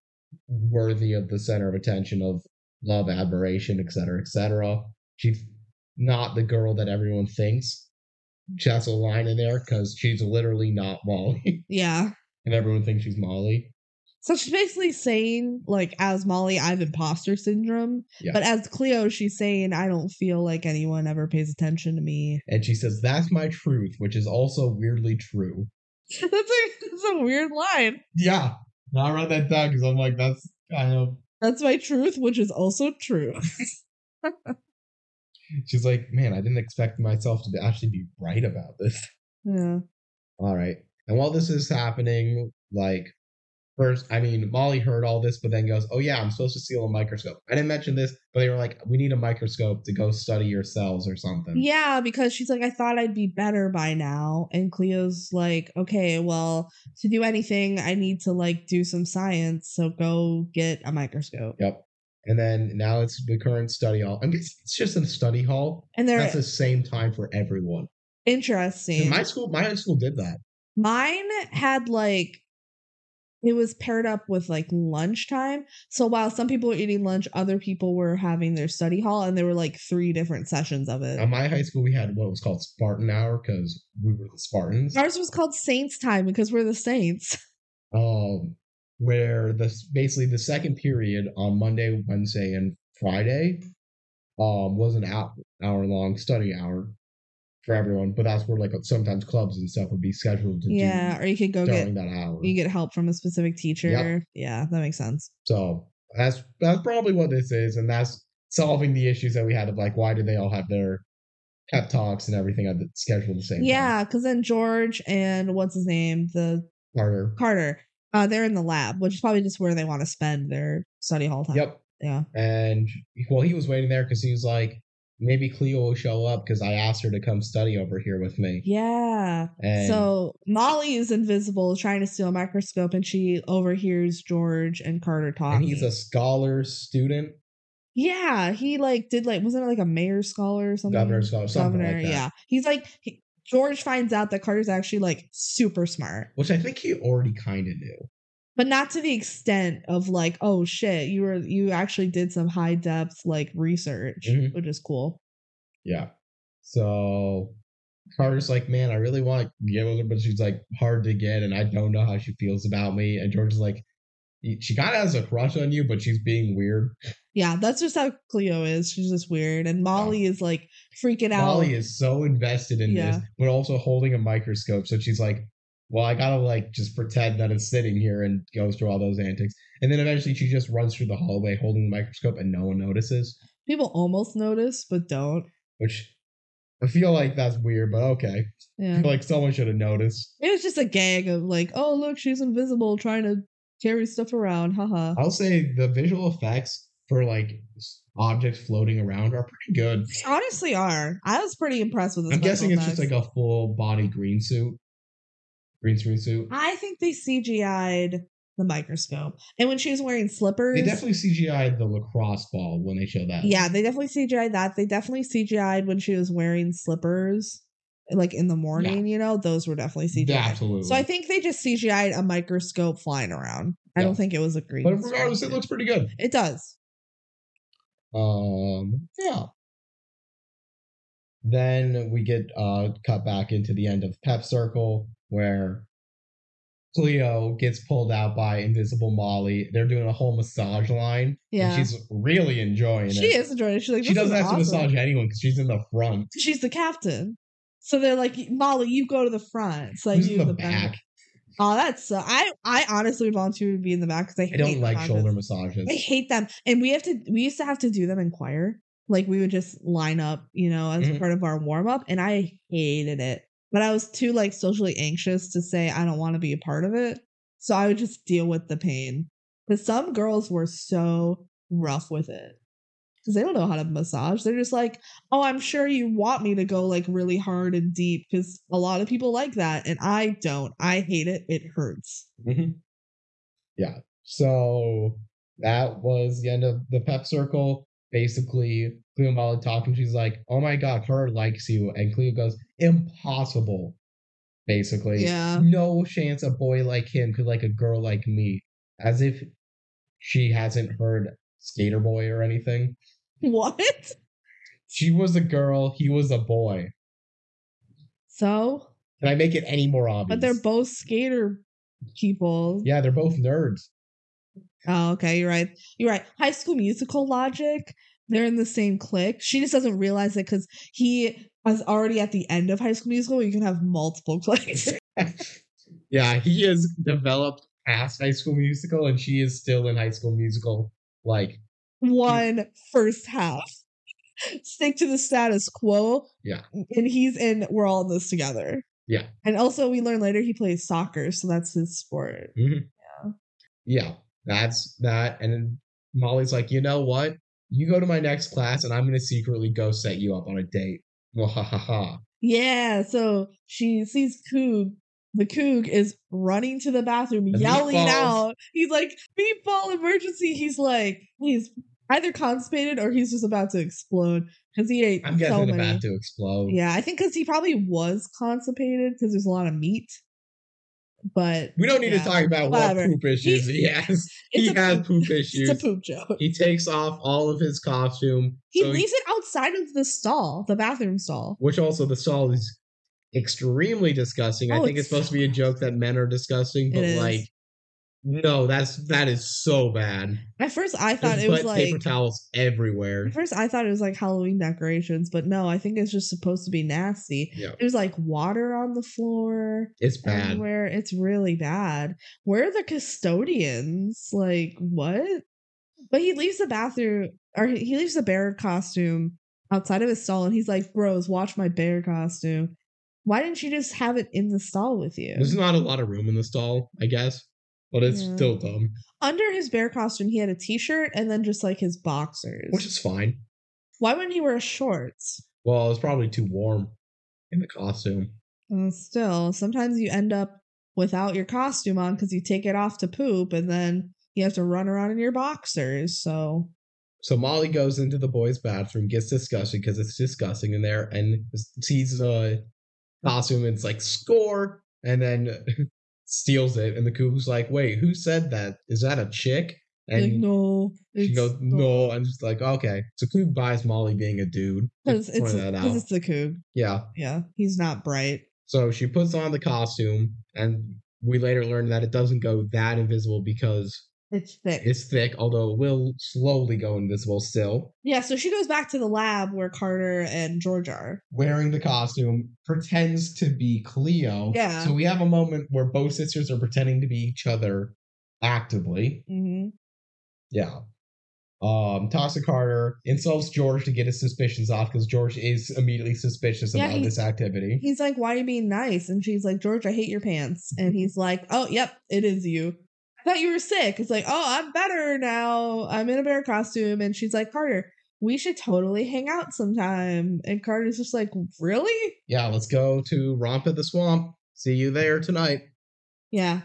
[SPEAKER 1] worthy of the center of attention of love, admiration, etc., etc. She's not the girl that everyone thinks. She has a line in there because she's literally not Molly,
[SPEAKER 2] Yeah.
[SPEAKER 1] and everyone thinks she's Molly.
[SPEAKER 2] So she's basically saying, like, as Molly, I have imposter syndrome.
[SPEAKER 1] Yeah.
[SPEAKER 2] But as Cleo, she's saying, I don't feel like anyone ever pays attention to me.
[SPEAKER 1] And she says, "That's my truth," which is also weirdly true.
[SPEAKER 2] that's, a, that's a weird line.
[SPEAKER 1] Yeah. No, I read that down because I'm like, that's kind of.
[SPEAKER 2] That's my truth, which is also true.
[SPEAKER 1] She's like, man, I didn't expect myself to be, actually be right about this.
[SPEAKER 2] yeah.
[SPEAKER 1] All right. And while this is happening, like, first, I mean, Molly heard all this, but then goes, oh, yeah, I'm supposed to steal a microscope. I didn't mention this, but they were like, we need a microscope to go study your cells or something.
[SPEAKER 2] Yeah, because she's like, I thought I'd be better by now. And Cleo's like, okay, well, to do anything, I need to, like, do some science. So go get a microscope.
[SPEAKER 1] Yep. And then now it's the current study hall. I mean, it's it's just a study hall.
[SPEAKER 2] And they're
[SPEAKER 1] That's the same time for everyone.
[SPEAKER 2] interesting.
[SPEAKER 1] My school, my high school did that.
[SPEAKER 2] Mine had like it was paired up with like lunchtime. So while some people were eating lunch, other people were having their study hall and there were like three different sessions of it.
[SPEAKER 1] At my high school, we had what was called Spartan Hour because we were the Spartans.
[SPEAKER 2] Ours was called Saints Time because we're the Saints.
[SPEAKER 1] um, where the basically the second period on Monday, Wednesday, and Friday um, was an hour, hour long study hour for everyone. But that's where like sometimes clubs and stuff would be scheduled to
[SPEAKER 2] Yeah. Or you could go
[SPEAKER 1] do
[SPEAKER 2] get
[SPEAKER 1] during that hour.
[SPEAKER 2] you get help from a specific teacher. Yeah, that makes sense.
[SPEAKER 1] So that's that's probably what this is, and that's solving the issues that we had of like why do they all have their pep talks and everything at the, scheduled the same time.
[SPEAKER 2] Yeah, because then George and what's his name? The
[SPEAKER 1] Carter.
[SPEAKER 2] Carter. Uh, they're in the lab, which is probably just where they want to spend their study hall time.
[SPEAKER 1] Yep.
[SPEAKER 2] Yeah.
[SPEAKER 1] And well, he was waiting there because he was like, maybe Cleo will show up because I asked her to come study over here with me.
[SPEAKER 2] Yeah.
[SPEAKER 1] And
[SPEAKER 2] so Molly is invisible, trying to steal a microscope, and she overhears George and Carter
[SPEAKER 1] and
[SPEAKER 2] talking.
[SPEAKER 1] he's a scholar student,
[SPEAKER 2] yeah, he like did like wasn't it like a mayor's scholar or something?
[SPEAKER 1] governor scholar, something
[SPEAKER 2] Governor,
[SPEAKER 1] like that.
[SPEAKER 2] yeah. He's like he, George finds out that Carter's actually like super smart,
[SPEAKER 1] Which I think he already kind of knew.
[SPEAKER 2] but not to the extent of like, oh shit, you were you actually did some high depth like research,
[SPEAKER 1] Mhm.
[SPEAKER 2] which is cool.
[SPEAKER 1] Yeah. So Carter's like, man, I really want to get with her, but she's like hard to get, and I don't know how she feels about me. And George is like, she kind of has a crush on you, but she's being weird.
[SPEAKER 2] Yeah, that's just how Cleo is. She's just weird, and Molly is like freaking out.
[SPEAKER 1] Molly is so invested in
[SPEAKER 2] Yeah.
[SPEAKER 1] this, but also holding a microscope. So she's like, well, I gotta like just pretend that it's sitting here and goes through all those antics. And then eventually she just runs through the hallway holding the microscope and no one notices,
[SPEAKER 2] People almost notice, but don't.
[SPEAKER 1] which I feel like that's weird, but okay. I
[SPEAKER 2] Yeah,
[SPEAKER 1] feel like someone should have noticed.
[SPEAKER 2] it was just a gag of like, oh look, she's invisible, trying to carry stuff around. Haha.
[SPEAKER 1] I'll say the visual effects for like s- objects floating around are pretty good.
[SPEAKER 2] Honestly, are I was pretty impressed with this.
[SPEAKER 1] I'm guessing it's just like a full body green suit, green screen suit.
[SPEAKER 2] I think they CGI'd the microscope, and when she was wearing slippers,
[SPEAKER 1] They definitely CGI'd the lacrosse ball when they show that.
[SPEAKER 2] Yeah, they definitely CGI'd that. They definitely CGI'd when she was wearing slippers, like in the morning, you know, those were definitely CGI'd.
[SPEAKER 1] Yeah, absolutely.
[SPEAKER 2] So I think they just CGI'd a microscope flying around. I
[SPEAKER 1] Yeah.
[SPEAKER 2] don't think it was a green.
[SPEAKER 1] but
[SPEAKER 2] screen.
[SPEAKER 1] regardless, it looks pretty good.
[SPEAKER 2] It does.
[SPEAKER 1] Um, yeah. Then we get uh, cut back into the end of Pep Circle where Cleo gets pulled out by Invisible Molly. They're doing a whole massage line.
[SPEAKER 2] Yeah.
[SPEAKER 1] And she's really enjoying
[SPEAKER 2] She
[SPEAKER 1] it.
[SPEAKER 2] is enjoying it. She's like,
[SPEAKER 1] She doesn't have to
[SPEAKER 2] awesome.
[SPEAKER 1] massage anyone because she's in the front.
[SPEAKER 2] She's the captain. So they're like, Molly, you go to the front. It's like
[SPEAKER 1] Who's in
[SPEAKER 2] you
[SPEAKER 1] the,
[SPEAKER 2] in the
[SPEAKER 1] back?
[SPEAKER 2] back. Oh, that's so. I I honestly would volunteer to be in the back because I,
[SPEAKER 1] I
[SPEAKER 2] hate
[SPEAKER 1] don't like
[SPEAKER 2] massages.
[SPEAKER 1] shoulder massages.
[SPEAKER 2] I hate them. And we have to we used to have to do them in choir. Like we would just line up, you know, as
[SPEAKER 1] Mhm.
[SPEAKER 2] part of our warm up and I hated it. But I was too like socially anxious to say I don't want to be a part of it. So I would just deal with the pain. But some girls were so rough with it. Cause they don't know how to massage. They're just like, oh, I'm sure you want me to go like really hard and deep because a lot of people like that. And I don't. I hate it. It hurts.
[SPEAKER 1] Mhm. Yeah. So that was the end of the pep circle. Basically, Cleo and Molly talk, and she's like, "Oh my god, her likes you," and Cleo goes, "Impossible." Basically,
[SPEAKER 2] Yeah.
[SPEAKER 1] no chance a boy like him could like a girl like me, as if she hasn't heard Skater Boy or anything.
[SPEAKER 2] What?
[SPEAKER 1] She was a girl, he was a boy.
[SPEAKER 2] So
[SPEAKER 1] Can I make it any more obvious?
[SPEAKER 2] But they're both skater people.
[SPEAKER 1] yeah, they're both nerds.
[SPEAKER 2] Oh, okay. You're right. You're right. High School Musical logic. They're in the same clique. She just doesn't realize it because he is already at the end of High School Musical. Where you can have multiple cliques.
[SPEAKER 1] yeah, he is developed past High School Musical, and she is still in High School Musical. Like,
[SPEAKER 2] One first half. Stick to the status quo.
[SPEAKER 1] Yeah.
[SPEAKER 2] And he's in. We're all in this together.
[SPEAKER 1] Yeah.
[SPEAKER 2] And also, we learn later he plays soccer, so that's his sport.
[SPEAKER 1] yeah, that's that. And then Molly's like, you know what? You go to my next class, and I'm gonna secretly go set you up on a date. Well, ha ha ha.
[SPEAKER 2] Yeah. So she sees Coog. The Coog is running to the bathroom,
[SPEAKER 1] The
[SPEAKER 2] yelling
[SPEAKER 1] meatballs.
[SPEAKER 2] out. He's like, meatball emergency. He's like, he's either constipated or he's just about to explode because he ate
[SPEAKER 1] I'm
[SPEAKER 2] so
[SPEAKER 1] guessing the
[SPEAKER 2] many.
[SPEAKER 1] bat to explode.
[SPEAKER 2] Yeah, I think because he probably was constipated because there's a lot of meat. But
[SPEAKER 1] We don't need
[SPEAKER 2] Yeah,
[SPEAKER 1] to talk about
[SPEAKER 2] whatever.
[SPEAKER 1] what poop issues he, has.
[SPEAKER 2] it's,
[SPEAKER 1] he
[SPEAKER 2] a,
[SPEAKER 1] has
[SPEAKER 2] poop,
[SPEAKER 1] poop
[SPEAKER 2] it's
[SPEAKER 1] issues.
[SPEAKER 2] a poop joke.
[SPEAKER 1] He takes off all of his costume.
[SPEAKER 2] He
[SPEAKER 1] so he-
[SPEAKER 2] leaves it outside of the stall, the bathroom stall.
[SPEAKER 1] which also the stall is extremely disgusting. I
[SPEAKER 2] Oh,
[SPEAKER 1] think it's
[SPEAKER 2] it's
[SPEAKER 1] supposed
[SPEAKER 2] so
[SPEAKER 1] to be a
[SPEAKER 2] bad.
[SPEAKER 1] joke that men are disgusting, but
[SPEAKER 2] It is.
[SPEAKER 1] like, no, that's that is so bad.
[SPEAKER 2] At first, I thought
[SPEAKER 1] There's
[SPEAKER 2] it was
[SPEAKER 1] butt
[SPEAKER 2] like
[SPEAKER 1] paper towels everywhere.
[SPEAKER 2] At first, I thought it was like Halloween decorations, but no, I think it's just supposed to be nasty.
[SPEAKER 1] Yeah,
[SPEAKER 2] There's like water on the floor
[SPEAKER 1] it's bad.
[SPEAKER 2] everywhere. It's really bad. Where are the custodians? Like, what? But he leaves the bathroom or he he leaves the bear costume outside of his stall and he's like, Bros, watch my bear costume. Why didn't you just have it in the stall with you?
[SPEAKER 1] There's not a lot of room in the stall, I guess, but it's
[SPEAKER 2] Yeah.
[SPEAKER 1] still dumb,
[SPEAKER 2] Under his bear costume, he had a t shirt and then just like his boxers.
[SPEAKER 1] which is fine.
[SPEAKER 2] Why wouldn't he wear shorts?
[SPEAKER 1] Well, it's probably too warm in the costume.
[SPEAKER 2] Uh, still, sometimes you end up without your costume on because you take it off to poop and then you have to run around in your boxers. So,
[SPEAKER 1] So Molly goes into the boys' bathroom, gets disgusted because it's disgusting in there, and sees the costume and it's like score. And then steals it, and the cuckoo's like, "Wait, who said that? Is that a chick?" And
[SPEAKER 2] like no,
[SPEAKER 1] she
[SPEAKER 2] it's
[SPEAKER 1] goes,
[SPEAKER 2] not."
[SPEAKER 1] "No," and just like, "Okay." So Coog buys Molly being a dude.
[SPEAKER 2] Because
[SPEAKER 1] Just
[SPEAKER 2] it's
[SPEAKER 1] pointed that
[SPEAKER 2] because
[SPEAKER 1] out.
[SPEAKER 2] it's the Coog.
[SPEAKER 1] Yeah.
[SPEAKER 2] Yeah, he's not bright.
[SPEAKER 1] So she puts on the costume, and we later learn that it doesn't go that invisible because
[SPEAKER 2] It's thick.
[SPEAKER 1] it's thick, although it will slowly go invisible still.
[SPEAKER 2] yeah, so she goes back to the lab where Carter and George are.
[SPEAKER 1] Wearing the costume, pretends to be Cleo.
[SPEAKER 2] Yeah.
[SPEAKER 1] So we have a moment where both sisters are pretending to be each other actively.
[SPEAKER 2] hmm
[SPEAKER 1] Yeah. Um, Tasha Carter insults George to get his suspicions off because George is immediately suspicious
[SPEAKER 2] Yeah,
[SPEAKER 1] about
[SPEAKER 2] he-
[SPEAKER 1] this activity.
[SPEAKER 2] He's like, "Why are you being nice?" And she's like, "George, I hate your pants." And he's like, "Oh, yep, it is you. I thought you were sick." It's like, "Oh, I'm better now. I'm in a bear costume." And she's like, "Carter, we should totally hang out sometime." And Carter's just like, "Really?"
[SPEAKER 1] yeah, let's go to Romp at the Swamp. See you there tonight.
[SPEAKER 2] Yeah.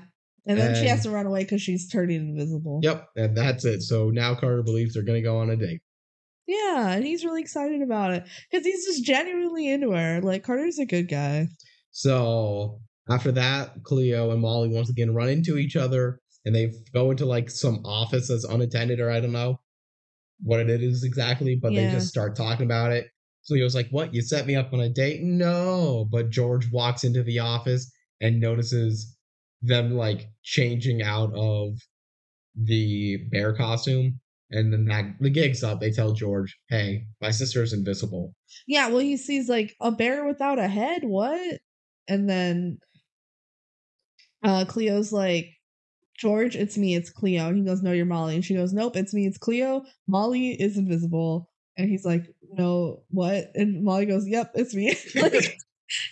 [SPEAKER 2] And then she
[SPEAKER 1] And-
[SPEAKER 2] has to run away because she's turning invisible.
[SPEAKER 1] Yep, and that's it. So now Carter believes they're going to go on a date.
[SPEAKER 2] Yeah, and he's really excited about it because he's just genuinely into her. Like Carter's a good guy.
[SPEAKER 1] So after that, Cleo and Molly once again run into each other and they go into like some office that's unattended or I don't know what it is exactly, but
[SPEAKER 2] Yeah.
[SPEAKER 1] they just start talking about it. Cleo's like, What? You set me up on a date? No. But George walks into the office and notices them like changing out of the bear costume. And then that, the gig's up. They tell George, Hey, my sister's invisible.
[SPEAKER 2] Yeah, well, he sees like a bear without a head. What? And then uh Cleo's like, George, it's me, it's Cleo. And he goes, No, you're Molly. And she goes, Nope, it's me, it's Cleo. Molly is invisible. And he's like, No, what? And Molly goes, Yep, it's me. like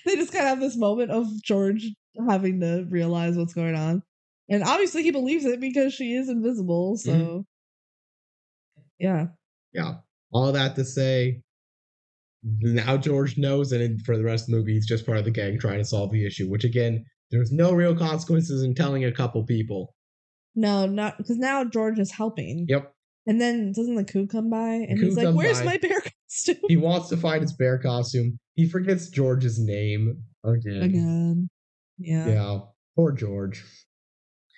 [SPEAKER 2] they just kind of have this moment of George having to realize what's going on. And obviously he believes it because she is invisible. So yeah.
[SPEAKER 1] yeah, all that to say, now George knows, and then for the rest of the movie, he's just part of the gang trying to solve the issue. Which again, there's no real consequences in telling a couple people.
[SPEAKER 2] No, not because now George is helping.
[SPEAKER 1] Yep,
[SPEAKER 2] And then doesn't the coup come by? And
[SPEAKER 1] coup
[SPEAKER 2] he's like,
[SPEAKER 1] come
[SPEAKER 2] Where's
[SPEAKER 1] by.
[SPEAKER 2] my bear costume?
[SPEAKER 1] he wants to find his bear costume. He forgets George's name again.
[SPEAKER 2] Again. Yeah.
[SPEAKER 1] Yeah, poor George.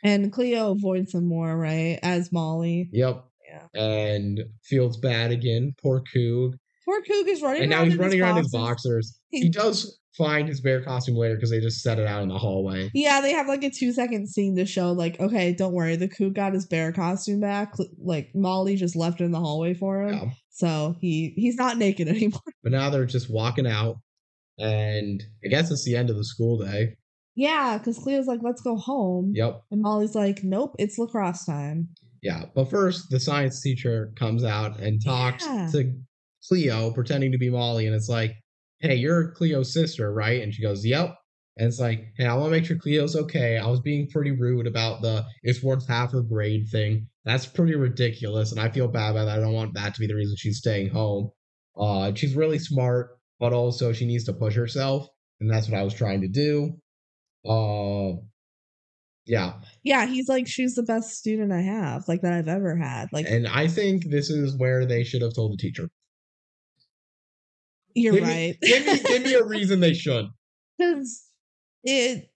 [SPEAKER 2] And Cleo avoids him more, right? As Molly.
[SPEAKER 1] Yep.
[SPEAKER 2] Yeah.
[SPEAKER 1] And feels bad again. Poor Coog.
[SPEAKER 2] Poor Coog is running
[SPEAKER 1] And now
[SPEAKER 2] around
[SPEAKER 1] he's
[SPEAKER 2] in
[SPEAKER 1] running
[SPEAKER 2] his
[SPEAKER 1] around in his
[SPEAKER 2] boxers.
[SPEAKER 1] boxers.
[SPEAKER 2] He-
[SPEAKER 1] He does find his bear costume later because they just set it out in the hallway.
[SPEAKER 2] Yeah, they have like a two second scene to show, like, okay, don't worry, the coup got his bear costume back. Cl- Like Molly just left it in the hallway for him,
[SPEAKER 1] Yeah.
[SPEAKER 2] so he he's not naked anymore.
[SPEAKER 1] But now they're just walking out, and I guess it's the end of the school day.
[SPEAKER 2] yeah, because Cleo's like, let's go home,
[SPEAKER 1] Yep.
[SPEAKER 2] and Molly's like, nope, it's lacrosse time.
[SPEAKER 1] Yeah. But first, the science teacher comes out and talks
[SPEAKER 2] Yeah.
[SPEAKER 1] to Cleo, pretending to be Molly. And it's like, hey, you're Cleo's sister, right? And she goes, yep. And it's like, hey, I want to make sure Cleo's okay. I was being pretty rude about the it's worth half a grade thing. That's pretty ridiculous. And I feel bad about that. I don't want that to be the reason she's staying home. Uh, she's really smart, but also she needs to push herself. And that's what I was trying to do. Uh, yeah.
[SPEAKER 2] Yeah, he's like, she's the best student I have, like that I've ever had. Like
[SPEAKER 1] And I think this is where they should have told the teacher.
[SPEAKER 2] you're
[SPEAKER 1] give me-
[SPEAKER 2] right.
[SPEAKER 1] Give me, give me a reason they should.
[SPEAKER 2] because it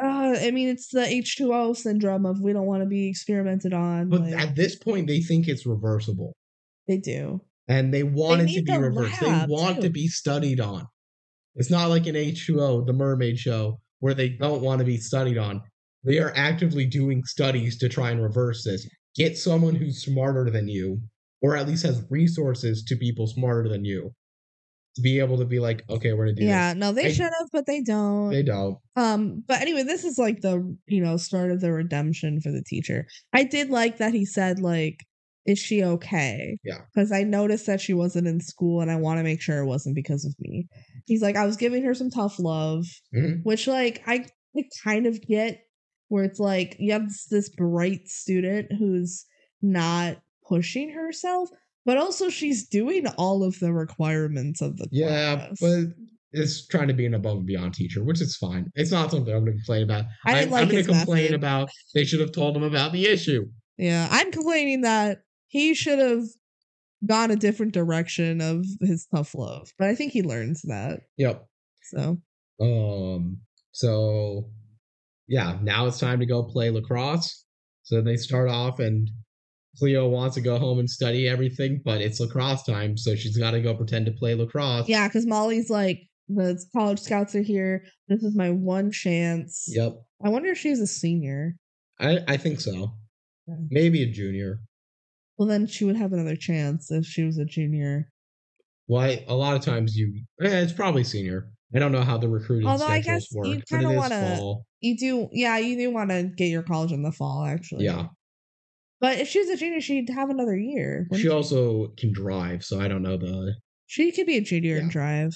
[SPEAKER 2] uh, i mean it's the h2o syndrome of we don't want to be experimented on
[SPEAKER 1] But
[SPEAKER 2] like,
[SPEAKER 1] at this point, they think it's reversible,
[SPEAKER 2] they do
[SPEAKER 1] and they want it
[SPEAKER 2] need
[SPEAKER 1] to be
[SPEAKER 2] the
[SPEAKER 1] reversed. They
[SPEAKER 2] lab,
[SPEAKER 1] want
[SPEAKER 2] too.
[SPEAKER 1] to be studied on. It's not like an H two O, the Mermaid Show, where they don't want to be studied on. They are actively doing studies to try and reverse this. Get someone who's smarter than you, or at least has resources to people smarter than you, to be able to be like, okay, we're gonna do
[SPEAKER 2] yeah no they
[SPEAKER 1] I-
[SPEAKER 2] should have but they don't
[SPEAKER 1] this. They don't.
[SPEAKER 2] um but anyway this is like the you know start of the redemption for the teacher i did like that he said like is she okay
[SPEAKER 1] Yeah.
[SPEAKER 2] because i noticed that she wasn't in school and i want to make sure it wasn't because of me he's like i was giving her some tough love
[SPEAKER 1] Mhm.
[SPEAKER 2] which like I, I kind of get where it's like you have this, this bright student who's not pushing herself but also she's doing all of the requirements of the
[SPEAKER 1] Yeah,
[SPEAKER 2] class.
[SPEAKER 1] but it's trying to be an above and beyond teacher, which is fine. It's not something I'm going to complain about.
[SPEAKER 2] I didn't
[SPEAKER 1] I'm,
[SPEAKER 2] like
[SPEAKER 1] I'm going
[SPEAKER 2] his
[SPEAKER 1] to complain
[SPEAKER 2] method.
[SPEAKER 1] about they should have told him about the issue.
[SPEAKER 2] Yeah, I'm complaining that he should have gone a different direction of his tough love, but I think he learns that.
[SPEAKER 1] Yep.
[SPEAKER 2] So
[SPEAKER 1] Um. So yeah, now it's time to go play lacrosse. So they start off, and Cleo wants to go home and study everything, but it's lacrosse time, so she's got to go pretend to play lacrosse.
[SPEAKER 2] Yeah, because Molly's like, the college scouts are here. This is my one chance.
[SPEAKER 1] Yep.
[SPEAKER 2] I wonder if she's a senior.
[SPEAKER 1] I, I think so.
[SPEAKER 2] Yeah.
[SPEAKER 1] Maybe a junior.
[SPEAKER 2] Well, then she would have another chance if she was a junior.
[SPEAKER 1] Why? A lot of times you. Eh, it's probably senior. I don't know how the recruiting
[SPEAKER 2] Although I
[SPEAKER 1] schedules
[SPEAKER 2] guess
[SPEAKER 1] work,
[SPEAKER 2] you
[SPEAKER 1] but
[SPEAKER 2] kinda
[SPEAKER 1] it is
[SPEAKER 2] wanna-
[SPEAKER 1] fall.
[SPEAKER 2] You do, yeah, you do want to get your college in the fall, actually.
[SPEAKER 1] Yeah.
[SPEAKER 2] But if she was a junior, she'd have another year. wouldn't
[SPEAKER 1] She also can drive, so I don't know the
[SPEAKER 2] She could be a junior and
[SPEAKER 1] Yeah.
[SPEAKER 2] drive.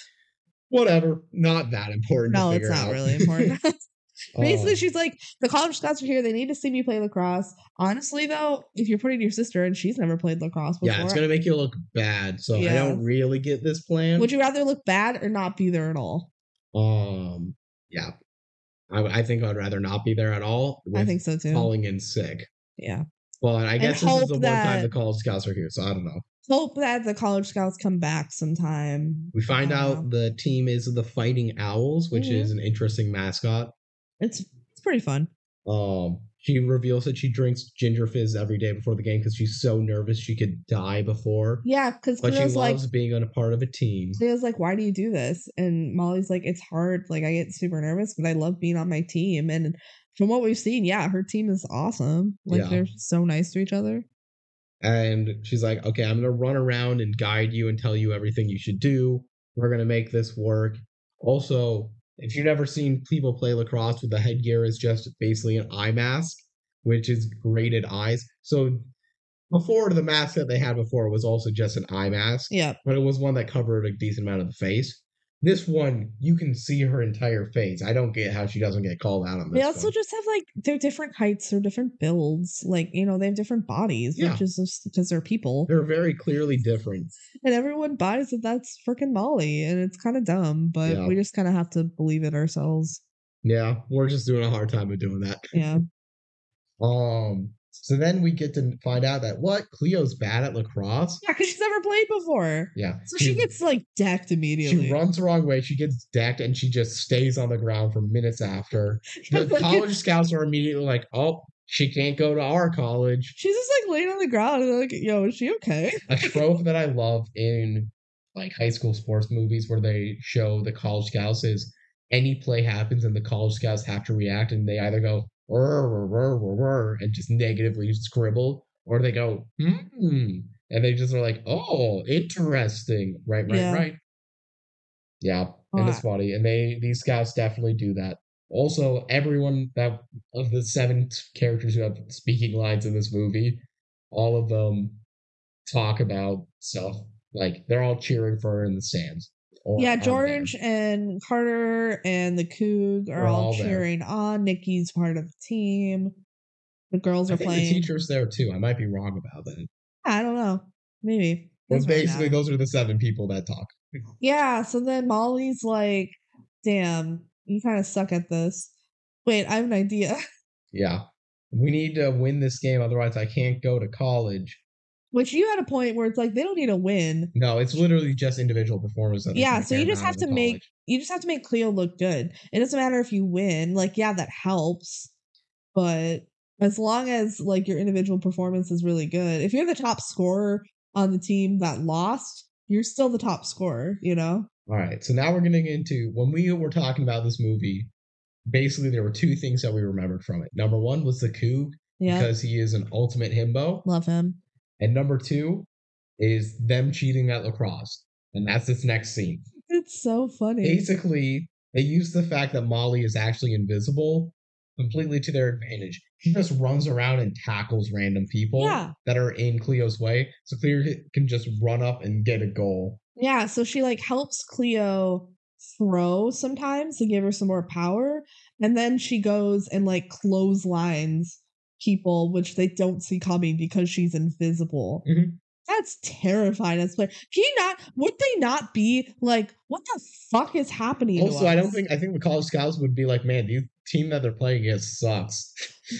[SPEAKER 1] whatever. Not that important. to
[SPEAKER 2] No, it's
[SPEAKER 1] figure
[SPEAKER 2] not
[SPEAKER 1] out.
[SPEAKER 2] really important. Basically,
[SPEAKER 1] Um,
[SPEAKER 2] she's like, the college scouts are here. They need to see me play lacrosse. Honestly, though, if you're putting your sister and she's never played lacrosse before,
[SPEAKER 1] yeah, it's gonna make you look bad. So I
[SPEAKER 2] Yeah.
[SPEAKER 1] don't really get this plan.
[SPEAKER 2] would you rather look bad or not be there at all?
[SPEAKER 1] Um, yeah, I, would- I think I'd rather not be there at all.
[SPEAKER 2] I
[SPEAKER 1] with
[SPEAKER 2] think so too.
[SPEAKER 1] calling in sick.
[SPEAKER 2] Yeah.
[SPEAKER 1] But I guess this
[SPEAKER 2] hope
[SPEAKER 1] is the one
[SPEAKER 2] that-
[SPEAKER 1] time the college scouts are here, so I don't know.
[SPEAKER 2] Hope that the college scouts come back sometime.
[SPEAKER 1] We find
[SPEAKER 2] I don't
[SPEAKER 1] out
[SPEAKER 2] know. Mm-hmm.
[SPEAKER 1] the team is the Fighting Owls, which is an interesting mascot.
[SPEAKER 2] It's it's pretty fun.
[SPEAKER 1] Um, she reveals that she drinks ginger fizz every day before the game because she's so nervous she could die before.
[SPEAKER 2] Yeah, because
[SPEAKER 1] but she
[SPEAKER 2] Cleo's like,
[SPEAKER 1] loves being on a part of a team.
[SPEAKER 2] Cleo's like, why do you do this? And Molly's like, it's hard. Like I get super nervous, but I love being on my team. And from what we've seen, yeah, her team is awesome. Like
[SPEAKER 1] Yeah.
[SPEAKER 2] they're so nice to each other.
[SPEAKER 1] And she's like, okay, I'm going to run around and guide you and tell you everything you should do. We're going to make this work. Also, if you've never seen people play lacrosse with the headgear is just basically an eye mask, which is graded eyes. So before the mask that they had before was also just an eye mask,
[SPEAKER 2] Yep.
[SPEAKER 1] but it was one that covered a decent amount of the face. This one, you can see her entire face. I don't get how she doesn't get called out on this.
[SPEAKER 2] They also
[SPEAKER 1] one.
[SPEAKER 2] just have like they're different heights, they're different builds. Like you know, they have different bodies,
[SPEAKER 1] Yeah.
[SPEAKER 2] which is just because they're people.
[SPEAKER 1] They're very clearly different.
[SPEAKER 2] and everyone buys that that's freaking Molly, and it's kind of dumb, but
[SPEAKER 1] Yeah.
[SPEAKER 2] we just kind of have to believe it ourselves.
[SPEAKER 1] Yeah, we're just doing a hard time of doing that.
[SPEAKER 2] Yeah.
[SPEAKER 1] Um. So then we get to find out that what Cleo's bad at lacrosse.
[SPEAKER 2] Yeah, because she's never played before.
[SPEAKER 1] Yeah.
[SPEAKER 2] So she gets like decked immediately.
[SPEAKER 1] She runs the wrong way. She gets decked, and she just stays on the ground for minutes after. The
[SPEAKER 2] Like,
[SPEAKER 1] college scouts are immediately like, "Oh, she can't go to our college."
[SPEAKER 2] She's just like laying on the ground and they're like, yo, is she okay?
[SPEAKER 1] A trope that I love in like high school sports movies where they show the college scouts is any play happens and the college scouts have to react, and they either go "Rrr, rrr, rrr, rrr, rrr," and just negatively scribble, or they go hmm, and they just are like, oh, interesting, right, right,
[SPEAKER 2] Yeah.
[SPEAKER 1] right. Yeah, and it's funny, and they these scouts definitely do that. Also, everyone that of the seven t- characters who have speaking lines in this movie, all of them talk about stuff like they're all cheering for her in the stands. or
[SPEAKER 2] yeah,
[SPEAKER 1] on there.
[SPEAKER 2] George and Carter and the Coog are
[SPEAKER 1] We're
[SPEAKER 2] all,
[SPEAKER 1] all there.
[SPEAKER 2] cheering on. Nikki's part of the team. The girls
[SPEAKER 1] I
[SPEAKER 2] are
[SPEAKER 1] think
[SPEAKER 2] playing.
[SPEAKER 1] the teacher's there too. I might be wrong about that.
[SPEAKER 2] Yeah, I don't know. Maybe.
[SPEAKER 1] But
[SPEAKER 2] That's right
[SPEAKER 1] basically,
[SPEAKER 2] now.
[SPEAKER 1] those are the seven people that talk.
[SPEAKER 2] yeah, so then Molly's like, damn, you kind of suck at this. Wait, I have an idea.
[SPEAKER 1] Yeah, we need to win this game, otherwise, I can't go to college.
[SPEAKER 2] Which you had a point where it's like they don't need a win.
[SPEAKER 1] No, it's literally just individual performers. That are
[SPEAKER 2] Yeah,
[SPEAKER 1] gonna
[SPEAKER 2] so you
[SPEAKER 1] get
[SPEAKER 2] just
[SPEAKER 1] out
[SPEAKER 2] have
[SPEAKER 1] of
[SPEAKER 2] to
[SPEAKER 1] the
[SPEAKER 2] make
[SPEAKER 1] college.
[SPEAKER 2] you just have to make Cleo look good. It doesn't matter if you win. Like, yeah, that helps. But as long as like your individual performance is really good, if you're the top scorer on the team that lost, you're still the top scorer, you know?
[SPEAKER 1] All right, so now we're getting into when we were talking about this movie. Basically, there were two things that we remembered from it. Number one was the Coog
[SPEAKER 2] Yeah.
[SPEAKER 1] because he is an ultimate himbo,
[SPEAKER 2] Love him.
[SPEAKER 1] and number two is them cheating at lacrosse, and that's this next scene.
[SPEAKER 2] It's so funny.
[SPEAKER 1] basically they use the fact that Molly is actually invisible completely to their advantage. She just runs around and tackles random people
[SPEAKER 2] Yeah.
[SPEAKER 1] that are in Cleo's way, so Cleo can just run up and get a goal.
[SPEAKER 2] Yeah, so she like helps Cleo throw sometimes to give her some more power, and then she goes and like clotheslines people, which they don't see coming because she's invisible.
[SPEAKER 1] Mhm.
[SPEAKER 2] That's terrifying. That's like, can you not? Would they not be like, what the fuck is happening? to
[SPEAKER 1] Also, I don't
[SPEAKER 2] us?"
[SPEAKER 1] think I think the college scouts would be like, man, the team that they're playing against sucks.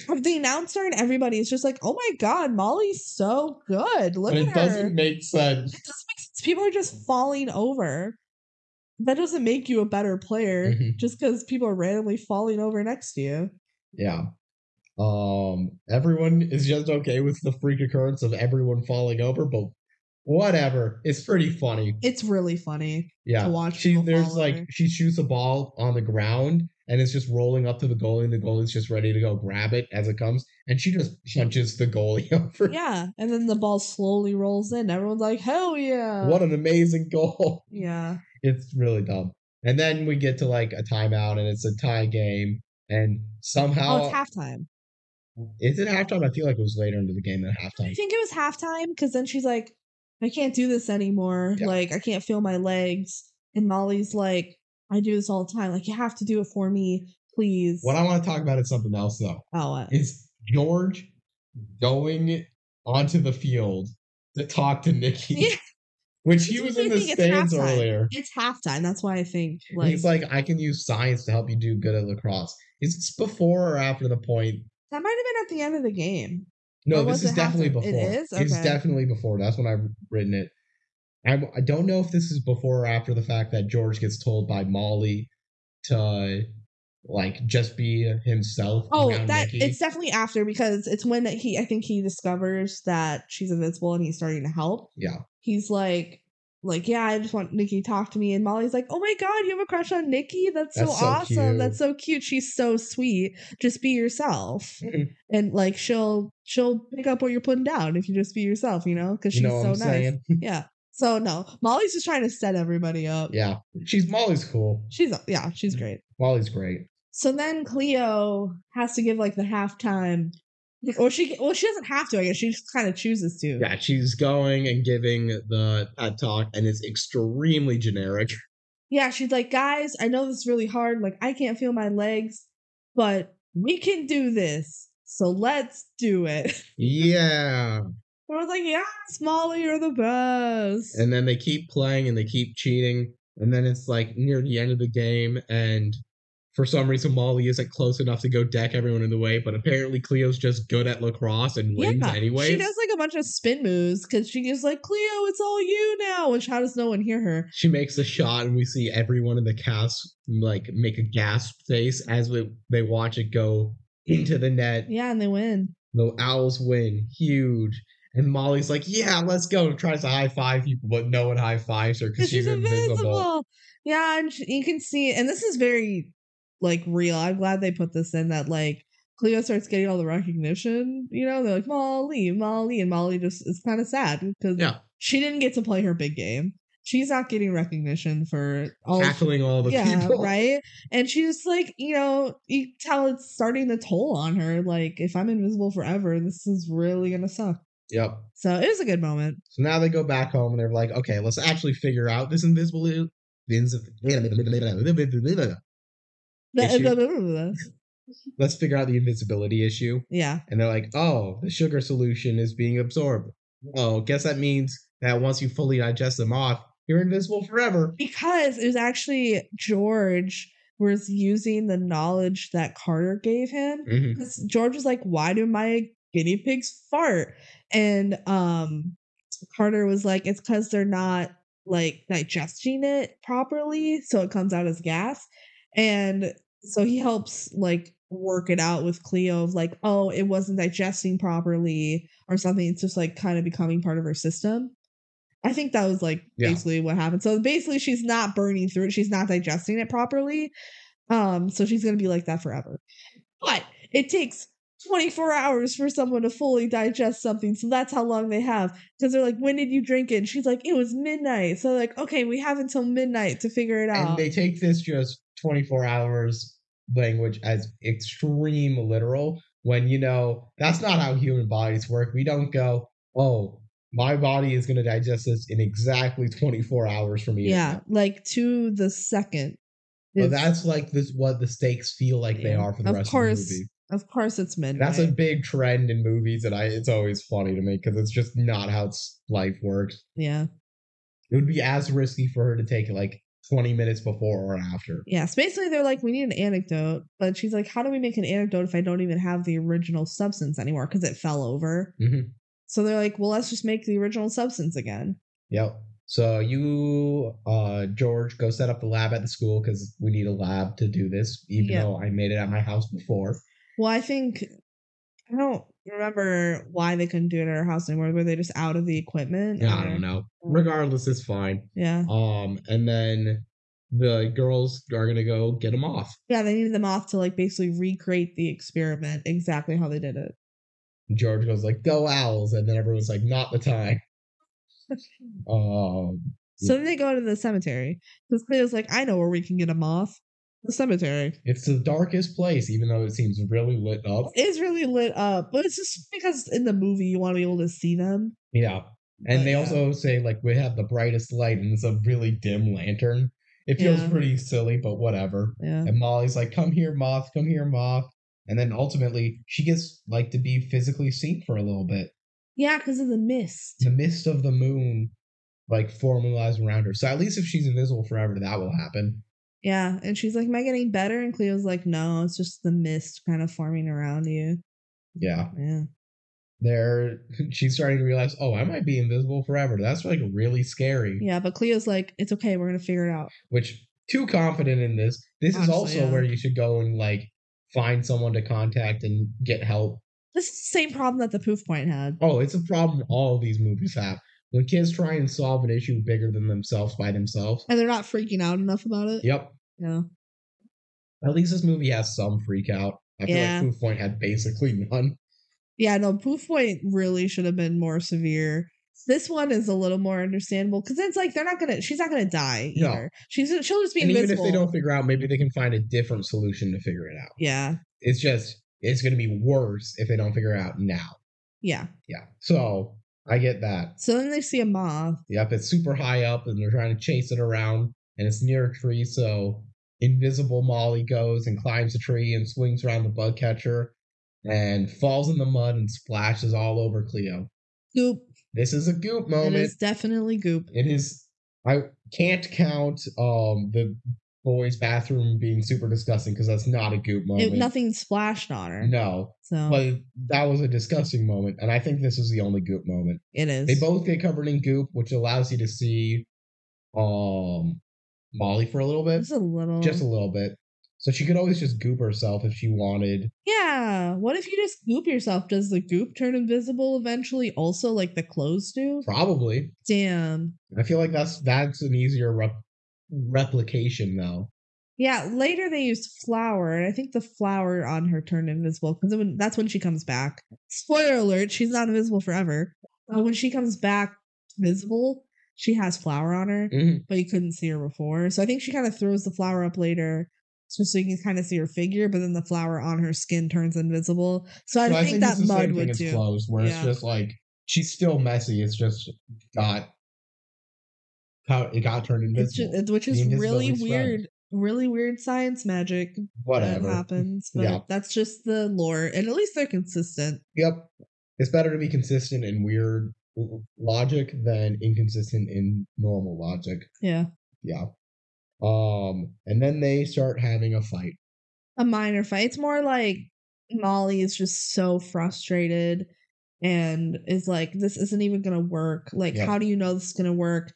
[SPEAKER 2] Of the announcer and everybody is just like, oh my god, Molly's so good. Look
[SPEAKER 1] But
[SPEAKER 2] at
[SPEAKER 1] it
[SPEAKER 2] her.
[SPEAKER 1] doesn't make sense.
[SPEAKER 2] It doesn't make sense. People are just falling over. That doesn't make you a better player
[SPEAKER 1] Mhm.
[SPEAKER 2] just because people are randomly falling over next to you.
[SPEAKER 1] Yeah. Um, everyone is just okay with the freak occurrence of everyone falling over, but whatever. It's pretty funny.
[SPEAKER 2] It's really funny
[SPEAKER 1] Yeah.
[SPEAKER 2] to watch.
[SPEAKER 1] She
[SPEAKER 2] people
[SPEAKER 1] there's
[SPEAKER 2] fall
[SPEAKER 1] like
[SPEAKER 2] over.
[SPEAKER 1] she shoots a ball on the ground and it's just rolling up to the goalie, and the goalie's just ready to go grab it as it comes, and she just punches the goalie over.
[SPEAKER 2] yeah, and then the ball slowly rolls in. Everyone's like, hell yeah!
[SPEAKER 1] What an amazing goal.
[SPEAKER 2] yeah,
[SPEAKER 1] It's really dumb. And then we get to like a timeout and it's a tie game. And somehow
[SPEAKER 2] oh, it's halftime.
[SPEAKER 1] is it halftime? I feel like it was later into the game than
[SPEAKER 2] I
[SPEAKER 1] halftime.
[SPEAKER 2] think it was halftime because then she's like, I can't do this anymore.
[SPEAKER 1] Yeah.
[SPEAKER 2] Like, I can't feel my legs. And Molly's like, I do this all the time. Like, you have to do it for me, please.
[SPEAKER 1] What I want to talk about is something else though.
[SPEAKER 2] oh, what?
[SPEAKER 1] Is George going onto the field to talk to Nikki?
[SPEAKER 2] Yeah.
[SPEAKER 1] Which he was
[SPEAKER 2] That's what
[SPEAKER 1] in
[SPEAKER 2] I
[SPEAKER 1] the
[SPEAKER 2] think, it's
[SPEAKER 1] stands
[SPEAKER 2] halftime.
[SPEAKER 1] earlier.
[SPEAKER 2] It's halftime. That's why I think,
[SPEAKER 1] And
[SPEAKER 2] like,
[SPEAKER 1] he's like, I can use science to help you do good at lacrosse. Is this before or after the point?
[SPEAKER 2] that might have been at the end of the game.
[SPEAKER 1] No,
[SPEAKER 2] Or Oh, was
[SPEAKER 1] this is
[SPEAKER 2] it
[SPEAKER 1] definitely
[SPEAKER 2] halftime?
[SPEAKER 1] before.
[SPEAKER 2] It is?
[SPEAKER 1] It's
[SPEAKER 2] Okay.
[SPEAKER 1] definitely before. That's when I've written it. I, I don't know if this is before or after the fact that George gets told by Molly to like just be himself.
[SPEAKER 2] Oh,
[SPEAKER 1] around
[SPEAKER 2] that
[SPEAKER 1] Nikki.
[SPEAKER 2] it's definitely after because it's when that he, I think he discovers that she's invincible and he's starting to help.
[SPEAKER 1] yeah,
[SPEAKER 2] he's like like yeah i just want nikki to talk to me and molly's like oh my god you have a crush on nikki that's, so,
[SPEAKER 1] That's so
[SPEAKER 2] awesome
[SPEAKER 1] cute."
[SPEAKER 2] that's so cute she's so sweet just be yourself
[SPEAKER 1] Mhm.
[SPEAKER 2] and like she'll she'll pick up what you're putting down if you just be yourself you know because
[SPEAKER 1] you
[SPEAKER 2] she's
[SPEAKER 1] know what
[SPEAKER 2] so
[SPEAKER 1] I'm
[SPEAKER 2] nice
[SPEAKER 1] saying.
[SPEAKER 2] yeah so no molly's just trying to set everybody up
[SPEAKER 1] Yeah, she's Molly's cool.
[SPEAKER 2] she's yeah she's great
[SPEAKER 1] Molly's great.
[SPEAKER 2] so then cleo has to give like the halftime or she well she doesn't have to i guess she just kind of chooses to
[SPEAKER 1] Yeah, she's going and giving the pep talk, and it's extremely generic.
[SPEAKER 2] Yeah, she's like, guys, I know this is really hard. Like, I can't feel my legs, but we can do this. So let's do it.
[SPEAKER 1] Yeah.
[SPEAKER 2] I was like, yes, Molly, you're the best.
[SPEAKER 1] and then they keep playing and they keep cheating and then it's like near the end of the game and for some reason molly isn't close enough to go deck everyone in the way but apparently cleo's just good at lacrosse and wins anyways
[SPEAKER 2] She does like a bunch of spin moves because she is like, Cleo, it's all you now. Which, how does no one hear her?
[SPEAKER 1] she makes a shot and we see everyone in the cast like make a gasp face as we, they watch it go into the net
[SPEAKER 2] Yeah, and they win.
[SPEAKER 1] the owls win huge and molly's like yeah let's go and tries to high five people but no one high fives her because
[SPEAKER 2] Because
[SPEAKER 1] she's, invisible
[SPEAKER 2] Yeah, and she, you can see, and this is very like real. I'm glad they put this in that like Cleo starts getting all the recognition. You know, they're like Molly, Molly, and Molly just is kind of sad because
[SPEAKER 1] yeah
[SPEAKER 2] she didn't get to play her big game. She's not getting recognition for all.
[SPEAKER 1] tackling all the
[SPEAKER 2] Oh, yeah,
[SPEAKER 1] people
[SPEAKER 2] right. And she's just like, you know, you can tell it's starting to toll on her. Like, if I'm invisible forever, this is really gonna suck.
[SPEAKER 1] yep
[SPEAKER 2] So it was a good moment.
[SPEAKER 1] So now they go back home and they're like, okay, let's actually figure out this invisible. ins-
[SPEAKER 2] The-
[SPEAKER 1] Issue.
[SPEAKER 2] blah, blah, blah, blah, blah.
[SPEAKER 1] Let's figure out the invisibility issue.
[SPEAKER 2] Yeah,
[SPEAKER 1] And they're like, oh, the sugar solution is being absorbed. Oh, guess that means that once you fully digest them off, you're invisible forever.
[SPEAKER 2] because it was actually George was using the knowledge that Carter gave him.
[SPEAKER 1] Mhm.
[SPEAKER 2] Because George was like, "Why do my guinea pigs fart?" And um, Carter was like, "It's because they're not like digesting it properly, so it comes out as gas." And so he helps like work it out with Cleo of like, "Oh, it wasn't digesting properly or something. It's just like kind of becoming part of her system." I think that was like
[SPEAKER 1] Yeah.
[SPEAKER 2] basically what happened. So basically, she's not burning through it. She's not digesting it properly. Um, so she's gonna be like that forever. But it takes 24 hours for someone to fully digest something. So that's how long they have. Because they're like, when did you drink it? And she's like, it was midnight. So like, okay, we have until midnight to figure it
[SPEAKER 1] And
[SPEAKER 2] out.
[SPEAKER 1] they take this just 24 hours language as extreme literal when, you know, that's not how human bodies work. We don't go, oh, my body is going to digest this in exactly 24 hours from eating it."
[SPEAKER 2] yeah, like to the second.
[SPEAKER 1] Well,
[SPEAKER 2] It's-
[SPEAKER 1] that's like this what the stakes feel like they
[SPEAKER 2] Yeah.
[SPEAKER 1] are for the
[SPEAKER 2] Of
[SPEAKER 1] rest of
[SPEAKER 2] course.
[SPEAKER 1] the movie.
[SPEAKER 2] of course it's midnight.
[SPEAKER 1] That's a big trend in movies, and I it's always funny to me because it's just not how it's, life works.
[SPEAKER 2] yeah.
[SPEAKER 1] It would be as risky for her to take it like 20 minutes before or after.
[SPEAKER 2] Yeah. So basically they're like, we need an anecdote. But she's like, how do we make an anecdote if I don't even have the original substance anymore? Because it fell over.
[SPEAKER 1] Mhm.
[SPEAKER 2] So they're like, well, let's just make the original substance again.
[SPEAKER 1] Yep. So you, uh, George, go set up the lab at the school because we need a lab to do this, even
[SPEAKER 2] Yeah.
[SPEAKER 1] though I made it at my house before.
[SPEAKER 2] Well, I think I don't remember why they couldn't do it at our house anymore. Were they just out of the equipment?
[SPEAKER 1] Yeah, I don't know.
[SPEAKER 2] Mm-hmm.
[SPEAKER 1] Regardless, it's fine.
[SPEAKER 2] Yeah.
[SPEAKER 1] Um, and then the girls are gonna go get them off.
[SPEAKER 2] Yeah, they needed them off to like basically recreate the experiment exactly how they did it.
[SPEAKER 1] George goes like, "Go owls," and then everyone's like, "Not the time." um,
[SPEAKER 2] So then they go to the cemetery. Because Cleo's like, I know where we can get them off. The cemetery.
[SPEAKER 1] it's the darkest place, even though it seems really lit up.
[SPEAKER 2] It's really lit up, but it's just because in the movie you want to be able to see them.
[SPEAKER 1] Yeah. And
[SPEAKER 2] But,
[SPEAKER 1] they
[SPEAKER 2] yeah.
[SPEAKER 1] also say like we have the brightest light and it's a really dim lantern. It feels
[SPEAKER 2] Yeah.
[SPEAKER 1] pretty silly, but whatever.
[SPEAKER 2] Yeah.
[SPEAKER 1] And Molly's like, "Come here, moth. Come here, moth." And then ultimately, she gets like to be physically seen for a little bit.
[SPEAKER 2] Yeah, because of the mist.
[SPEAKER 1] The mist of the moon like formalized around her. So at least if she's invisible forever, that will happen.
[SPEAKER 2] Yeah. And she's like, Am I getting better? And Cleo's like, No, it's just the mist kind of forming around you.
[SPEAKER 1] Yeah.
[SPEAKER 2] Yeah.
[SPEAKER 1] There she's starting to realize, "Oh, I might be invisible forever." That's like really scary.
[SPEAKER 2] Yeah. But Cleo's like, It's okay. We're going to figure it out.
[SPEAKER 1] which too confident in this. This is
[SPEAKER 2] Honestly,
[SPEAKER 1] also
[SPEAKER 2] yeah.
[SPEAKER 1] where you should go and like find someone to contact and get help.
[SPEAKER 2] This is the same problem that the proof point had.
[SPEAKER 1] Oh, it's a problem all of these movies have. When kids try and solve an issue bigger than themselves by themselves.
[SPEAKER 2] And they're not freaking out enough about it.
[SPEAKER 1] Yep.
[SPEAKER 2] Yeah.
[SPEAKER 1] At least this movie has some freak out. I feel
[SPEAKER 2] Yeah.
[SPEAKER 1] like Proof Point had basically none.
[SPEAKER 2] Yeah, no, proof point really should have been more severe. This one is a little more understandable because it's like they're not gonna, she's not gonna die
[SPEAKER 1] No.
[SPEAKER 2] either. She's she'll just be
[SPEAKER 1] And even if
[SPEAKER 2] invisible.
[SPEAKER 1] they don't figure out, maybe they can find a different solution to figure it out.
[SPEAKER 2] yeah,
[SPEAKER 1] It's just it's gonna be worse if they don't figure it out now.
[SPEAKER 2] yeah.
[SPEAKER 1] Yeah. So I get that.
[SPEAKER 2] So then they see a moth.
[SPEAKER 1] Yep, it's super high up, and they're trying to chase it around, and it's near a tree. So invisible Molly goes and climbs a tree and swings around the bug catcher, and falls in the mud and splashes all over Cleo.
[SPEAKER 2] Goop.
[SPEAKER 1] This is a goop
[SPEAKER 2] It
[SPEAKER 1] moment.
[SPEAKER 2] is definitely goop.
[SPEAKER 1] I can't count um the boys' bathroom being super disgusting because that's not a goop moment.
[SPEAKER 2] It, nothing splashed on her.
[SPEAKER 1] No,
[SPEAKER 2] so
[SPEAKER 1] but that was a disgusting moment, and I think this is the only goop moment.
[SPEAKER 2] it is.
[SPEAKER 1] They both get covered in goop, which allows you to see um Molly for a little bit.
[SPEAKER 2] just a little.
[SPEAKER 1] Just a little bit. So she could always just goop herself if she wanted.
[SPEAKER 2] yeah. What if you just goop yourself? Does the goop turn invisible eventually? Also, like the clothes do.
[SPEAKER 1] Probably.
[SPEAKER 2] Damn.
[SPEAKER 1] I feel like that's that's an easier rep- replication though.
[SPEAKER 2] Yeah, later they used flour, and I think the flour on her turned invisible because that's when she comes back. Spoiler alert: she's not invisible forever. Uh, when she comes back visible, she has flour on her,
[SPEAKER 1] Mhm.
[SPEAKER 2] but you couldn't see her before. So I think she kind of throws the flour up later, just so you can kind of see her figure. But then the flour on her skin turns invisible. So I
[SPEAKER 1] So
[SPEAKER 2] think, that
[SPEAKER 1] it's the
[SPEAKER 2] mud
[SPEAKER 1] same thing
[SPEAKER 2] would
[SPEAKER 1] as
[SPEAKER 2] do.
[SPEAKER 1] clothes, where
[SPEAKER 2] Yeah.
[SPEAKER 1] it's just like she's still messy. It's just got how it got turned
[SPEAKER 2] It's
[SPEAKER 1] invisible.
[SPEAKER 2] ju- it- which is
[SPEAKER 1] The
[SPEAKER 2] really
[SPEAKER 1] invisibility spread.
[SPEAKER 2] weird, really weird science magic
[SPEAKER 1] Whatever.
[SPEAKER 2] that happens. But
[SPEAKER 1] Yeah.
[SPEAKER 2] that's just the lore, and at least they're consistent.
[SPEAKER 1] Yep. It's better to be consistent in weird l- logic than inconsistent in normal logic.
[SPEAKER 2] Yeah.
[SPEAKER 1] Yeah. Um, and then they start having a fight.
[SPEAKER 2] a minor fight. It's more like Molly is just so frustrated and is like, this isn't even gonna work. Like,
[SPEAKER 1] Yeah.
[SPEAKER 2] how do you know this is gonna work?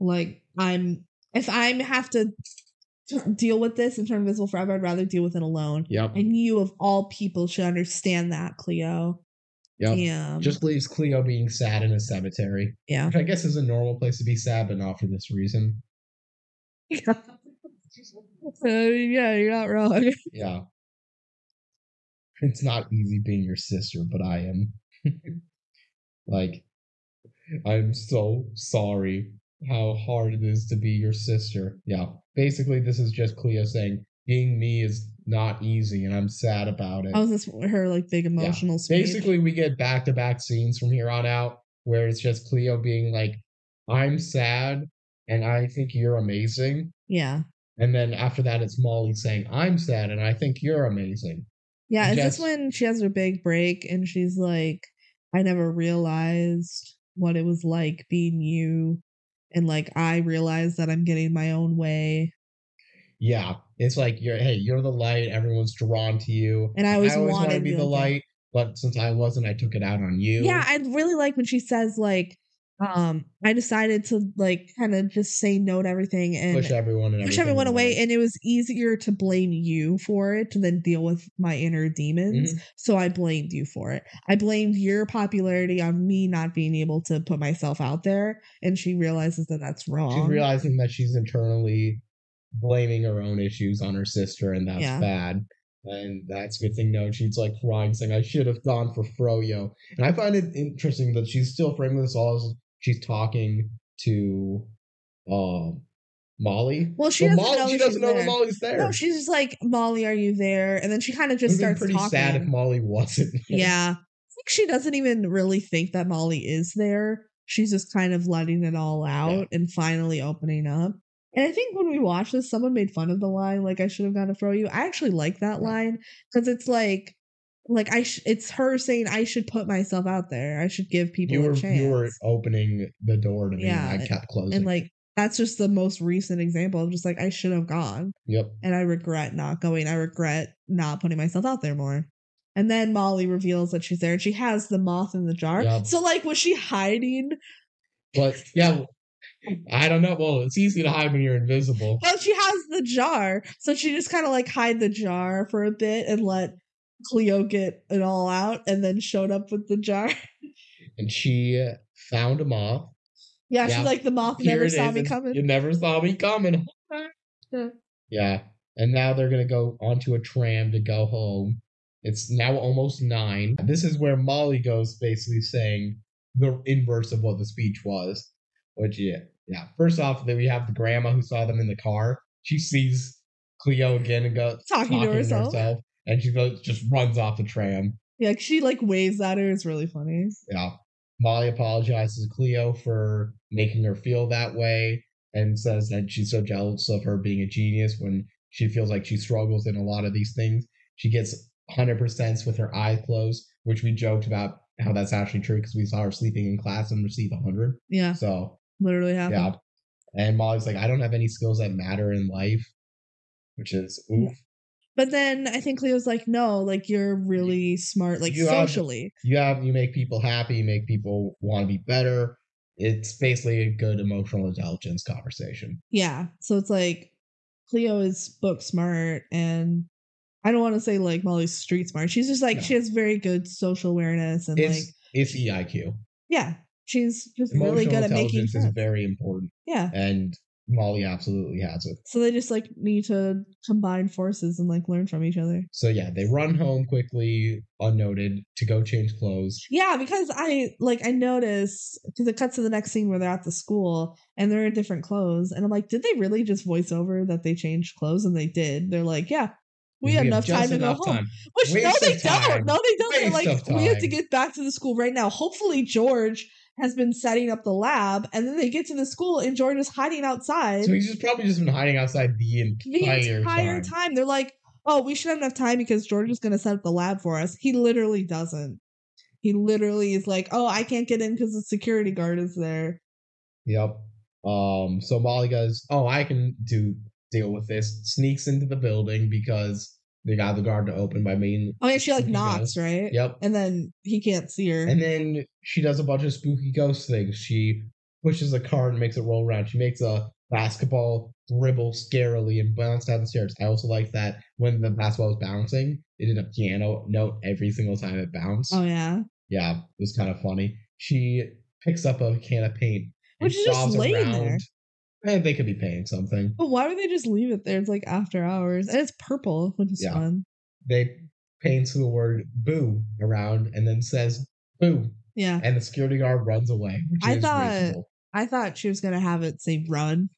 [SPEAKER 2] Like, I'm if I am have to t- deal with this and turn invisible forever, I'd rather deal with it alone.
[SPEAKER 1] Yep.
[SPEAKER 2] And you of all people should understand that, Cleo.
[SPEAKER 1] Yep.
[SPEAKER 2] Damn.
[SPEAKER 1] Just leaves Cleo being sad in a cemetery,
[SPEAKER 2] yeah.
[SPEAKER 1] which I guess is a normal place to be sad, but not for this reason.
[SPEAKER 2] Uh, yeah, you're not wrong.
[SPEAKER 1] Yeah. It's not easy being your sister, but I am. like, I'm so sorry how hard it is to be your sister. Yeah. Basically, this is just Cleo saying, being me is not easy, and I'm sad about it.
[SPEAKER 2] Oh, is this her like big emotional speech?
[SPEAKER 1] Basically, we get back to back scenes from here on out where it's just Cleo being like, I'm sad and I think you're amazing.
[SPEAKER 2] Yeah.
[SPEAKER 1] And then after that, it's Molly saying, I'm sad and I think you're amazing.
[SPEAKER 2] Yeah, is
[SPEAKER 1] Just-
[SPEAKER 2] this when she has her big break and she's like, I never realized what it was like being you. And like, I realized that I'm getting my own way.
[SPEAKER 1] Yeah. It's like, you're, hey, you're the light. Everyone's drawn to you.
[SPEAKER 2] And I always,
[SPEAKER 1] wanna
[SPEAKER 2] wanted
[SPEAKER 1] be the
[SPEAKER 2] like that.
[SPEAKER 1] light, but since I wasn't, I took it out on you.
[SPEAKER 2] Yeah, I really like when she says, like, um i decided to like kind of just say no to everything and
[SPEAKER 1] push everyone and
[SPEAKER 2] push
[SPEAKER 1] everything
[SPEAKER 2] everyone away and it was easier to blame you for it than deal with my inner
[SPEAKER 1] Mm-hmm.
[SPEAKER 2] demons so i blamed you for it i blamed your popularity on me not being able to put myself out there and she realizes that that's wrong
[SPEAKER 1] she's realizing that she's internally blaming her own issues on her sister, and that's
[SPEAKER 2] Yeah.
[SPEAKER 1] bad. And that's a good thing. No, she's like crying, saying, "I should have gone for Froyo." And I find it interesting that she's still framing this all as she's talking to um Molly.
[SPEAKER 2] Well, she doesn't know
[SPEAKER 1] Molly, she
[SPEAKER 2] she's
[SPEAKER 1] doesn't know that
[SPEAKER 2] there.
[SPEAKER 1] Molly's there.
[SPEAKER 2] no she's just like molly are you there and then she kind of
[SPEAKER 1] It
[SPEAKER 2] just
[SPEAKER 1] would've been
[SPEAKER 2] starts
[SPEAKER 1] pretty
[SPEAKER 2] talking
[SPEAKER 1] sad if Molly wasn't. there.
[SPEAKER 2] yeah i think she doesn't even really think that molly is there she's just kind of letting it all out and finally opening up and i think when we watched this someone made fun of the line like i should have gone to throw you i actually like that
[SPEAKER 1] Yeah.
[SPEAKER 2] line because it's like like i sh- it's her saying i should put myself out there i should give people
[SPEAKER 1] you were
[SPEAKER 2] a chance
[SPEAKER 1] you were opening the door to me,
[SPEAKER 2] Yeah,
[SPEAKER 1] and I kept closing.
[SPEAKER 2] and like that's just the most recent example of just like i should have gone
[SPEAKER 1] yep,
[SPEAKER 2] and I regret not going. I regret not putting myself out there more. And then Molly reveals that she's there and she has the moth in the jar.
[SPEAKER 1] Yeah.
[SPEAKER 2] So, like, was she hiding?
[SPEAKER 1] but yeah, I don't know. Well, it's easy to hide when you're invisible.
[SPEAKER 2] Well, she has the jar. So she just kind of like hide the jar for a bit and let Cleo get it all out and then showed up with the jar.
[SPEAKER 1] and she found a moth.
[SPEAKER 2] yeah, she's
[SPEAKER 1] Yeah.
[SPEAKER 2] like, the moth
[SPEAKER 1] Here
[SPEAKER 2] never
[SPEAKER 1] it
[SPEAKER 2] saw
[SPEAKER 1] is,
[SPEAKER 2] me
[SPEAKER 1] and
[SPEAKER 2] coming.
[SPEAKER 1] You never saw me coming.
[SPEAKER 2] Yeah.
[SPEAKER 1] Yeah. And now they're gonna go onto a tram to go home. It's now almost nine. This is where Molly goes basically saying the inverse of what the speech was. Which yeah. Yeah. First off, then we have the grandma who saw them in the car. She sees Cleo again and goes
[SPEAKER 2] Talking to herself.
[SPEAKER 1] and she goes just runs off the tram.
[SPEAKER 2] Yeah, she like waves at her. It's really funny.
[SPEAKER 1] Yeah. Molly apologizes to Cleo for making her feel that way and says that she's so jealous of her being a genius when she feels like she struggles in a lot of these things. She gets 100% with her eyes closed, which we joked about how that's actually true because we saw her sleeping in class and receive 100.
[SPEAKER 2] Yeah,
[SPEAKER 1] So,
[SPEAKER 2] literally happened.
[SPEAKER 1] yeah. And Molly's like, I don't have any skills that matter in life, which is oof.
[SPEAKER 2] But then I think Cleo's like, no, like, you're really smart, like,
[SPEAKER 1] You are-
[SPEAKER 2] socially.
[SPEAKER 1] you have you make people happy, you make people want to be better. It's basically a good emotional intelligence conversation.
[SPEAKER 2] Yeah. So it's like Cleo is book smart and I don't want to say like Molly's street smart. She's just like
[SPEAKER 1] No.
[SPEAKER 2] she has very good social awareness and
[SPEAKER 1] It's
[SPEAKER 2] like
[SPEAKER 1] it's EIQ.
[SPEAKER 2] yeah, she's just
[SPEAKER 1] Emotional
[SPEAKER 2] really good at making
[SPEAKER 1] intelligence is
[SPEAKER 2] friends.
[SPEAKER 1] very important,
[SPEAKER 2] yeah.
[SPEAKER 1] and Molly absolutely has it.
[SPEAKER 2] So they just like need to combine forces and like learn from each other.
[SPEAKER 1] So yeah, they run home quickly, unnoted, to go change clothes.
[SPEAKER 2] Yeah, because I like I noticed because it cuts to the next scene where they're at the school and they're in different clothes and I'm like, did they really just voice over that they changed clothes? And they did. They're like, yeah, we, had enough time
[SPEAKER 1] just
[SPEAKER 2] to go
[SPEAKER 1] enough
[SPEAKER 2] home.
[SPEAKER 1] time.
[SPEAKER 2] Which no,
[SPEAKER 1] Waste
[SPEAKER 2] they
[SPEAKER 1] of time.
[SPEAKER 2] don't. No, they don't. They're
[SPEAKER 1] Waste
[SPEAKER 2] like,
[SPEAKER 1] of
[SPEAKER 2] we have to
[SPEAKER 1] time.
[SPEAKER 2] get back to the school right now. Hopefully, George has been setting up the lab, and then they get to the school, and George is hiding outside
[SPEAKER 1] So he's just probably just been hiding outside the
[SPEAKER 2] the
[SPEAKER 1] entire,
[SPEAKER 2] entire time.
[SPEAKER 1] time.
[SPEAKER 2] They're like, oh, we should have enough time because George is going to set up the lab for us. He literally doesn't. He literally is like, oh, I can't get in because the security guard is there.
[SPEAKER 1] Yep. Um. So Molly goes, "Oh, I can do deal with this." Sneaks into the building because they got the guard to open by main.
[SPEAKER 2] Oh, yeah, she like
[SPEAKER 1] spooky
[SPEAKER 2] knocks,
[SPEAKER 1] ghost.
[SPEAKER 2] right?
[SPEAKER 1] Yep.
[SPEAKER 2] And then he can't see her.
[SPEAKER 1] And then she does a bunch of spooky ghost things. She pushes a car and makes it roll around. She makes a basketball dribble scarily and bounce down the stairs. I also like that when the basketball was bouncing, it did a piano note every single time it bounced.
[SPEAKER 2] oh, yeah.
[SPEAKER 1] Yeah, it was kind of funny. She picks up a can of paint
[SPEAKER 2] Which is just
[SPEAKER 1] sobs
[SPEAKER 2] laying there.
[SPEAKER 1] Eh, they could be painting something.
[SPEAKER 2] But why would they just leave it there? It's like after hours. And it's purple, which is
[SPEAKER 1] Yeah.
[SPEAKER 2] fun.
[SPEAKER 1] They paints the word boo around and then says boo.
[SPEAKER 2] Yeah.
[SPEAKER 1] And the security guard runs away, which
[SPEAKER 2] I
[SPEAKER 1] is
[SPEAKER 2] thought-
[SPEAKER 1] reasonable.
[SPEAKER 2] I thought she was gonna have it say run,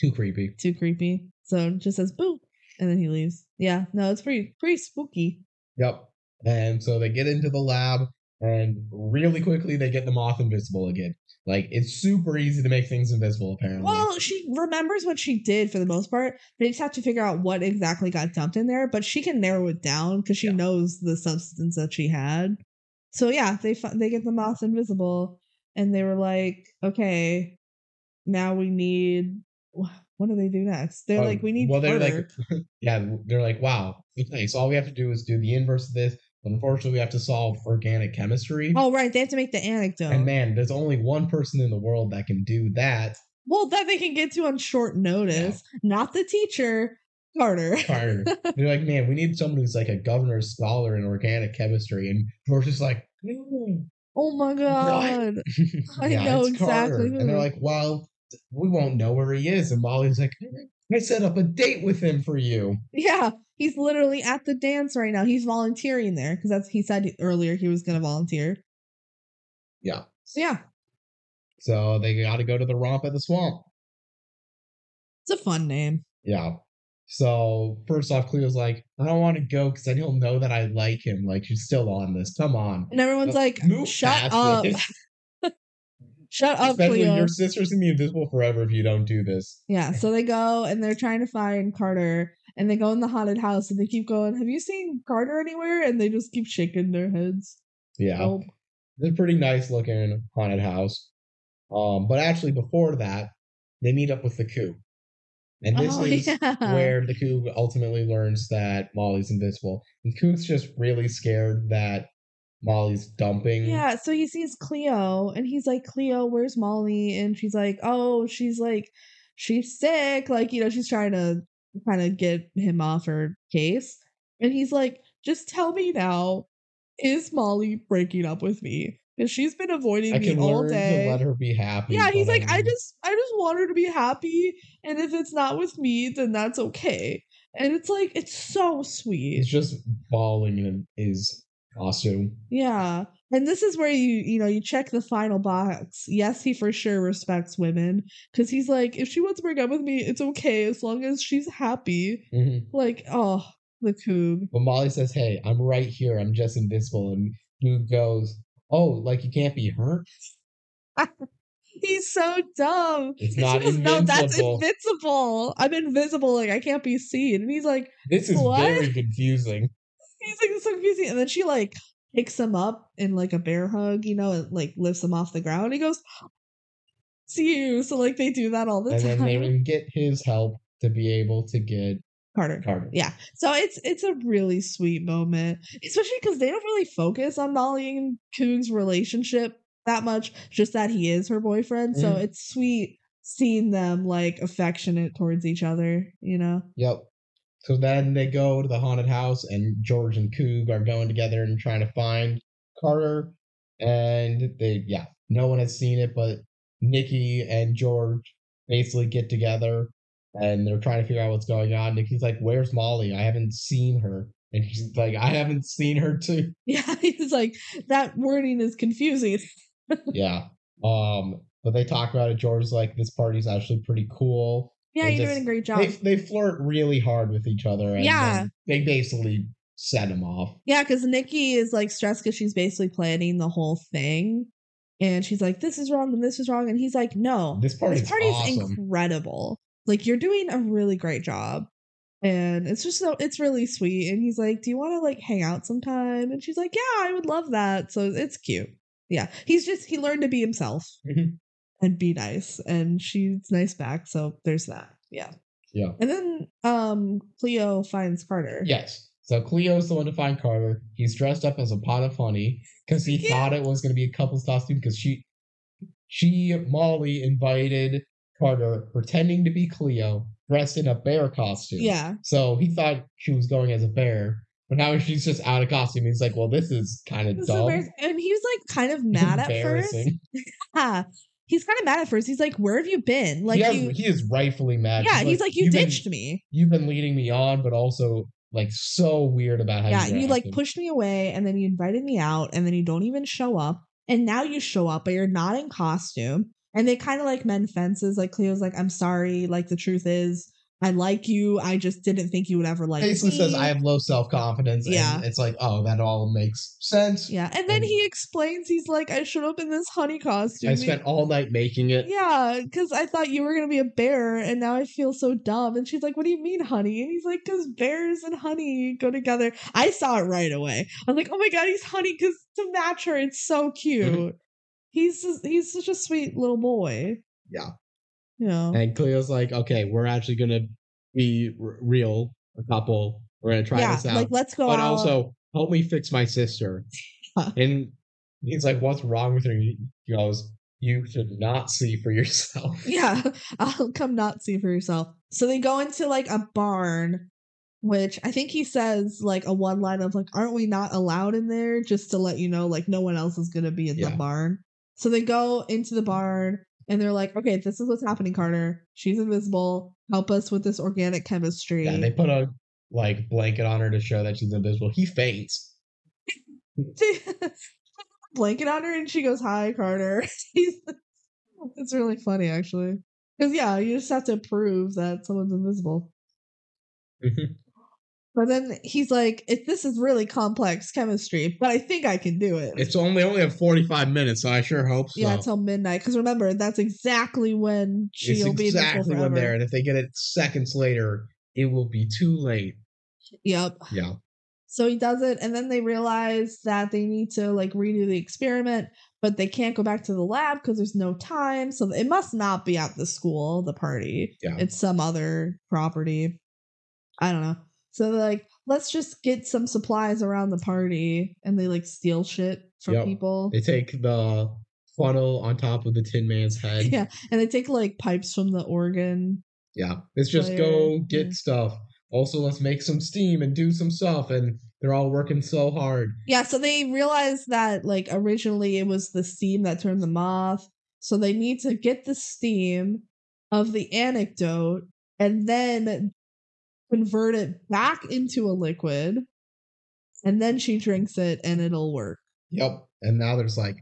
[SPEAKER 1] Too creepy.
[SPEAKER 2] too creepy. So it just says boom, and then he leaves. Yeah, no, it's pretty pretty spooky.
[SPEAKER 1] Yep. And so they get into the lab, and really quickly they get the moth invisible again. Like it's super easy to make things invisible, apparently.
[SPEAKER 2] Well, she remembers what she did for the most part. They just have to figure out what exactly got dumped in there, but she can narrow it down because she
[SPEAKER 1] Yeah.
[SPEAKER 2] knows the substance that she had. So yeah, they fi- they get the moth invisible, and they were like, okay, now we need. What do they do next? They're
[SPEAKER 1] Oh,
[SPEAKER 2] like, we need.
[SPEAKER 1] well, they're like-
[SPEAKER 2] powder."
[SPEAKER 1] yeah, they're like, wow. Okay, so all we have to do is do the inverse of this. Unfortunately, we have to solve organic chemistry.
[SPEAKER 2] Oh, right. They have to make the anecdote.
[SPEAKER 1] And man, there's only one person in the world that can do that.
[SPEAKER 2] well, that they can get to on short notice. Not the teacher, Carter.
[SPEAKER 1] Carter. They're like, man, we need someone who's like a governor's scholar in organic chemistry. And George is like, "Mm,
[SPEAKER 2] Oh my God. I
[SPEAKER 1] yeah,
[SPEAKER 2] know
[SPEAKER 1] it's Carter."
[SPEAKER 2] exactly.
[SPEAKER 1] And they're like, well, we won't know where he is. And Molly's like, I set up a date with him for you.
[SPEAKER 2] Yeah. He's literally at the dance right now. He's volunteering there because that's he said earlier he was going to volunteer.
[SPEAKER 1] Yeah.
[SPEAKER 2] So, yeah.
[SPEAKER 1] So they got to go to the romp at the swamp.
[SPEAKER 2] It's a fun name.
[SPEAKER 1] Yeah. So first off, Cleo's like, I don't want to go because then he'll know that I like him. Like she's still on this. Come on,
[SPEAKER 2] And everyone's
[SPEAKER 1] Uh,
[SPEAKER 2] like,
[SPEAKER 1] move
[SPEAKER 2] shut
[SPEAKER 1] past
[SPEAKER 2] up.
[SPEAKER 1] this.
[SPEAKER 2] Shut up,
[SPEAKER 1] Especially
[SPEAKER 2] Cleo.
[SPEAKER 1] your sister's immutable forever if you don't do this.
[SPEAKER 2] Yeah, so they go and they're trying to find Carter and they go in the haunted house and they keep going, Have you seen Carter anywhere? And they just keep shaking their heads.
[SPEAKER 1] Yeah,
[SPEAKER 2] Nope.
[SPEAKER 1] they're pretty nice looking haunted house. Um, but actually before that, they meet up with the coup, and this
[SPEAKER 2] Oh,
[SPEAKER 1] is
[SPEAKER 2] yeah.
[SPEAKER 1] where the coup ultimately learns that Molly's invincible. And Coop's just really scared that Molly's dumping.
[SPEAKER 2] Yeah, so he sees Cleo and he's like, Cleo, where's Molly? And she's like, Oh, she's like, she's sick. Like, you know, she's trying to kind of get him off her case. And he's like, Just tell me now, is Molly breaking up with me? Because she's been avoiding
[SPEAKER 1] I
[SPEAKER 2] me
[SPEAKER 1] can
[SPEAKER 2] all
[SPEAKER 1] learn
[SPEAKER 2] day.
[SPEAKER 1] to let her be happy.
[SPEAKER 2] Yeah, he's
[SPEAKER 1] but
[SPEAKER 2] like, I
[SPEAKER 1] mean-
[SPEAKER 2] just I just want her to be happy, and if it's not with me, then that's okay. And it's like it's so
[SPEAKER 1] He's
[SPEAKER 2] sweet.
[SPEAKER 1] just bawling in his costume.
[SPEAKER 2] Yeah. And this is where you you know you check the final box. Yes, he for sure respects women because he's like, if she wants to break up with me, it's okay as long as she's happy.
[SPEAKER 1] Mm-hmm.
[SPEAKER 2] Like, oh, the coob.
[SPEAKER 1] But Molly says, Hey, I'm right here. I'm just invincible. And Dude goes, Oh, like you can't be hurt?
[SPEAKER 2] He's so dumb.
[SPEAKER 1] It's
[SPEAKER 2] And
[SPEAKER 1] not
[SPEAKER 2] she goes, no, that's
[SPEAKER 1] invincible."
[SPEAKER 2] invincible. I'm invisible. Like I can't be seen. And he's like,
[SPEAKER 1] This is
[SPEAKER 2] What?
[SPEAKER 1] very confusing.
[SPEAKER 2] He's like it's so confusing. And then she like picks him up in like a bear hug, you know, and like lifts him off the ground. He goes, See you. So like they do that all the
[SPEAKER 1] and
[SPEAKER 2] time.
[SPEAKER 1] then they would get his help to be able to get
[SPEAKER 2] Carter.
[SPEAKER 1] Carter.
[SPEAKER 2] Yeah. So it's it's a really sweet moment. Especially because they don't really focus on Molly and Coon's relationship that much, just that he is her boyfriend. So
[SPEAKER 1] Mhm.
[SPEAKER 2] it's sweet seeing them like affectionate towards each other, you know?
[SPEAKER 1] Yep. So then they go to the haunted house, and George and Coog are going together and trying to find Carter. And they, yeah, no one has seen it, but Nikki and George basically get together and they're trying to figure out what's going on. Nikki's like, Where's Molly? I haven't seen her. And she's like, I haven't seen her too.
[SPEAKER 2] Yeah. He's like, that wording is confusing.
[SPEAKER 1] yeah. Um, but they talk about it. George's like, This party's actually pretty cool.
[SPEAKER 2] Yeah,
[SPEAKER 1] They
[SPEAKER 2] you're
[SPEAKER 1] just-
[SPEAKER 2] doing a great job.
[SPEAKER 1] They, they flirt really hard with each other. And
[SPEAKER 2] Yeah.
[SPEAKER 1] then They basically set him off.
[SPEAKER 2] Yeah, because Nikki is like stressed because she's basically planning the whole thing. And she's like, this is wrong and this is wrong. And he's like, no,
[SPEAKER 1] This party
[SPEAKER 2] this
[SPEAKER 1] is
[SPEAKER 2] party is
[SPEAKER 1] awesome.
[SPEAKER 2] incredible. Like, you're doing a really great job. And it's just so, it's really sweet. And he's like, do you want to like hang out sometime? And she's like, yeah, I would love that. So it's cute. Yeah. He's just, he learned to be himself
[SPEAKER 1] Mhm.
[SPEAKER 2] and be nice. And she's nice back. So there's that. Yeah.
[SPEAKER 1] Yeah.
[SPEAKER 2] And then um Cleo finds Carter.
[SPEAKER 1] Yes. So Cleo's the one to find Carter. He's dressed up as a pot of honey because he
[SPEAKER 2] Yeah.
[SPEAKER 1] thought it was going to be a couple's costume because she, she Molly invited Carter pretending to be Cleo dressed in a bear costume.
[SPEAKER 2] Yeah.
[SPEAKER 1] So he thought she was going as a bear, but now she's just out of costume. He's like, well, this is kind of
[SPEAKER 2] It's
[SPEAKER 1] dumb.
[SPEAKER 2] embarrassing. And he was like kind of mad at first.
[SPEAKER 1] Embarrassing.
[SPEAKER 2] Yeah. He's kind of mad at first. He's like, Where have you been? Like,
[SPEAKER 1] he, has-
[SPEAKER 2] you,
[SPEAKER 1] he is rightfully mad.
[SPEAKER 2] yeah, he's like, You
[SPEAKER 1] "You've been-
[SPEAKER 2] ditched me.
[SPEAKER 1] You've been leading me on, but also like so weird about how
[SPEAKER 2] Yeah, you like
[SPEAKER 1] acting."
[SPEAKER 2] pushed me away and then you invited me out and then you don't even show up. And now you show up, but you're not in costume. And they kind of like mend fences. Like, Cleo's like, I'm sorry. Like, the truth is, I like you. I just didn't think you would ever like
[SPEAKER 1] basically
[SPEAKER 2] me.
[SPEAKER 1] says I have low self confidence.
[SPEAKER 2] Yeah.
[SPEAKER 1] and it's like oh that all makes sense.
[SPEAKER 2] yeah. And then
[SPEAKER 1] and-
[SPEAKER 2] he explains, he's like, I showed up in this honey costume.
[SPEAKER 1] I
[SPEAKER 2] and-
[SPEAKER 1] spent all night making it.
[SPEAKER 2] Yeah, because I thought you were gonna be a bear, and now I feel so dumb. And she's like, "What do you mean, honey?" And he's like, "Cause bears and honey go together." I saw it right away. I'm like, "Oh my god, he's honey because to match her, it's so
[SPEAKER 1] Mm-hmm.
[SPEAKER 2] cute." he's just, he's such a sweet little boy.
[SPEAKER 1] Yeah.
[SPEAKER 2] You know.
[SPEAKER 1] And Cleo's like, okay, we're actually gonna be r- real a couple. We're gonna try
[SPEAKER 2] yeah,
[SPEAKER 1] this out,
[SPEAKER 2] like let's go
[SPEAKER 1] but
[SPEAKER 2] out.
[SPEAKER 1] also help me fix my sister. and he's like, what's wrong with her? He goes, you should not see for yourself.
[SPEAKER 2] Yeah, I'll come not see for yourself. So they go into like a barn, which I think he says like a one line of like, aren't we not allowed in there? Just to let you know, like no one else is gonna be in
[SPEAKER 1] Yeah.
[SPEAKER 2] the barn. So they go into the barn and they're like, okay, this is what's happening, Carter. She's invisible. Help us with this organic chemistry.
[SPEAKER 1] Yeah, they put a like blanket on her to show that she's invisible. He faints.
[SPEAKER 2] blanket on her and she goes, Hi, Carter. He's- it's really funny, actually. Because, yeah, you just have to prove that someone's invisible.
[SPEAKER 1] Mhm.
[SPEAKER 2] But then he's like, it, This is really complex chemistry, but I think I can do it.
[SPEAKER 1] It's only only have forty five minutes, so I sure hope so.
[SPEAKER 2] yeah, till midnight. Because remember, that's exactly when
[SPEAKER 1] It's
[SPEAKER 2] she'll be invisible
[SPEAKER 1] exactly
[SPEAKER 2] forever.
[SPEAKER 1] when there, and if they get it seconds later, it will be too late.
[SPEAKER 2] Yep.
[SPEAKER 1] Yeah,
[SPEAKER 2] So he does it, and then they realize that they need to like redo the experiment, but they can't go back to the lab because there's no time. So it must not be at the school, the party.
[SPEAKER 1] Yeah.
[SPEAKER 2] It's some other property. I don't know. So they're like, let's just get some supplies around the party, and they like steal shit from
[SPEAKER 1] Yep.
[SPEAKER 2] people.
[SPEAKER 1] they take the funnel on top of the Tin Man's head.
[SPEAKER 2] yeah, and they take like pipes from the organ.
[SPEAKER 1] Yeah. It's just
[SPEAKER 2] Player,
[SPEAKER 1] go get
[SPEAKER 2] Oh, yeah.
[SPEAKER 1] stuff. Also, let's make some steam and do some stuff. And they're all working so hard.
[SPEAKER 2] Yeah, so they realize that like originally it was the steam that turned the moth. So they need to get the steam of the anecdote and then convert it back into a liquid. And then she drinks it and it'll work.
[SPEAKER 1] Yep. And now there's like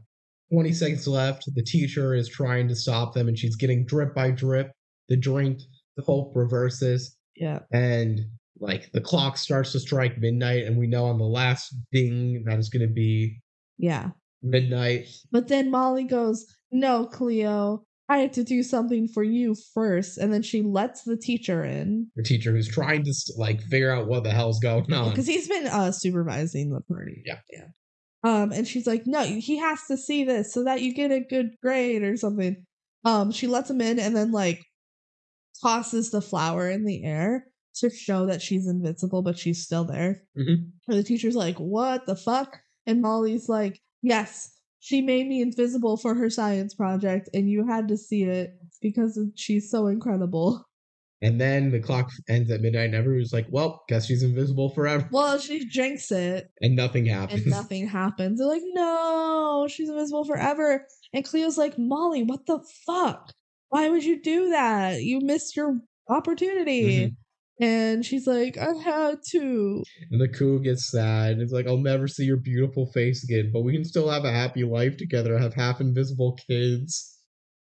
[SPEAKER 1] 20 seconds left. The teacher is trying to stop them and she's getting drip by drip. The drink, the hope reverses.
[SPEAKER 2] Yeah.
[SPEAKER 1] And like the clock starts to strike midnight. And we know on the last ding that is going to be
[SPEAKER 2] Yeah.
[SPEAKER 1] midnight.
[SPEAKER 2] But then Molly goes, No, Cleo, I have to do something for you first. And then she lets the teacher in
[SPEAKER 1] The teacher who's trying to like figure out what the hell's going on.
[SPEAKER 2] because he's been uh supervising the
[SPEAKER 1] Oh.
[SPEAKER 2] party.
[SPEAKER 1] Yeah.
[SPEAKER 2] yeah. Um, and she's like, no, he has to see this so that you get a good grade or something. Um, she lets him in and then like tosses the flower in the air to show that she's invincible, but she's still there.
[SPEAKER 1] Mhm.
[SPEAKER 2] And the teacher's like, what the fuck? And Molly's like, yes, she made me invisible for her science project, and you had to see it because she's so incredible.
[SPEAKER 1] And then the clock ends at midnight, and everyone's like, well, guess she's invisible forever.
[SPEAKER 2] Well, she drinks it
[SPEAKER 1] and nothing happens.
[SPEAKER 2] and nothing happens. They're like, no, she's invisible forever. And Cleo's like, Molly, what the fuck? Why would you do that? You missed your opportunity. And she's like, I had to.
[SPEAKER 1] And the coup gets sad. It's like I'll never see your beautiful face again, but we can still have a happy life together. Have half invisible kids.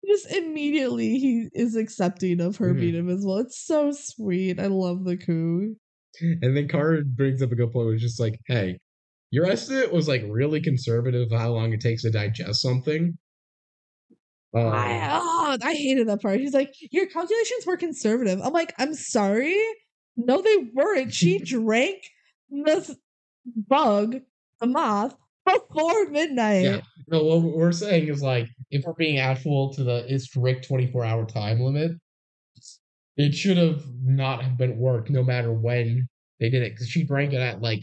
[SPEAKER 2] Just immediately, he is accepting of her
[SPEAKER 1] Mhm.
[SPEAKER 2] being invisible. It's so sweet. I love the coup.
[SPEAKER 1] And then Carter brings up a good point, which is like, hey, your estimate was like really conservative of how long it takes to digest something. Um,
[SPEAKER 2] I, oh, I hated that part. She's like, Your calculations were conservative. I'm like, I'm sorry. No, they weren't. She drank this bug, the moth, before midnight.
[SPEAKER 1] Yeah. no, what we're saying is like if we're being actual to the strict twenty four hour time limit, it should have not have been worked no matter when they did it because she drank it at like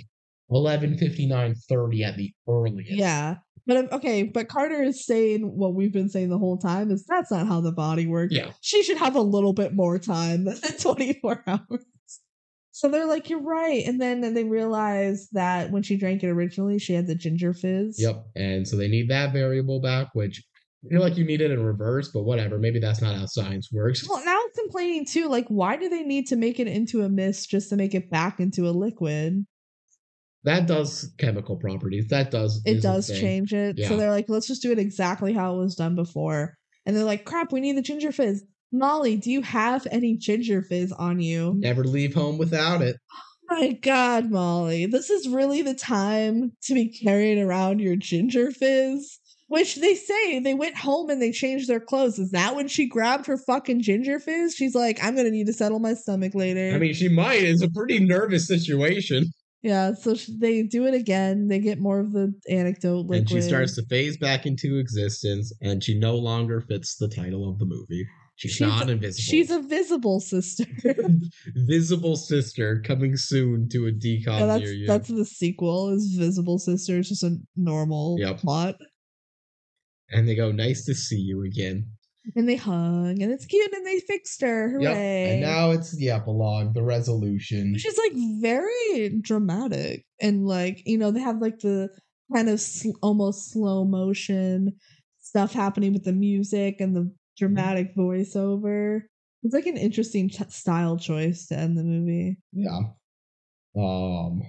[SPEAKER 1] 11 30 at the earliest.
[SPEAKER 2] Yeah. But I'm, okay, but Carter is saying what we've been saying the whole time is that's not how the body works.
[SPEAKER 1] Yeah.
[SPEAKER 2] She should have a little bit more time than the 24 hours. So they're like, you're right. And then they realize that when she drank it originally, she had the ginger fizz.
[SPEAKER 1] Yep. And so they need that variable back, which I feel like you need it in reverse, but whatever. Maybe that's not how science works.
[SPEAKER 2] Well, now I'm complaining too. Like, why do they need to make it into a mist just to make it back into a liquid?
[SPEAKER 1] That does chemical properties. That does.
[SPEAKER 2] It
[SPEAKER 1] is a
[SPEAKER 2] does
[SPEAKER 1] thing.
[SPEAKER 2] change it.
[SPEAKER 1] Yeah.
[SPEAKER 2] So they're like, let's just do it exactly how it was done before. And they're like, crap, we need the ginger fizz. Molly, do you have any ginger fizz on you?
[SPEAKER 1] Never leave home without it.
[SPEAKER 2] My God, Molly, this is really the time to be carrying around your ginger fizz. Which they say they went home and they changed their clothes. Is that when she grabbed her fucking ginger fizz? She's like, I'm gonna need to settle my stomach later.
[SPEAKER 1] I mean, she might. It's a pretty nervous situation.
[SPEAKER 2] Yeah, so sh- they do it again. They get more of the anecdote liquid.
[SPEAKER 1] And she starts to phase back into existence, and she no longer fits the title of the movie. She's,
[SPEAKER 2] She's-
[SPEAKER 1] not invisible.
[SPEAKER 2] She's a visible sister.
[SPEAKER 1] visible sister coming soon to a decon
[SPEAKER 2] Yeah, that's
[SPEAKER 1] near Oh, you.
[SPEAKER 2] that's the sequel is Visible Sister. It's just a normal
[SPEAKER 1] Yep.
[SPEAKER 2] plot.
[SPEAKER 1] And they go, "Nice to see you again."
[SPEAKER 2] And they hung and it's cute and they fixed her. Hooray.
[SPEAKER 1] Yep. And now it's the epilogue, the resolution.
[SPEAKER 2] Which is like very dramatic and like, you know, they have like the kind of sl- almost slow motion stuff happening with the music and
[SPEAKER 1] Mm-hmm.
[SPEAKER 2] the dramatic voiceover. It's like an interesting ch style choice to end the movie.
[SPEAKER 1] Yeah. Um.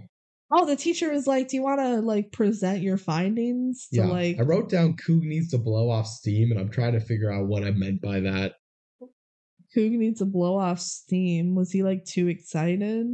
[SPEAKER 2] Oh, the teacher was like, "Do you want to like present your findings to
[SPEAKER 1] Yeah.
[SPEAKER 2] like
[SPEAKER 1] I wrote down Coog needs to blow off steam, and I'm trying to figure out what I meant by that.
[SPEAKER 2] Coog needs to blow off steam. Was he like too excited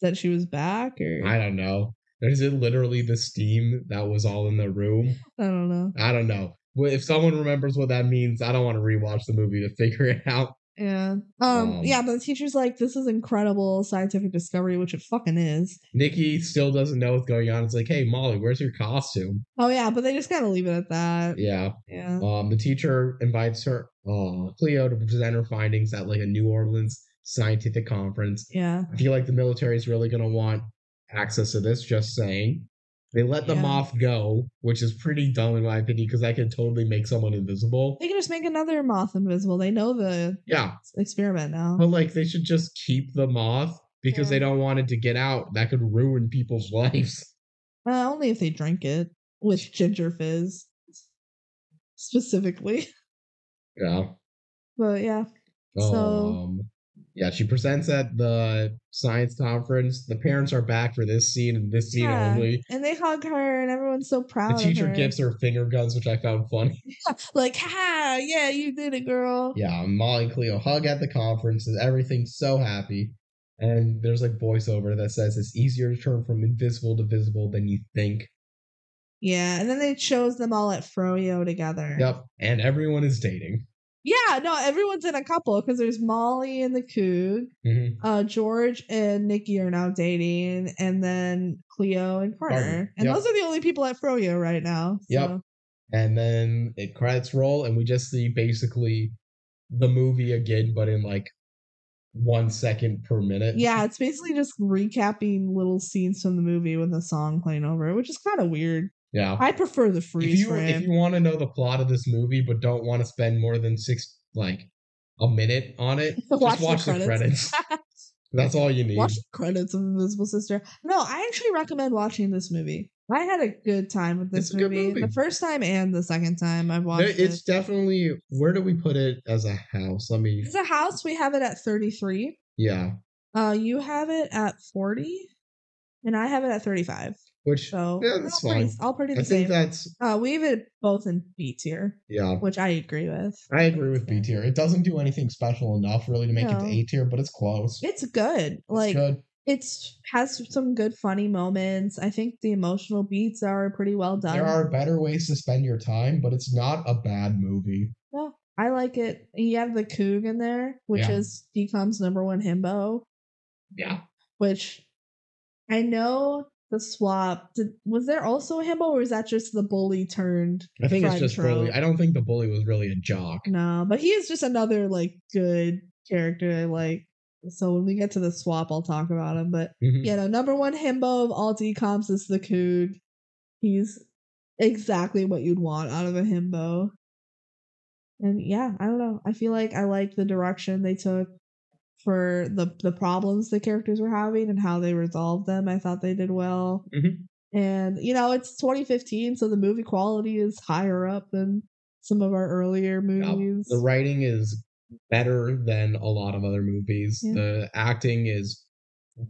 [SPEAKER 2] that she was back, or
[SPEAKER 1] I
[SPEAKER 2] I,
[SPEAKER 1] don't know. Is it literally the steam that was all in the room?
[SPEAKER 2] don't know.
[SPEAKER 1] I don't know. Well, If someone remembers what that means, I don't want to rewatch the movie to figure it out.
[SPEAKER 2] Yeah. Um,
[SPEAKER 1] Um,
[SPEAKER 2] Yeah. But the teacher's like, "This is incredible scientific discovery," which it fucking is.
[SPEAKER 1] Nikki still doesn't know what's going on. It's like, hey, Molly, where's your costume?
[SPEAKER 2] Oh yeah, but they just gotta leave it at that.
[SPEAKER 1] Yeah.
[SPEAKER 2] Yeah.
[SPEAKER 1] Um, the teacher invites her, uh, Cleo, to present her findings at like a New Orleans scientific conference.
[SPEAKER 2] Yeah.
[SPEAKER 1] I feel like the military is really going to want access to this, just saying. They let the
[SPEAKER 2] Yeah.
[SPEAKER 1] moth go, which is pretty dumb in my opinion, because that can totally make someone invisible.
[SPEAKER 2] They can just make another moth invisible. They know the
[SPEAKER 1] Yeah.
[SPEAKER 2] experiment now.
[SPEAKER 1] But like they should just keep the moth because
[SPEAKER 2] Yeah.
[SPEAKER 1] they don't want it to get out. That could ruin people's lives.
[SPEAKER 2] Uh, only if they drink it with ginger fizz, specifically.
[SPEAKER 1] Yeah.
[SPEAKER 2] But yeah. So-
[SPEAKER 1] um yeah, she presents at the science conference. The parents are back for this scene and this scene
[SPEAKER 2] Yeah.
[SPEAKER 1] only.
[SPEAKER 2] And they hug her, and everyone's so proud.
[SPEAKER 1] The teacher
[SPEAKER 2] of her.
[SPEAKER 1] gives her finger guns, which I found funny.
[SPEAKER 2] like, ha, yeah, you did it, girl.
[SPEAKER 1] yeah, Molly and Cleo hug at the conference, and everything's so happy. And there's like voiceover that says it's easier to turn from invisible to visible than you think.
[SPEAKER 2] Yeah, and then they chose them all at Froyo together.
[SPEAKER 1] Yep. And everyone is dating.
[SPEAKER 2] Yeah, no, everyone's in a couple because there's Molly and the Coog.
[SPEAKER 1] Mhm.
[SPEAKER 2] Uh, George and Nikki are now dating, and then Cleo and Carter.
[SPEAKER 1] Carter,
[SPEAKER 2] And
[SPEAKER 1] yep.
[SPEAKER 2] those are the only people at Froyo right now. So.
[SPEAKER 1] Yep. And then it credits roll, and we just see basically the movie again, but in like one second per minute.
[SPEAKER 2] Yeah, it's basically just recapping little scenes from the movie with a song playing over it, which is kind of weird.
[SPEAKER 1] Yeah.
[SPEAKER 2] I prefer the freeze
[SPEAKER 1] if you
[SPEAKER 2] frame.
[SPEAKER 1] if you want to know the plot of this movie but don't want to spend more than six like a minute on it, just
[SPEAKER 2] Watch
[SPEAKER 1] watch,
[SPEAKER 2] the
[SPEAKER 1] the,
[SPEAKER 2] credits.
[SPEAKER 1] credits. That's all you need.
[SPEAKER 2] Watch the credits of Invisible Sister. No, I actually recommend watching this movie. I had a good time with this
[SPEAKER 1] It's a good
[SPEAKER 2] movie.
[SPEAKER 1] movie.
[SPEAKER 2] The first time and the second time I've watched
[SPEAKER 1] There-
[SPEAKER 2] it.
[SPEAKER 1] it's definitely where do we put it as a house? Let me.
[SPEAKER 2] It's a house. We have it at 33.
[SPEAKER 1] Yeah,
[SPEAKER 2] Uh, you have it at 40, and I have it at 35.
[SPEAKER 1] which
[SPEAKER 2] So
[SPEAKER 1] yeah,
[SPEAKER 2] we're all
[SPEAKER 1] that's
[SPEAKER 2] pretty,
[SPEAKER 1] fine.
[SPEAKER 2] all pretty the
[SPEAKER 1] I
[SPEAKER 2] same.
[SPEAKER 1] think that's
[SPEAKER 2] uh, we have it both in B tier,
[SPEAKER 1] yeah.
[SPEAKER 2] which I agree with.
[SPEAKER 1] I agree with B tier. It doesn't do anything special enough really to make it
[SPEAKER 2] No.
[SPEAKER 1] to A tier, but it's close. It's
[SPEAKER 2] It's good. like
[SPEAKER 1] good.
[SPEAKER 2] it's has some good funny moments. I think the emotional beats are pretty well done.
[SPEAKER 1] There are better ways to spend your time, but it's not a bad movie.
[SPEAKER 2] No, I like it. And You have the Coog in there, which
[SPEAKER 1] Yeah.
[SPEAKER 2] is DCOM's number one himbo,
[SPEAKER 1] Yeah,
[SPEAKER 2] which I know the swap. Did, was there also a himbo, or was that just the bully turned?
[SPEAKER 1] I think
[SPEAKER 2] Fun
[SPEAKER 1] it's just
[SPEAKER 2] trope.
[SPEAKER 1] bully. I don't think the bully was really a jock.
[SPEAKER 2] No, but he is just another like good character I like. So when we get to the swap, I'll talk about him. But
[SPEAKER 1] Mhm.
[SPEAKER 2] yeah, no, number one himbo of all DCOMs is the Coog. He's exactly what you'd want out of a himbo. And yeah, I don't know. I feel like I like the direction they took for the the problems the characters were having and how they resolved them. I thought they did well.
[SPEAKER 1] Mhm.
[SPEAKER 2] And you know, it's 2015, so the movie quality is higher up than some of our earlier
[SPEAKER 1] Yeah.
[SPEAKER 2] movies.
[SPEAKER 1] The writing is better than a lot of other movies.
[SPEAKER 2] Yeah.
[SPEAKER 1] The acting is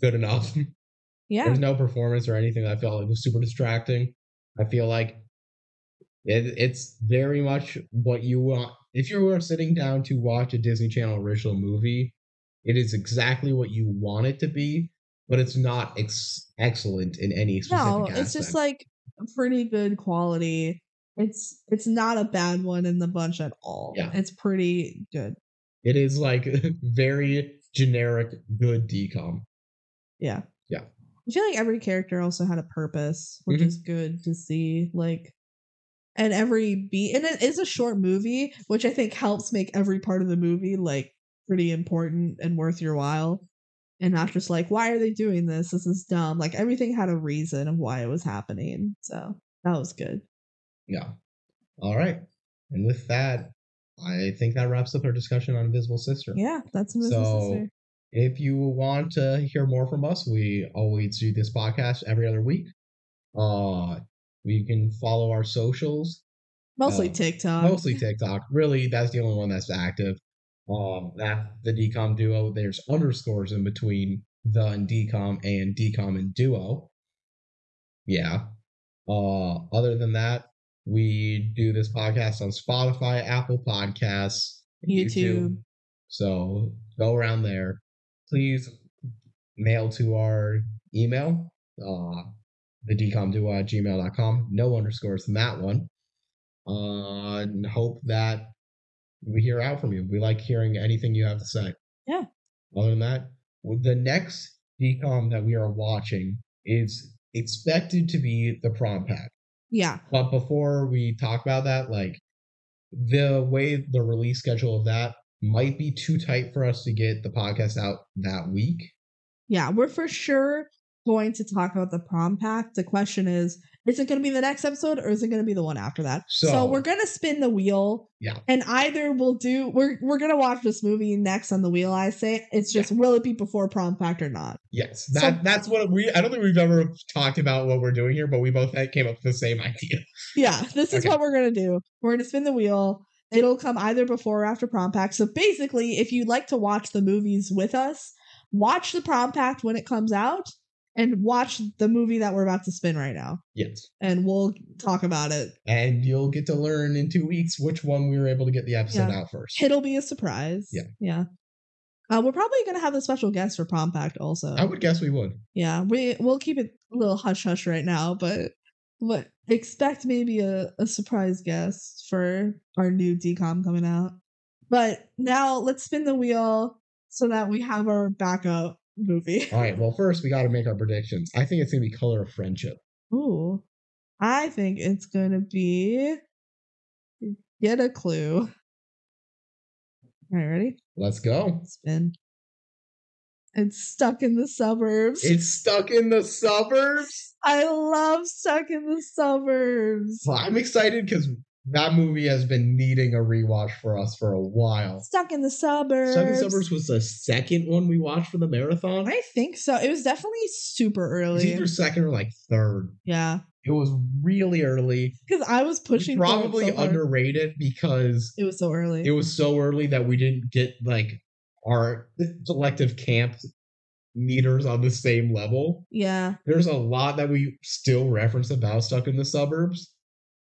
[SPEAKER 1] good enough.
[SPEAKER 2] yeah.
[SPEAKER 1] There's no performance or anything that I felt like was super distracting. I feel like it, it's very much what you want. If you were sitting down to watch a Disney Channel original movie, it is exactly what you want it to be, but it's not ex- excellent in any specific
[SPEAKER 2] No,
[SPEAKER 1] aspect.
[SPEAKER 2] it's just like pretty good quality. It's it's not a bad one in the bunch at all.
[SPEAKER 1] Yeah.
[SPEAKER 2] It's pretty good.
[SPEAKER 1] it is like very generic good decom.
[SPEAKER 2] Yeah.
[SPEAKER 1] Yeah. Mm-hmm.
[SPEAKER 2] I feel like every character also had a purpose, which
[SPEAKER 1] Mhm.
[SPEAKER 2] is good to see. Like and every beat and it is a short movie which i think helps make every part of the movie like pretty important and worth your while and not just like why are they doing this this is dumb like everything had a reason of why it was happening so that was good
[SPEAKER 1] Yeah. All right. And with that, I think that wraps up our discussion on Invisible Sister.
[SPEAKER 2] yeah that's Invisible
[SPEAKER 1] So-
[SPEAKER 2] Sister.
[SPEAKER 1] If you want to hear more from us, we always do this podcast every other week. Uh, we can follow our socials
[SPEAKER 2] mostly
[SPEAKER 1] uh,
[SPEAKER 2] tiktok
[SPEAKER 1] mostly TikTok. Really, that's the only one that's active. Um, that the decom duo. There's underscores in between the and decom and decom and duo. Yeah. Uh, other than that, we do this podcast on Spotify, Apple Podcasts, and
[SPEAKER 2] YouTube.
[SPEAKER 1] So go around there. Please mail to our email, uh, the decom duo at gmail.com. No underscores in that one uh, and hope that we hear out from you. We like hearing anything you have to say.
[SPEAKER 2] Yeah.
[SPEAKER 1] Other than that, with the next decom that we are watching is expected to be the prom pack.
[SPEAKER 2] yeah
[SPEAKER 1] But before we talk about that, like the way the release schedule of that might be too tight for us to get the podcast out that week.
[SPEAKER 2] yeah we're for sure going to talk about the prom pack the question is is it going to be the next episode or is it going to be the one after that so,
[SPEAKER 1] So-
[SPEAKER 2] we're going to spin the wheel
[SPEAKER 1] Yeah.
[SPEAKER 2] and either we'll do we're we're going to watch this movie next on the wheel i say it's just will it be before prom pack or not
[SPEAKER 1] Yes,
[SPEAKER 2] So-
[SPEAKER 1] that that's what we. I don't think we've ever talked about what we're doing here, but we both had- came up with the same idea.
[SPEAKER 2] Yeah, this is
[SPEAKER 1] Okay.
[SPEAKER 2] what we're gonna do. We're gonna spin the wheel. It'll come either before or after prom pack. So basically, if you'd like to watch the movies with us, watch the prom pack when it comes out, and watch the movie that we're about to spin right now,
[SPEAKER 1] Yes.
[SPEAKER 2] and we'll talk about it.
[SPEAKER 1] and you'll get to learn in two weeks which one we were able to get the episode out first.
[SPEAKER 2] It'll be a surprise.
[SPEAKER 1] Yeah.
[SPEAKER 2] yeah. Uh, we're probably gonna have a special guest for prom pack also.
[SPEAKER 1] I would guess we would.
[SPEAKER 2] yeah, we we'll keep it a little hush hush right now, but but expect maybe a, a surprise guest for our new decom coming out. But now let's spin the wheel so that we have our backup movie.
[SPEAKER 1] All right. Well, first we got to make our predictions. I think it's gonna be Color of Friendship.
[SPEAKER 2] Ooh. I think it's gonna be get a clue. All right, ready?
[SPEAKER 1] Let's go.
[SPEAKER 2] Spin. It's stuck in the suburbs.
[SPEAKER 1] It's stuck in the suburbs.
[SPEAKER 2] I love stuck in the suburbs.
[SPEAKER 1] Well, I'm excited because that movie has been needing a rewatch for us for a while.
[SPEAKER 2] Stuck in the suburbs.
[SPEAKER 1] Stuck in the Suburbs was the second one we watched for the marathon.
[SPEAKER 2] I think so. It was definitely
[SPEAKER 1] It
[SPEAKER 2] super
[SPEAKER 1] was
[SPEAKER 2] early.
[SPEAKER 1] either second or like third.
[SPEAKER 2] yeah,
[SPEAKER 1] It was really early.
[SPEAKER 2] because I was pushing. for it
[SPEAKER 1] probably
[SPEAKER 2] so hard.
[SPEAKER 1] underrated because
[SPEAKER 2] It was so early.
[SPEAKER 1] it was so early that we didn't get like our selective camp meters on the same level.
[SPEAKER 2] yeah,
[SPEAKER 1] There's a lot that we still reference about stuck in the suburbs.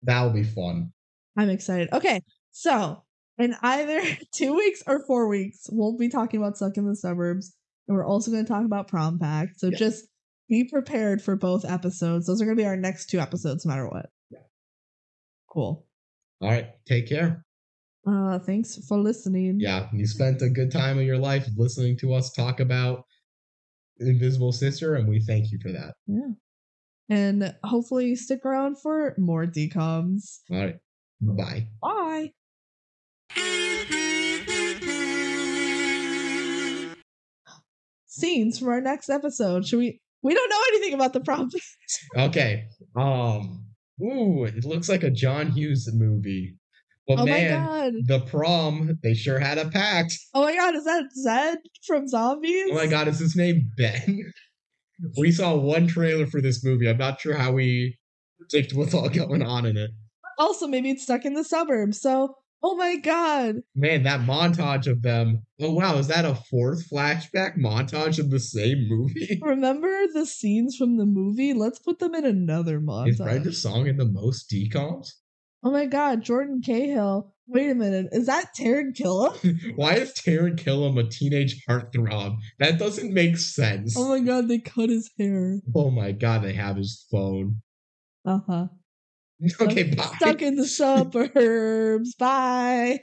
[SPEAKER 1] That'll be fun.
[SPEAKER 2] I'm excited. Okay, so in either two weeks or four weeks, we'll be talking about stuck in the suburbs, and we're also going to talk about prom pack. So
[SPEAKER 1] Yeah.
[SPEAKER 2] just be prepared for both episodes. Those are going to be our next two episodes, no matter what.
[SPEAKER 1] Yeah.
[SPEAKER 2] Cool.
[SPEAKER 1] All right, take care.
[SPEAKER 2] Uh, thanks for listening.
[SPEAKER 1] Yeah, you spent a good time of your life listening to us talk about Invisible Sister, and we thank you for that.
[SPEAKER 2] And hopefully you stick around for more decoms.
[SPEAKER 1] All right, bye.
[SPEAKER 2] Bye. Scenes from our next episode. Should we? We don't know anything about the prom.
[SPEAKER 1] Okay. Um. Ooh, it looks like a John Hughes movie. But
[SPEAKER 2] oh
[SPEAKER 1] man,
[SPEAKER 2] my god!
[SPEAKER 1] the prom, they sure had a pact.
[SPEAKER 2] Oh my god! Is that Zed from Zombies?
[SPEAKER 1] Oh my god, is his name Ben? We saw one trailer for this movie. I'm not sure how we predict what's all going on in it.
[SPEAKER 2] Also, maybe it's stuck in the suburbs. So, oh my god!
[SPEAKER 1] Man, that montage of them. Oh wow, is that a fourth flashback montage of the same movie?
[SPEAKER 2] Remember the scenes from the movie? Let's put them in another
[SPEAKER 1] Is Fred the
[SPEAKER 2] montage.
[SPEAKER 1] song in the most decoms?
[SPEAKER 2] Oh my god! Jordan Cahill. Wait a minute. Is that Taryn Killam?
[SPEAKER 1] Why is Taron Killam a teenage heartthrob? That doesn't make sense.
[SPEAKER 2] Oh my god! They cut his hair.
[SPEAKER 1] Oh my god, they have his phone.
[SPEAKER 2] Uh huh.
[SPEAKER 1] Okay, bye.
[SPEAKER 2] Stuck in the suburbs. Bye.